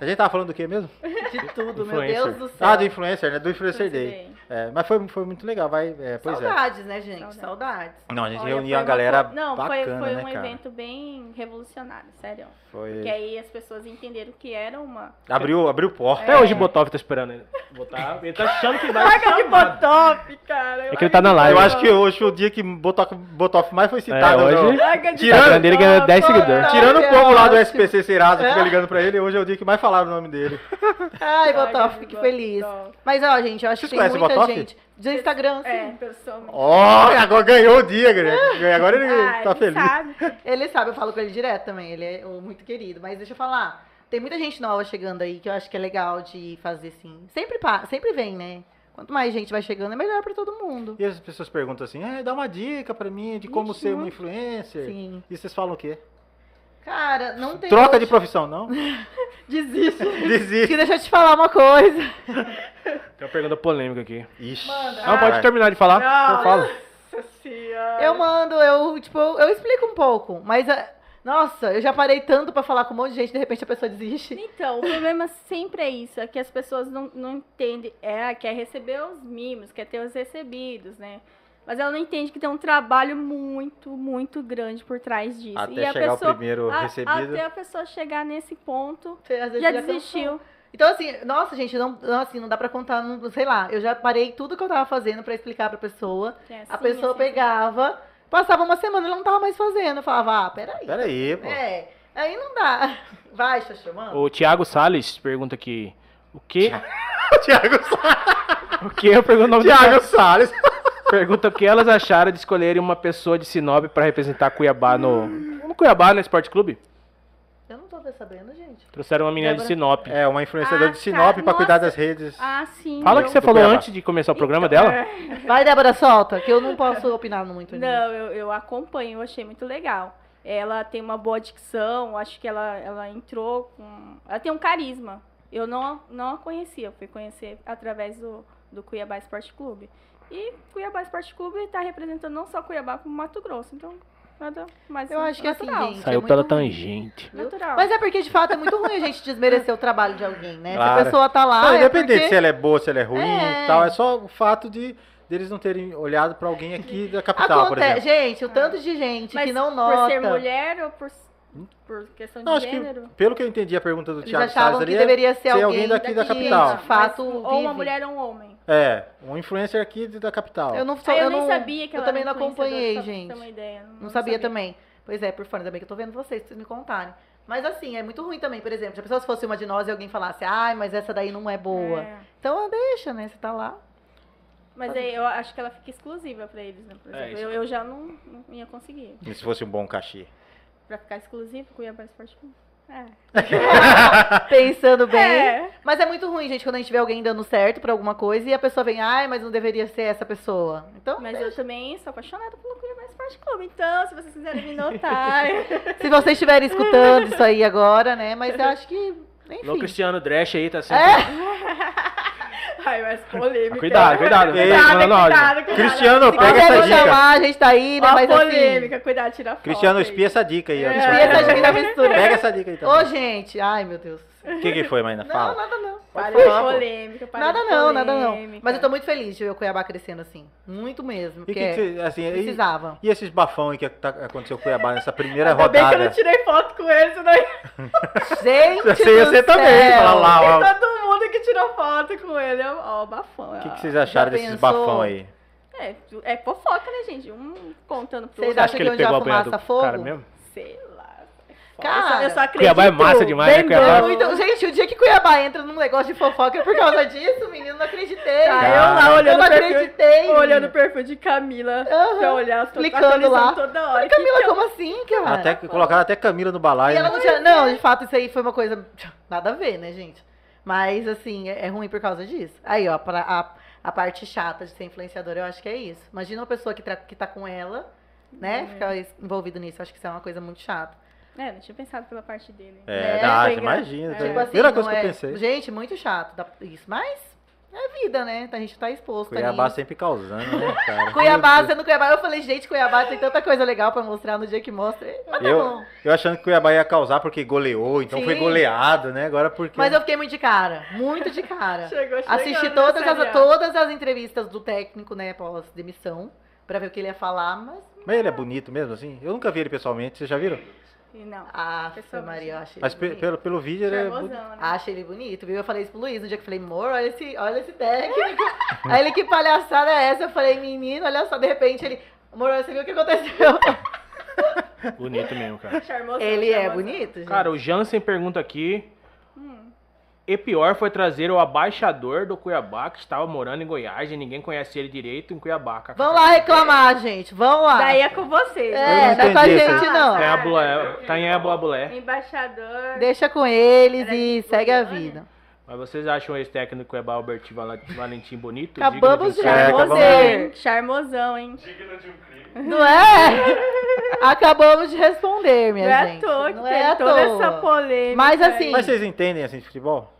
A gente tava falando do que mesmo? De tudo, meu Influencer. Deus do céu. Ah, do influencer, né? Do influencer day. É, mas foi, foi muito legal, vai. é, pois é. Saudades, né, gente? Saudades. Não, a gente Olha, reunia foi a galera co- Não, foi- bacana, foi, né, um cara? É. evento é bem revolucionário, sério. Foi. Porque aí as pessoas entenderam que era uma... Abriu, abriu porta. Até hoje o Botov tá esperando ele. Botar, ele tá achando que vai. Caraca, que chamar. botop, cara. É que ele tá na live. Eu acho que hoje o dia que Botof, Botof mais foi citado. É, hoje- né? Caraca, de né? Instagram Tirando, dele ganhou 10 seguidores. tirando o povo lá do Ótimo. SPC Serasa que fica É. ligando pra ele, hoje é o dia que mais falaram o nome dele. Ai, Botof, fique feliz. Mas, ó, gente, eu acho Vocês que tem conhecem o muita Botof? gente. Do Instagram, sim. É, pessoal. Ó, agora ganhou o dia, Greg. Agora ele Ah, tá feliz. Sabe? Ele sabe, eu falo com ele direto também. Ele é oh, muito querido. Mas deixa eu falar. Tem muita gente nova chegando aí que eu acho que é legal de fazer assim. Sempre, pa- sempre vem, né? Quanto mais gente vai chegando, é melhor pra todo mundo. E as pessoas perguntam assim, "É, dá uma dica pra mim de como Ixi, ser uma muito. influencer. Sim. E vocês falam o quê? Cara, não tem. Troca de profissão, não? Desiste. Desiste. Que deixa eu te falar uma coisa. Tem uma pergunta polêmica aqui. Ixi. ah, Não, pode terminar de falar. Então Não, eu falo. Eu mando, eu, tipo, eu, eu explico um pouco, mas ah, nossa, eu já parei tanto pra falar com um monte de gente, de repente a pessoa desiste. Então, o problema sempre é isso, é que as pessoas não, não entendem, é, quer receber os mimos, quer ter os recebidos, né? Mas ela não entende que tem um trabalho muito, muito grande por trás disso. Até e a chegar o pessoa, primeiro a- recebido. Ah, Até a pessoa chegar nesse ponto, às vezes já já cansou. desistiu. Então, assim, nossa, gente, não, não, assim, não dá pra contar, não, sei lá, eu já parei tudo que eu tava fazendo pra explicar pra pessoa. Que é a assim, pessoa assim, pegava, passava uma semana, ela não tava mais fazendo. Eu falava, ah, peraí. Peraí, pô. É, aí não dá. Vai, tá Xoxô, manda. O Thiago Salles pergunta aqui. O que? Thiago O que? Eu pergunto o nome do Thiago cara. Salles. Pergunta o que elas acharam de escolherem uma pessoa de Sinop pra representar Cuiabá no. No Cuiabá, no Esporte Clube? Eu não tô sabendo, gente. Trouxeram uma menina de Sinop. É, uma influenciadora Ah, de cara, Sinop pra cuidar nossa. das redes. Ah, sim. Fala o eu- que você Do falou Cuiabá. antes de começar Então, o programa é, dela. Vai, Débora, solta, que eu não posso opinar muito nisso. Não, eu, eu acompanho, eu achei muito legal. Ela tem uma boa dicção, acho que ela, ela entrou com. Ela tem um carisma. Eu não, não a conhecia, eu fui conhecer através do, do Cuiabá Esporte Clube. E Cuiabá Esporte Clube está representando não só Cuiabá, como Mato Grosso. Então, nada mais Eu acho que assim, natural. gente, é Saiu muito pela ruim. tangente. Natural. Mas é porque, de fato, é muito ruim a gente desmerecer o trabalho de alguém, né? Se Claro. a pessoa tá lá. Não, é independente porque- se ela é boa, se ela é ruim É. e tal, é só o fato de deles não terem olhado pra alguém aqui da é capital, por Acontece, exemplo. gente, o tanto de gente Ah. Mas que não nota. Por ser mulher ou por, por questão de Hum? Não, acho que gênero? pelo que eu entendi a pergunta do Eles Thiago achavam Salles ali, que é deveria ser alguém daqui da daqui, capital. de fato, Mas, ou vive. uma mulher ou um homem. É, um influencer aqui de- da capital. Eu não sou- Ah, eu, eu nem não- sabia que eu ela também era não acompanhei, influenciadora, só pra gente. ter uma ideia, Não, sabia, também. Pois é, por fora, ainda bem que eu tô vendo vocês, pra vocês me contarem. Mas assim, é muito ruim também, por exemplo, se a pessoa fosse uma de nós e alguém falasse, ai, mas essa daí não é boa. É. Então deixa, né? Você tá lá. Mas aí eu acho que ela fica exclusiva pra eles, né? Por É, exemplo, isso. eu, eu já não, não ia conseguir. E se fosse um bom cachê. Pra ficar exclusivo, Cuiabá Esporte Clube. É. Pensando bem. É. Mas é muito ruim, gente, quando a gente vê alguém dando certo pra alguma coisa e a pessoa vem, ai, mas não deveria ser essa pessoa. Então, Mas eu também sou apaixonada pelo Cuiabá Esporte Clube. Então, se vocês quiserem me notar. se vocês estiverem escutando isso aí agora, né? Mas eu acho que. Enfim. Alô, Cristiano Dresch aí, tá sendo. É, Ai, mas polêmica. Cuidado, cuidado. Ei, tá Cuidado, mandando áudio. cuidado, cuidado. Cristiano, se pega quiser essa me dica. chamar, a gente tá aí, né? Ó, Mas assim. polêmica, cuidado, tira a foto. Cristiano, aí. espia essa dica aí. ó. É. Espia essa dica da mistura. Pega essa dica aí também. Ô, gente, ai meu Deus. O que, que foi, Maína? Não, Fala. nada não. Para Pode de falar, pô. polêmica, para Nada de não, nada não. polêmica. Mas eu tô muito feliz de ver o Cuiabá crescendo assim. Muito mesmo. E, que Porque que você- assim, e- precisava. e esses bafão aí que tá- aconteceu com o Cuiabá nessa primeira Ainda bem que eu é rodada? não tirei foto com eles, né? Gente, Você ia do ser também, céu. falar lá, ó. E todo mundo que tirou foto com ele. é- Ó, o bafão. O que, que ó. vocês acharam Já desses pensou? bafão aí? É, é fofoca, né, gente? Um contando pro Vocês outro. acham que onde a apanhado fumaça do fogo? cara mesmo? Sei lá. é Cara, foda. eu só acredito. Cuiabá é "Tipo, massa demais, né? Bem Cuiabá- bom. Muito- gente, o dia que Cuiabá entra num negócio de fofoca é por causa disso, menino, não acreditei. Tá, eu lá eu olhando não o perfil, acreditei. olhando o perfil de Camila Aham. pra olhar as fotos, Clicando atualizando lá. toda hora. Olha, Que Camila, que eu- como assim, cara? Até, colocaram até Camila no balaio. E ela né? não tinha. Não, de fato, isso aí foi uma coisa. Nada a ver, né, gente? Mas, assim, é, é ruim por causa disso. Aí, ó, pra- a, a parte chata de ser influenciadora, eu acho que é isso. Imagina uma pessoa que, tra- que tá com ela, né? É. Ficar es- envolvido nisso. Acho que isso é uma coisa muito chata. É, não tinha pensado pela parte dele. Né? É, É, dá, foi engra- imagina. É. tá- Tipo assim, Primeira coisa não que eu é- pensei. Gente, muito chato dá- isso. Mas é vida, né? A gente tá exposto. tá Cuiabá nisso. sempre causando, né, cara? Cuiabá, Meu Deus. sendo Cuiabá. Eu falei, gente, Cuiabá tem tanta coisa legal pra mostrar no dia que mostra. Mas tá eu, bom. eu achando que Cuiabá ia causar porque goleou, então foi Sim. goleado, né? Agora porque. Mas eu fiquei muito de cara, muito de cara. Chegou Assisti chegando todas na Série as, A. todas as entrevistas do técnico, né, após demissão, pra ver o que ele ia falar, mas. Mas ele é bonito mesmo, assim? Eu nunca vi ele pessoalmente, vocês já viram? E não. Ah, foi Pessoalmente, Maria, eu achei. Mas ele pe- bonito. pelo, pelo vídeo ele é Charmosão, bonito. né? Achei ele bonito, viu? Eu falei isso pro Luiz no dia que eu falei, amor, olha esse, olha esse técnico. Aí ele, que palhaçada é essa? Eu falei, menino, olha só, de repente ele. Amor, você viu o que aconteceu? Bonito mesmo, cara. Charmosão, Ele é charmosão. bonito, gente. Cara, o Jansen pergunta aqui. Hum. E pior foi trazer o abaixador do Cuiabá, que estava morando em Goiás e ninguém conhece ele direito em Cuiabá. kkk. Vamos lá reclamar, gente. Vamos lá. Daí é com você. né? é, Eu não não é com a entendi essa- gente, não. Tá em Abulé- tá em Abulé. Embaixador. Deixa com eles Era e de segue a Goiânia? vida. Mas vocês acham esse técnico Cuiabá Albert Val- Valentim bonito? Acabamos de Digno de um cara? É, acabamos responder. Hein? Charmosão, hein? Digno de um crime. Não é? Acabamos de responder, minha não é à gente. toa que não teve é à toda toa. essa polêmica. Mas assim, Mas vocês entendem assim de futebol?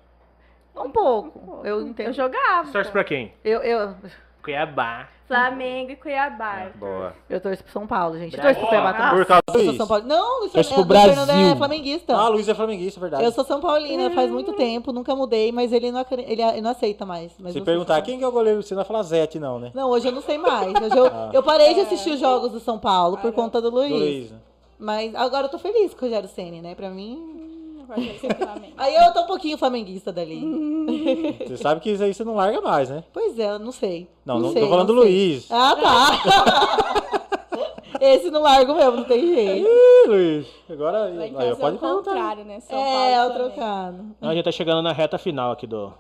um pouco. Eu Eu entendo. jogava. Você Torce pra quem? Eu, eu, Cuiabá. Flamengo e Cuiabá. Ah, Boa. eu torço pro São Paulo, gente. Eu torço pro Cuiabá também. Por causa Ah, Eu sou disso. São Paulo. Não, Luiz Torço pro Fernando, Luiz Fernando é Brasil. flamenguista. Ah, Luiz é flamenguista, é verdade. eu sou São Paulina faz muito Hum. tempo, nunca mudei, mas ele não, acre- ele, ele não aceita mais. Mas Se eu sou perguntar São quem que é o goleiro, você não vai falar Zete, não, né? Paulo. Não, hoje eu não sei mais. Hoje eu, eu parei de assistir os jogos do São Paulo Ah, por conta do Ah. Do é Luiz. Luiz. né? Mas agora eu tô feliz com o Rogério Ceni, né? Pra mim. Hum, Flamengo. Aí eu tô um pouquinho flamenguista dali. Você sabe que isso aí você não larga mais, né? Pois é, não sei. Não, não, sei, tô falando do não sei. Luiz. Ah, tá. Esse não largo mesmo, não tem jeito. Ih, Luiz. Agora Vai aí, ó, fazer pode o perguntar. contrário, né? São Paulo É, é o e Flamengo. trocado. Não, a gente tá chegando na reta final aqui do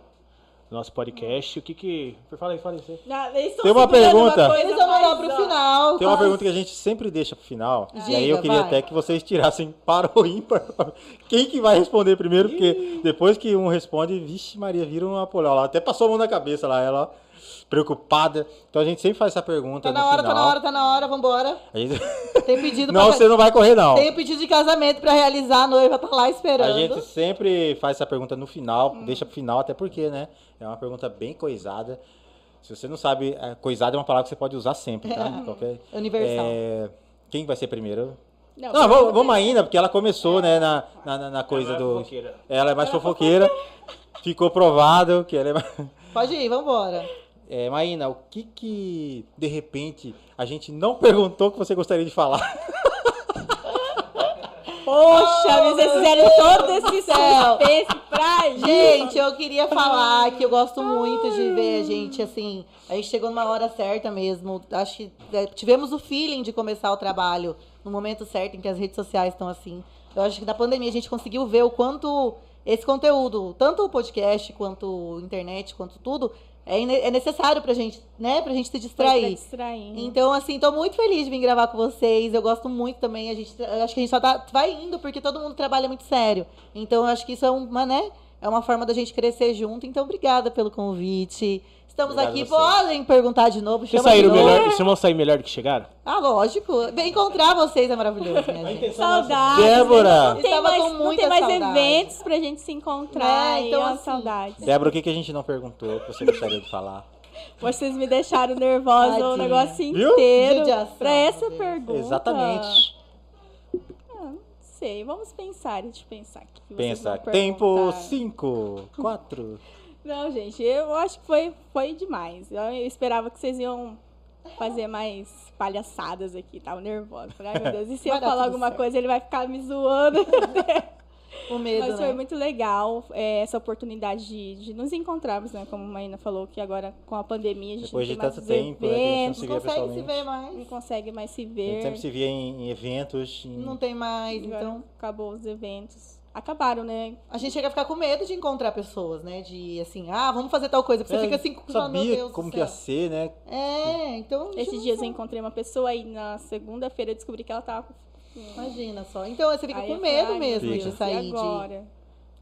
do nosso podcast. O que que... Fala aí, fala aí. você. Não, eles estão Tem uma segurando pergunta. coisa Eles vão mandar mais, pro ó. final. Tem uma quase. pergunta que a gente sempre deixa pro final. E aí eu Ah, Diga, queria vai. até que vocês tirassem para ou ímpar. Quem que vai responder primeiro? Porque depois que um responde, vixe, Maria, vira uma polha. Ela até passou a mão na cabeça lá, ela ó, preocupada. Então a gente sempre faz essa pergunta Tá no na hora, final. tá na hora, tá na hora, vambora. A gente- Tem pedido Não, pra. você não vai correr, não. Tem pedido de casamento pra realizar, a noiva tá lá A esperando. gente sempre faz essa pergunta no final, deixa pro final, até porque, né? É uma pergunta bem coisada. Se você não sabe, é, coisada é uma palavra que você pode usar sempre, tá? Qualquer- Universal. É, Quem vai ser primeiro? Não, Não, vamos, vamos ainda, porque ela começou, né, na, na, na- na coisa Ela é do. fofoqueira. Ela é mais fofoqueira. Ficou provado que ela é mais. Pode ir, vambora. É, Maína, o que que de repente a gente não perguntou que você gostaria de falar? Poxa, vocês fizeram todo esse céu. suspense pra Gente, eu queria falar que eu gosto muito de ver a gente, assim. A gente chegou numa hora certa mesmo. Acho que é, tivemos o feeling de começar o trabalho no momento certo em que as redes sociais estão assim. Eu acho que na pandemia a gente conseguiu ver o quanto esse conteúdo, tanto o podcast, quanto internet, quanto tudo, é, ine- é necessário pra gente, né? Pra gente se distrair. Distraindo. Então, assim, tô muito feliz de vir gravar com vocês. Eu gosto muito também. A gente, eu acho que a gente só tá, vai indo porque todo mundo trabalha muito sério. Então, eu acho que isso é uma, né? É uma forma da gente crescer junto. Então, obrigada pelo convite. Estamos Obrigado aqui. vocês. Podem perguntar de novo. Vocês Chama de saíram novo. melhor, vocês vão sair melhor do que chegaram? Ah, lógico. Bem, Encontrar vocês é maravilhoso, minha gente. é Saudades. Débora! Então, Não tem Tava mais, com não muita tem mais saudade. eventos pra gente se encontrar. Né? Então, Então, é uma assim, saudade. Débora, o que que a gente não perguntou que você gostaria de falar? Vocês me deixaram nervosa o Tadinha. negócio Viu? inteiro. Judiação, pra essa meu Deus. pergunta. Exatamente. Não sei, vamos pensar, deixa eu pensar aqui. que vocês Pensa. vão Tempo perguntar. 5, 4. Não, gente, eu acho que foi, foi demais. Eu esperava que vocês iam fazer mais palhaçadas aqui, tava nervosa. Falei, ai meu Deus, e se eu Vai dar falar tudo alguma certo. coisa, ele vai ficar me zoando. O medo, Mas né? foi muito legal é, essa oportunidade de, de nos encontrarmos, né? Como a Maína falou, que agora com a pandemia a gente Depois não de tem mais tanto os tempo, né, que a gente eventos, se Não via consegue se pessoalmente. ver não mais. consegue mais se A gente ver. sempre se via em, em eventos. em- Não tem mais, Agora então... Acabou os eventos. Acabaram, né? A gente chega a ficar com medo de encontrar pessoas, né? De, assim, ah, vamos fazer tal coisa. Porque É, você fica assim, com fala, meu Sabia Deus do como que céu. ia ser, né? É, então... a gente Esses não dias eu sabe. encontrei uma pessoa e na segunda-feira eu descobri que ela tava com. Imagina só. Então, você fica Aí com eu falei, medo "Ai, meu mesmo Deus, de e sair de... agora?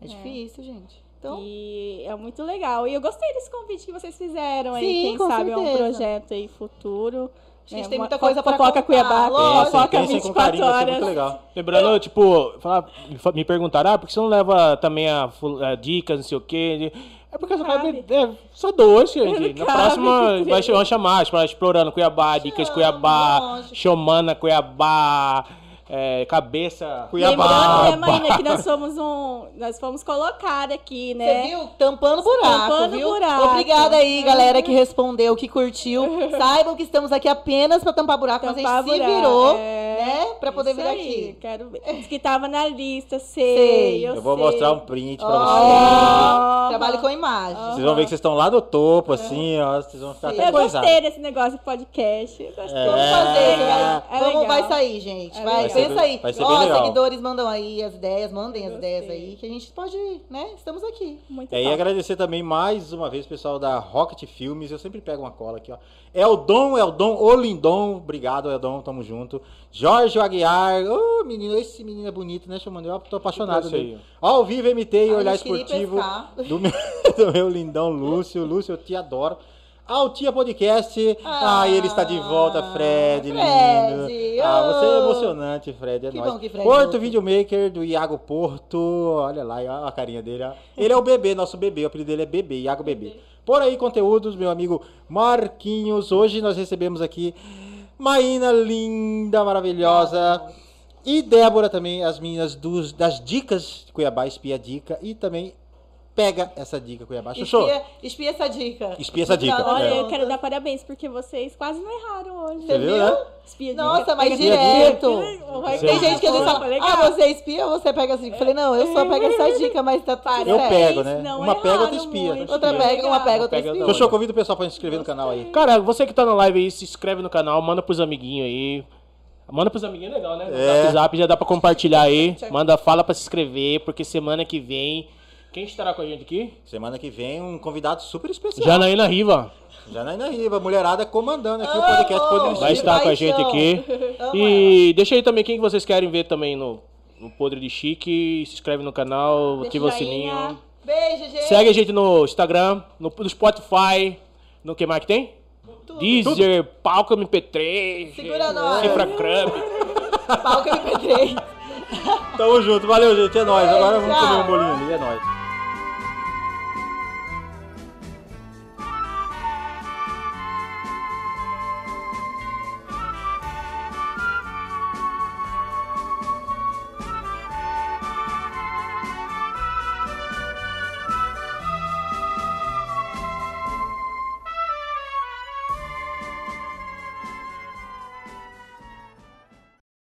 É difícil, gente. E é muito legal. E eu gostei desse convite que vocês fizeram aí. Sim, Quem com sabe é um certeza. projeto aí futuro. A gente É, tem uma muita coisa pra fofoca contar, Cuiabá, É, lógico. fofoca Pensem com 24 carinho, vai ser horas. muito legal. Lembrando, tipo, falar- me perguntaram, ah, por que você não leva também a, fu- a dicas, não sei o quê? É porque só cabe. É, só dois, gente. Na cabe, próxima gente. vai, vão chamar, tipo, explorando Cuiabá, dicas Cuiabá, Xomana Cuiabá, é, cabeça. Lembrando mesmo aí, né, que nós fomos um. Nós fomos colocar aqui, né? Você viu? Tampando buraco, Tampando viu? buraco. Uhum. Obrigada aí, galera que respondeu, que curtiu. Saibam que estamos aqui apenas pra tampar buraco, mas a Tampar gente se buraco, virou, Então, é. né? Pra poder Isso vir aí, aqui. Quero ver. Diz que tava na lista, sei. Sei. Oh. Eu, Eu vou sei. mostrar um print pra vocês. Ó, Trabalho com imagem. Vocês vão ver que vocês estão lá no topo, assim, ó. Vocês vão ficar até Eu coisados. gostei desse negócio de podcast. Eu É. gostei. Vamos fazer, galera. É Vamos, legal. vai sair, gente. É vai, legal. pensa aí. Vai ser bem Ó, legal. seguidores, mandam aí as ideias, mandem as ideias aí, que a gente pode, né? Estamos aqui. Muito É, e bom. agradecer também mais uma vez o pessoal da Rocket Filmes. Eu sempre pego uma cola aqui, ó. Eldon, Eldon, ô Lindon. Obrigado, Eldon. Tamo junto. Jorge Aguiar. Ô, menino, esse menino é bonito, né, Xamanda? Eu tô apaixonado Isso aí. dele. Ao vivo, MT e A Olhar gente queria Ah, ir Esportivo. pescar. Do meu, do meu lindão Lúcio. Lúcio, eu te adoro. Ao Tia Podcast. Ah, Ah, ele está de volta, Fred, Fred, lindo. Ah, você é ô. emocionante, Fred. É Que nóis. bom que Fred Porto voltou. Videomaker do Iago Porto. Olha lá, olha a carinha dele. ó. Ele é o bebê, nosso bebê. O apelido dele é bebê, Iago Bebê. Por aí, conteúdos, meu amigo Marquinhos. Hoje nós recebemos aqui Maína, linda, maravilhosa. E Débora também, as meninas dos- das dicas de Cuiabá, espia a dica. E também pega essa dica, Cuiabá. Chuchu, Espia, espia essa dica. espia essa dica. Olha, É. eu quero dar parabéns, porque vocês quase não erraram hoje. Você viu, né? Espia de- Nossa, mas Espia dica. direto. Vai Tem gente que às vezes Foi fala, legal. ah, você espia ou você pega essa dica? Eu falei, não, eu só pego essa dica, mas tá tudo Eu certo. pego, né? não uma pega, outra erraram espia. muito. Outra pega, uma pega, outra Pega, espia. outra Chuchu, convida o pessoal pra se inscrever no canal aí. Cara, Cara, você que tá na live aí, se inscreve no canal, manda pros amiguinhos aí. Manda pros amiguinhos, é legal, né? No É. WhatsApp já dá pra compartilhar aí. Manda fala pra se inscrever, porque semana que vem. Quem estará com a gente aqui? semana que vem um convidado super especial. Janaína Riva. Janaína Riva, mulherada comandando aqui o podcast Podre Vai Chique. estar com a gente aqui. Amo E deixa aí também quem que vocês querem ver também no, no Podre de Chique. Se inscreve no canal, Deixa ativa o joinha. sininho. Beijo, gente. Segue a gente no Instagram, no, no Spotify. No que mais que tem? Deezer, Palco MP3, Segura nós. Cifra Crumb. Pau que eu me pedrei. Tamo junto, valeu gente, é nóis. Agora vamos Tchau. comer um bolinho ali, é nóis.